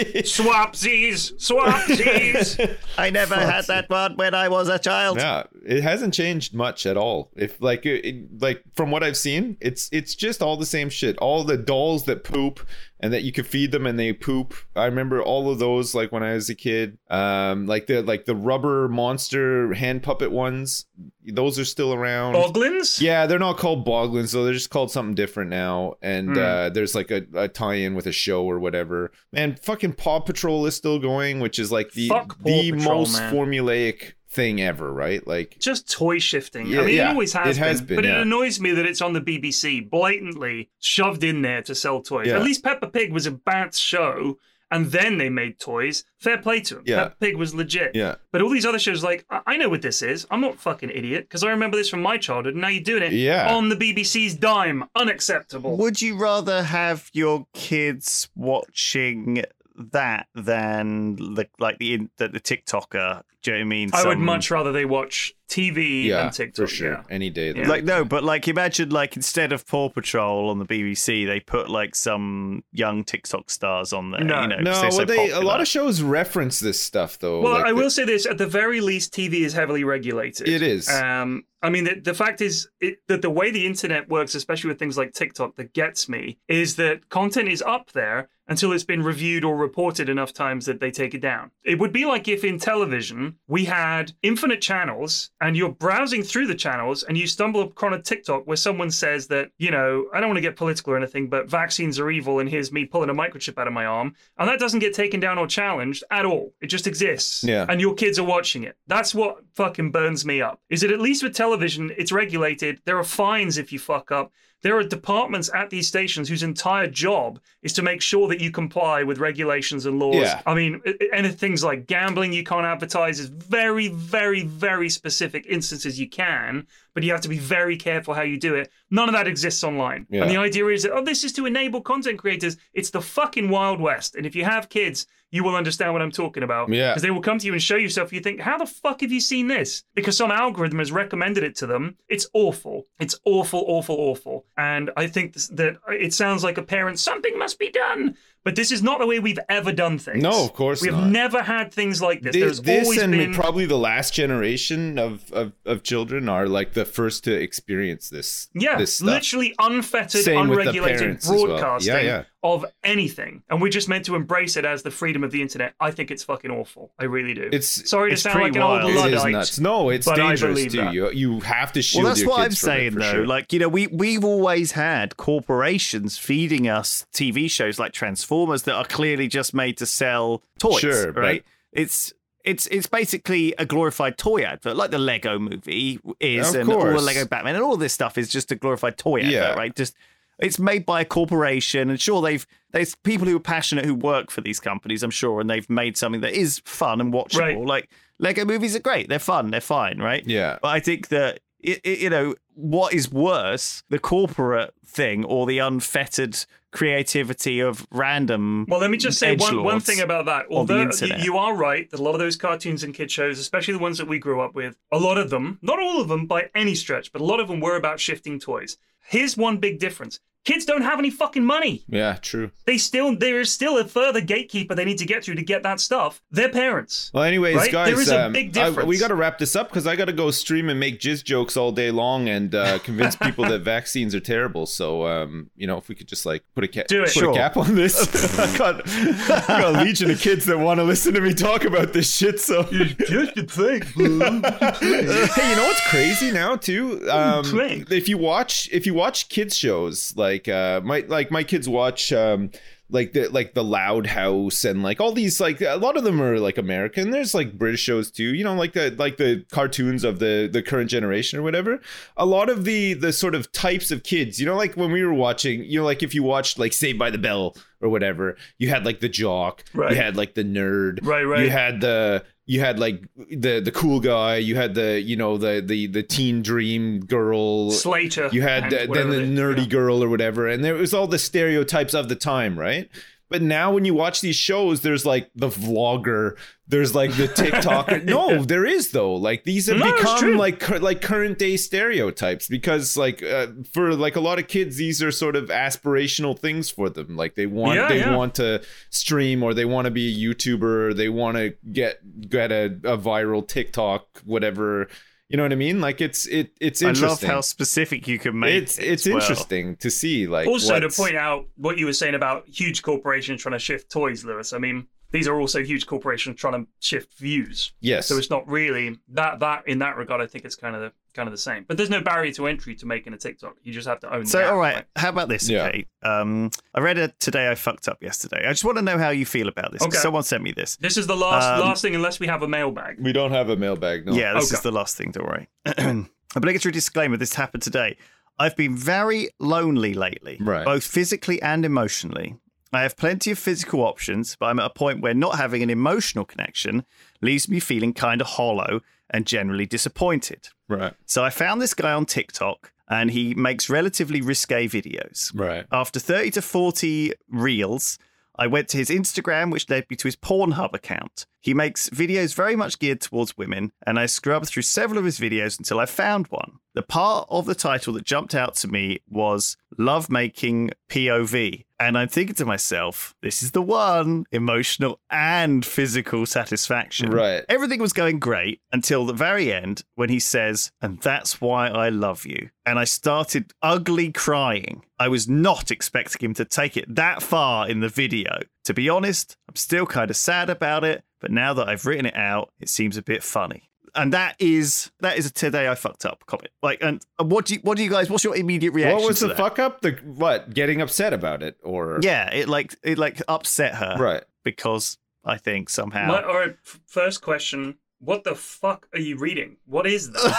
[SPEAKER 3] (laughs)
[SPEAKER 4] swapsies, swapsies.
[SPEAKER 2] I never had that one when I was a child.
[SPEAKER 3] Yeah, it hasn't changed much at all. If like it, it- like from what I've seen, it's it's just all the same shit. All the dolls that poop and that you could feed them and they poop. I remember all of those like when I was a kid. Um, like the like the rubber monster hand puppet ones. Those are still around.
[SPEAKER 4] Oh, Boglins?
[SPEAKER 3] Yeah, they're not called Boglins, so they're just called something different now. And
[SPEAKER 4] Hmm.
[SPEAKER 3] uh, there's like a, a tie-in with a show or whatever. And fucking Paw Patrol is still going, which is like the
[SPEAKER 4] Fuck Paw
[SPEAKER 3] the
[SPEAKER 4] Patrol,
[SPEAKER 3] most
[SPEAKER 4] man.
[SPEAKER 3] formulaic thing ever, right? Like,
[SPEAKER 4] Just toy shifting.
[SPEAKER 3] Yeah,
[SPEAKER 4] I mean,
[SPEAKER 3] yeah.
[SPEAKER 4] it always has,
[SPEAKER 3] It has been,
[SPEAKER 4] But
[SPEAKER 3] yeah.
[SPEAKER 4] it annoys me that it's on the BBC, blatantly shoved in there to sell toys.
[SPEAKER 3] Yeah.
[SPEAKER 4] At least Peppa Pig was a bad show, and then they made toys. Fair play to them.
[SPEAKER 3] Yeah.
[SPEAKER 4] Peppa Pig was legit.
[SPEAKER 3] yeah,
[SPEAKER 4] But all these other shows, like I, I know what this is. I'm not a fucking idiot because I remember this from my childhood. and Now you're doing it
[SPEAKER 3] Yeah.
[SPEAKER 4] on the BBC's dime. Unacceptable.
[SPEAKER 2] Would you rather have your kids watching that than the, like the, the the TikToker? Do you know what I mean?
[SPEAKER 4] I would
[SPEAKER 2] Some-
[SPEAKER 4] much rather they watch TV
[SPEAKER 3] yeah,
[SPEAKER 4] and TikTok.
[SPEAKER 3] for sure,
[SPEAKER 4] Yeah.
[SPEAKER 3] any day.
[SPEAKER 4] Yeah.
[SPEAKER 3] though.
[SPEAKER 2] Like no, but like imagine like instead of Paw Patrol on the BBC, they put like some young TikTok stars on there.
[SPEAKER 4] No.
[SPEAKER 2] you know, 'cause
[SPEAKER 3] no,
[SPEAKER 2] they're
[SPEAKER 3] well,
[SPEAKER 2] so
[SPEAKER 3] they a
[SPEAKER 2] popular.
[SPEAKER 3] lot of shows reference this stuff though.
[SPEAKER 4] Well,
[SPEAKER 3] like
[SPEAKER 4] I
[SPEAKER 3] the-
[SPEAKER 4] will say this: at the very least, TV is heavily regulated.
[SPEAKER 3] It is.
[SPEAKER 4] Um, I mean, the, the fact is it, that the way the internet works, especially with things like TikTok, that gets me is that content is up there until it's been reviewed or reported enough times that they take it down. It would be like if in television we had infinite channels and you're browsing through the channels and you stumble upon a TikTok where someone says that, you know, I don't want to get political or anything, but vaccines are evil and here's me pulling a microchip out of my arm. And that doesn't get taken down or challenged at all. It just exists
[SPEAKER 3] Yeah.
[SPEAKER 4] and your kids are watching it. That's what fucking burns me up. Is that at least with television, it's regulated. There are fines if you fuck up. There are departments at these stations whose entire job is to make sure that you comply with regulations and laws.
[SPEAKER 3] Yeah.
[SPEAKER 4] I mean, i- i- and things like gambling you can't advertise is very, very, very specific instances you can, but you have to be very careful how you do it. None of that exists online.
[SPEAKER 3] Yeah.
[SPEAKER 4] And the idea is that, oh, this is to enable content creators. It's the fucking Wild West. And if you have kids, you will understand what I'm talking about.
[SPEAKER 3] Yeah.
[SPEAKER 4] Because they will come to you and show you stuff. You think, how the fuck have you seen this? Because some algorithm has recommended it to them. It's awful. It's awful, awful, awful. And I think this, that it sounds like a parent, something must be done. But this is not the way we've ever done things.
[SPEAKER 3] No, of course
[SPEAKER 4] We have
[SPEAKER 3] not.
[SPEAKER 4] never had things like this.
[SPEAKER 3] this,
[SPEAKER 4] There's
[SPEAKER 3] this
[SPEAKER 4] always
[SPEAKER 3] and
[SPEAKER 4] been.
[SPEAKER 3] probably the last generation of, of of children are like the first to experience this.
[SPEAKER 4] yeah,
[SPEAKER 3] this stuff.
[SPEAKER 4] literally unfettered,
[SPEAKER 3] Same with the
[SPEAKER 4] unregulated
[SPEAKER 3] parents as well. Yeah,
[SPEAKER 4] broadcasting
[SPEAKER 3] yeah.
[SPEAKER 4] of anything, and we're just meant to embrace it as the freedom of the internet. I think it's fucking awful. I really do.
[SPEAKER 3] It's-
[SPEAKER 4] sorry to
[SPEAKER 2] it's
[SPEAKER 4] sound like
[SPEAKER 2] pretty
[SPEAKER 4] an old
[SPEAKER 2] wild.
[SPEAKER 3] It
[SPEAKER 4] luddite.
[SPEAKER 3] is nuts. No, it's
[SPEAKER 4] but I
[SPEAKER 3] dangerous
[SPEAKER 4] believe
[SPEAKER 3] too.
[SPEAKER 4] that.
[SPEAKER 3] You you have to shield
[SPEAKER 2] Well, that's
[SPEAKER 3] your
[SPEAKER 2] what I'm
[SPEAKER 3] kids from it,
[SPEAKER 2] saying
[SPEAKER 3] for
[SPEAKER 2] though.
[SPEAKER 3] sure.
[SPEAKER 2] Like you know, we we've always had corporations feeding us TV shows like Transformers that are clearly just made to sell toys.
[SPEAKER 3] Sure, but-
[SPEAKER 2] right? It's it's it's basically a glorified toy advert, like the Lego Movie is,
[SPEAKER 3] Of
[SPEAKER 2] and all the
[SPEAKER 3] course.
[SPEAKER 2] Lego Batman, and all this stuff is just a glorified toy advert,
[SPEAKER 3] Yeah.
[SPEAKER 2] right? Just it's made by a corporation, and sure they've there's people who are passionate who work for these companies, I'm sure, and they've made something that is fun and watchable.
[SPEAKER 4] Right.
[SPEAKER 2] Like Lego movies are great, they're fun, they're fine, right?
[SPEAKER 3] yeah.
[SPEAKER 2] But I think that i i you know what is worse, the corporate thing or the unfettered creativity of random.
[SPEAKER 4] Well, let me just say one, one
[SPEAKER 2] edgelords.
[SPEAKER 4] thing about that.
[SPEAKER 2] on the
[SPEAKER 4] Although you,
[SPEAKER 2] internet.
[SPEAKER 4] you are right that a lot of those cartoons and kid shows, especially the ones that we grew up with, a lot of them, not all of them by any stretch, but a lot of them were about shifting toys. Here's one big difference Kids don't have any fucking money.
[SPEAKER 3] Yeah, true.
[SPEAKER 4] They still there is still a further gatekeeper they need to get through to get that stuff. Their parents.
[SPEAKER 3] Well, anyways,
[SPEAKER 4] Right?
[SPEAKER 3] guys,
[SPEAKER 4] There is a
[SPEAKER 3] um,
[SPEAKER 4] big
[SPEAKER 3] I-
[SPEAKER 4] difference.
[SPEAKER 3] we got to wrap this up because I got to go stream and make jizz jokes all day long and
[SPEAKER 4] (laughs)
[SPEAKER 3] uh, convince people that vaccines are terrible. So, um, you know, if we could just like put a cap,
[SPEAKER 4] Do
[SPEAKER 3] put
[SPEAKER 4] it. Sure.
[SPEAKER 3] a cap on
[SPEAKER 4] (laughs)
[SPEAKER 3] this, (laughs) I got, I got a legion of kids that want to listen to me talk about this shit. So,
[SPEAKER 4] Just a thing. (laughs)
[SPEAKER 3] hey, you know what's crazy now too? Um,
[SPEAKER 4] Great.
[SPEAKER 3] if you watch if you watch kids shows like uh, my like my kids watch um, like the like the Loud House and like all these like a lot of them are like American. There's like British shows too. You know like the like the cartoons of the the current generation or whatever. A lot of the the sort of types of kids. You know like when we were watching. You know like if you watched like Saved by the Bell or whatever, you had like the jock.
[SPEAKER 4] Right.
[SPEAKER 3] You had like the nerd.
[SPEAKER 4] Right, right.
[SPEAKER 3] You had the you had like the the cool guy. You had the you know the the the teen dream girl.
[SPEAKER 4] (laughs) Slater.
[SPEAKER 3] you had
[SPEAKER 4] and
[SPEAKER 3] the, then
[SPEAKER 4] whatever
[SPEAKER 3] the
[SPEAKER 4] they-
[SPEAKER 3] nerdy
[SPEAKER 4] yeah.
[SPEAKER 3] girl or whatever, and there was all the stereotypes of the time, right? But now when you watch these shows, there's like the vlogger, there's like the
[SPEAKER 4] (laughs)
[SPEAKER 3] TikToker. no, there is though. Like these have
[SPEAKER 4] No, it's
[SPEAKER 3] become
[SPEAKER 4] true.
[SPEAKER 3] like cur- like current day stereotypes because like uh, for like a lot of kids, these are sort of aspirational things for them. Like they want
[SPEAKER 4] Yeah,
[SPEAKER 3] they
[SPEAKER 4] yeah.
[SPEAKER 3] want to stream or they want to be a YouTuber, or they want to get get a, a viral TikTok, whatever. You know what I mean? Like it's it it's
[SPEAKER 2] I love
[SPEAKER 3] interesting.
[SPEAKER 2] how specific you can make.
[SPEAKER 3] it's
[SPEAKER 2] it
[SPEAKER 3] it's
[SPEAKER 2] as well.
[SPEAKER 3] interesting to see like
[SPEAKER 4] also
[SPEAKER 3] what's-
[SPEAKER 4] to point out what you were saying about huge corporations trying to shift toys, Lewis. I mean, these are also huge corporations trying to shift views.
[SPEAKER 3] yes
[SPEAKER 4] So it's not really that that in that regard. I think it's kind of the kind of the same. But there's no barrier to entry to making a TikTok. You just have to own. the
[SPEAKER 2] So,
[SPEAKER 4] app,
[SPEAKER 2] all right, how about this?
[SPEAKER 3] Yeah.
[SPEAKER 2] Okay, um, I read a today. I fucked up yesterday. I just want to know how you feel about this. 'cause
[SPEAKER 4] Okay.
[SPEAKER 2] Someone sent me this.
[SPEAKER 4] This is the
[SPEAKER 2] Um,
[SPEAKER 4] last last thing, unless we have a mailbag.
[SPEAKER 3] we don't have a mailbag no
[SPEAKER 2] Yeah, this
[SPEAKER 4] Okay.
[SPEAKER 2] is the last thing. Don't worry. (clears throat) Obligatory disclaimer: This happened today. I've been very lonely lately,
[SPEAKER 3] Right.
[SPEAKER 2] both physically and emotionally. I have plenty of physical options, but I'm at a point where not having an emotional connection leaves me feeling kind of hollow and generally disappointed.
[SPEAKER 3] right
[SPEAKER 2] So I found this guy on TikTok, and he makes relatively risque videos.
[SPEAKER 3] right
[SPEAKER 2] After 30 to 40 reels, I went to his Instagram, which led me to his Pornhub account. He makes videos very much geared towards women, and I scrubbed through several of his videos until I found one. The part of the title that jumped out to me was Love Making POV. And I'm thinking to myself, this is the one emotional and physical satisfaction.
[SPEAKER 3] Right.
[SPEAKER 2] Everything was going great until the very end when he says, And that's why I love you. And I started ugly crying. I was not expecting him to take it that far in the video. To be honest, I'm still kind of sad about it, but now that I've written it out, it seems a bit funny. And that is that is a today I fucked up comment. Like, and what do you, what do you guys? What's your immediate reaction?
[SPEAKER 3] what was
[SPEAKER 2] to
[SPEAKER 3] the
[SPEAKER 2] that?
[SPEAKER 3] fuck up the what getting upset about it or
[SPEAKER 2] Yeah, it like it like upset her
[SPEAKER 3] right
[SPEAKER 2] because I think somehow
[SPEAKER 4] My, all right, f- first question: What the fuck are you reading? What is that?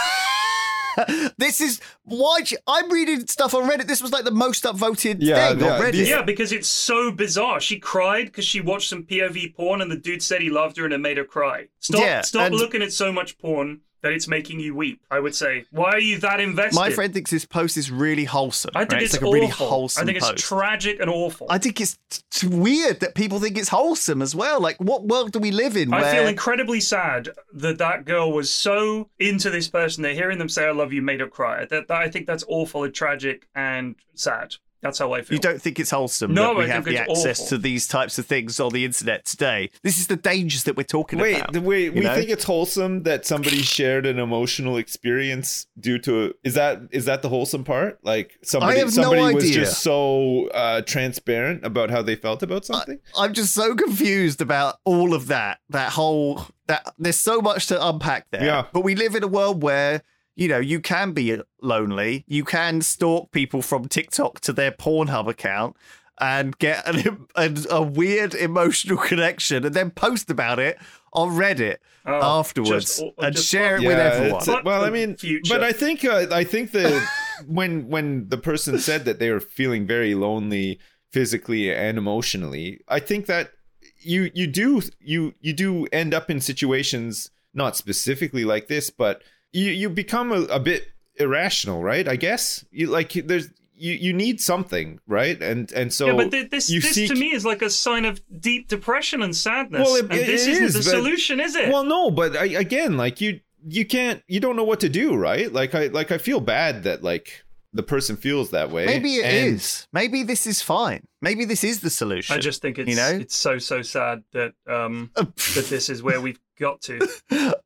[SPEAKER 2] (laughs)
[SPEAKER 6] this is why do you- I'm reading stuff on Reddit. This was like the most upvoted
[SPEAKER 3] Yeah,
[SPEAKER 6] thing
[SPEAKER 3] yeah,
[SPEAKER 6] on Reddit.
[SPEAKER 3] these-
[SPEAKER 4] yeah, because it's so bizarre. She cried because she watched some POV porn, and the dude said he loved her, and it made her cry. Stop!
[SPEAKER 2] Yeah,
[SPEAKER 4] stop
[SPEAKER 2] and-
[SPEAKER 4] looking at so much porn that it's making you weep. I would say, why are you that invested?
[SPEAKER 2] my friend thinks this post is really wholesome.
[SPEAKER 4] I think
[SPEAKER 2] right?
[SPEAKER 4] it's,
[SPEAKER 2] like a really
[SPEAKER 4] awful.
[SPEAKER 2] wholesome
[SPEAKER 4] I think it's
[SPEAKER 2] post.
[SPEAKER 4] tragic and awful.
[SPEAKER 6] I think it's t- t- weird that people think it's wholesome as well. Like, what world do we live in?
[SPEAKER 4] I
[SPEAKER 6] where
[SPEAKER 4] feel incredibly sad that that girl was so into this person that hearing them say "I love you" made her cry. That, that I think that's awful and tragic and sad. That's how I feel.
[SPEAKER 2] You don't think it's wholesome
[SPEAKER 4] No,
[SPEAKER 2] that we
[SPEAKER 4] I
[SPEAKER 2] have
[SPEAKER 4] think
[SPEAKER 2] the
[SPEAKER 4] it's
[SPEAKER 2] access
[SPEAKER 4] awful.
[SPEAKER 2] to these types of things on the internet today? This is the dangers that we're talking
[SPEAKER 3] wait
[SPEAKER 2] about.
[SPEAKER 3] the- wait
[SPEAKER 2] you
[SPEAKER 3] we
[SPEAKER 2] know?
[SPEAKER 3] think it's wholesome that somebody shared an emotional experience due to is that is that the wholesome part like somebody
[SPEAKER 6] have no
[SPEAKER 3] somebody was
[SPEAKER 6] idea.
[SPEAKER 3] just so uh transparent about how they felt about something
[SPEAKER 6] I'm just so confused about all of that. That whole that there's so much to unpack there.
[SPEAKER 3] Yeah.
[SPEAKER 6] But we live in a world where you know you can be lonely. You can stalk people from TikTok to their Pornhub account and get an, (laughs) a, a weird emotional connection, and then post about it on Reddit
[SPEAKER 4] Oh,
[SPEAKER 6] afterwards
[SPEAKER 4] just- or-
[SPEAKER 6] and
[SPEAKER 4] just-
[SPEAKER 6] share it with everyone.
[SPEAKER 3] it's- it- well, I
[SPEAKER 4] Fuck the
[SPEAKER 3] mean,
[SPEAKER 4] future.
[SPEAKER 3] but I think uh, I think that (laughs) when when the person said that they were feeling very lonely physically and emotionally, I think that you you do you you do end up in situations not specifically like this, but you you become a, a bit irrational, right? I guess you like there's you you need something, right? And and so
[SPEAKER 4] yeah, but th- this
[SPEAKER 3] you
[SPEAKER 4] this
[SPEAKER 3] seek-
[SPEAKER 4] to me is like a sign of deep depression and sadness.
[SPEAKER 3] Well, it-
[SPEAKER 4] and
[SPEAKER 3] it-
[SPEAKER 4] this
[SPEAKER 3] it
[SPEAKER 4] isn't
[SPEAKER 3] is,
[SPEAKER 4] the
[SPEAKER 3] but-
[SPEAKER 4] solution,
[SPEAKER 2] (laughs)
[SPEAKER 4] is it?
[SPEAKER 3] Well, no, but I, again, like you, you can't, you don't know what to do, right? Like I, like I feel bad that like the person feels that way.
[SPEAKER 2] Maybe it is.
[SPEAKER 3] and-
[SPEAKER 2] Maybe this is fine. Maybe this is the solution.
[SPEAKER 4] I just think it's
[SPEAKER 2] you know?
[SPEAKER 4] it's so so sad that um
[SPEAKER 6] (laughs)
[SPEAKER 4] that this is where we've got
[SPEAKER 3] (laughs)
[SPEAKER 4] to.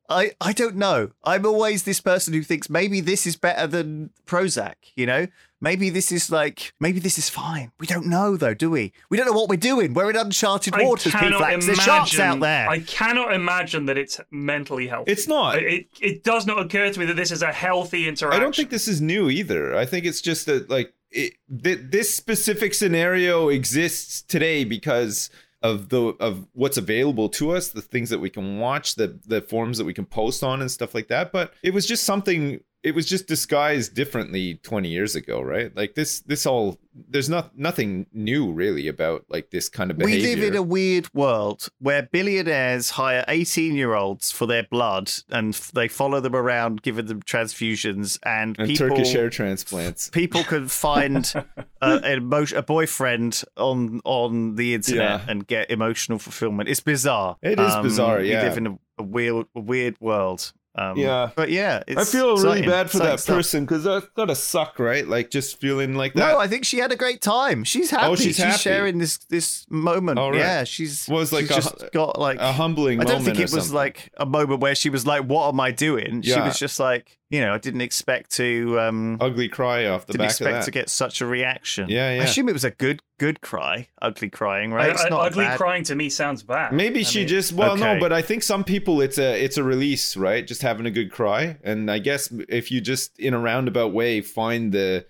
[SPEAKER 2] I, I don't know. I'm always this person who thinks maybe this is better than Prozac, you know? Maybe this is like, maybe this is fine. We don't know though, do we? We don't know what we're doing. We're in uncharted
[SPEAKER 4] I
[SPEAKER 2] waters, Pete
[SPEAKER 4] cannot
[SPEAKER 2] Flax.
[SPEAKER 4] imagine.
[SPEAKER 2] There's sharks out there.
[SPEAKER 4] I cannot imagine that it's mentally healthy.
[SPEAKER 3] It's not.
[SPEAKER 4] It it does not occur to me that this is a healthy
[SPEAKER 3] I
[SPEAKER 4] interaction.
[SPEAKER 3] don't think this is new either. I think it's just that like it, th- this specific scenario exists today because of the of what's available to us, the things that we can watch, the the forms that we can post on and stuff like that. But it was just something it was just disguised differently 20 years ago, right? Like this this all there's not nothing new really about like this kind of
[SPEAKER 2] we
[SPEAKER 3] behavior.
[SPEAKER 2] live in a weird world where billionaires hire 18 year olds for their blood and f- they follow them around, giving them transfusions, and,
[SPEAKER 3] and
[SPEAKER 2] people.
[SPEAKER 3] Turkish hair transplants.
[SPEAKER 2] People can
[SPEAKER 3] (laughs)
[SPEAKER 2] find a, an emo- a boyfriend on on the internet
[SPEAKER 3] Yeah.
[SPEAKER 2] and get emotional fulfillment. It's bizarre.
[SPEAKER 3] It is
[SPEAKER 2] Um,
[SPEAKER 3] bizarre, yeah.
[SPEAKER 2] we live in a, a weird, a weird world. Um,
[SPEAKER 3] Yeah.
[SPEAKER 2] but yeah, it's
[SPEAKER 3] I feel really
[SPEAKER 2] exciting,
[SPEAKER 3] bad for
[SPEAKER 2] exciting
[SPEAKER 3] that
[SPEAKER 2] stuff.
[SPEAKER 3] person because that's gotta suck, right? Like just feeling like that.
[SPEAKER 2] No, I think she had a great time. She's happy.
[SPEAKER 3] Oh, she's happy.
[SPEAKER 2] sharing this this moment.
[SPEAKER 3] All right.
[SPEAKER 2] Yeah, she's
[SPEAKER 3] Well, it's like
[SPEAKER 2] she's
[SPEAKER 3] a-
[SPEAKER 2] just got like
[SPEAKER 3] a humbling
[SPEAKER 2] I don't think
[SPEAKER 3] moment or
[SPEAKER 2] it was
[SPEAKER 3] something.
[SPEAKER 2] like a moment where she was like, "What am I doing?" She
[SPEAKER 3] Yeah.
[SPEAKER 2] was just like, you know, I didn't expect to. Um,
[SPEAKER 3] ugly cry off the
[SPEAKER 2] didn't
[SPEAKER 3] back of
[SPEAKER 2] expect
[SPEAKER 3] that.
[SPEAKER 2] to get such a reaction.
[SPEAKER 3] Yeah, yeah.
[SPEAKER 2] I assume it was a good, good cry. Ugly crying, right?
[SPEAKER 4] I-
[SPEAKER 2] it's
[SPEAKER 4] I-
[SPEAKER 2] not a
[SPEAKER 4] ugly
[SPEAKER 2] bad-
[SPEAKER 4] crying to me sounds bad.
[SPEAKER 3] Maybe
[SPEAKER 4] I
[SPEAKER 3] she
[SPEAKER 4] mean,
[SPEAKER 3] just well
[SPEAKER 2] Okay.
[SPEAKER 3] no, but I think some people it's a it's a release, right? Just having a good cry, and I guess if you just in a roundabout way find the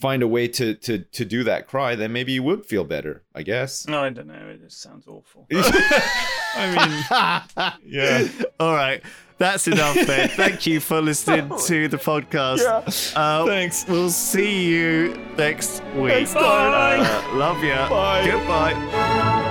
[SPEAKER 3] find a way to to to do that cry, then maybe you would feel better. I guess.
[SPEAKER 4] (laughs) No, I don't know. It just sounds awful.
[SPEAKER 3] I mean, (laughs) yeah.
[SPEAKER 2] (laughs) All right, that's enough. Then thank you for listening to the podcast. Uh,
[SPEAKER 3] Thanks.
[SPEAKER 2] We'll see you next week.
[SPEAKER 3] Thanks, Lauren.
[SPEAKER 2] Uh, love you.
[SPEAKER 3] Bye.
[SPEAKER 2] Goodbye.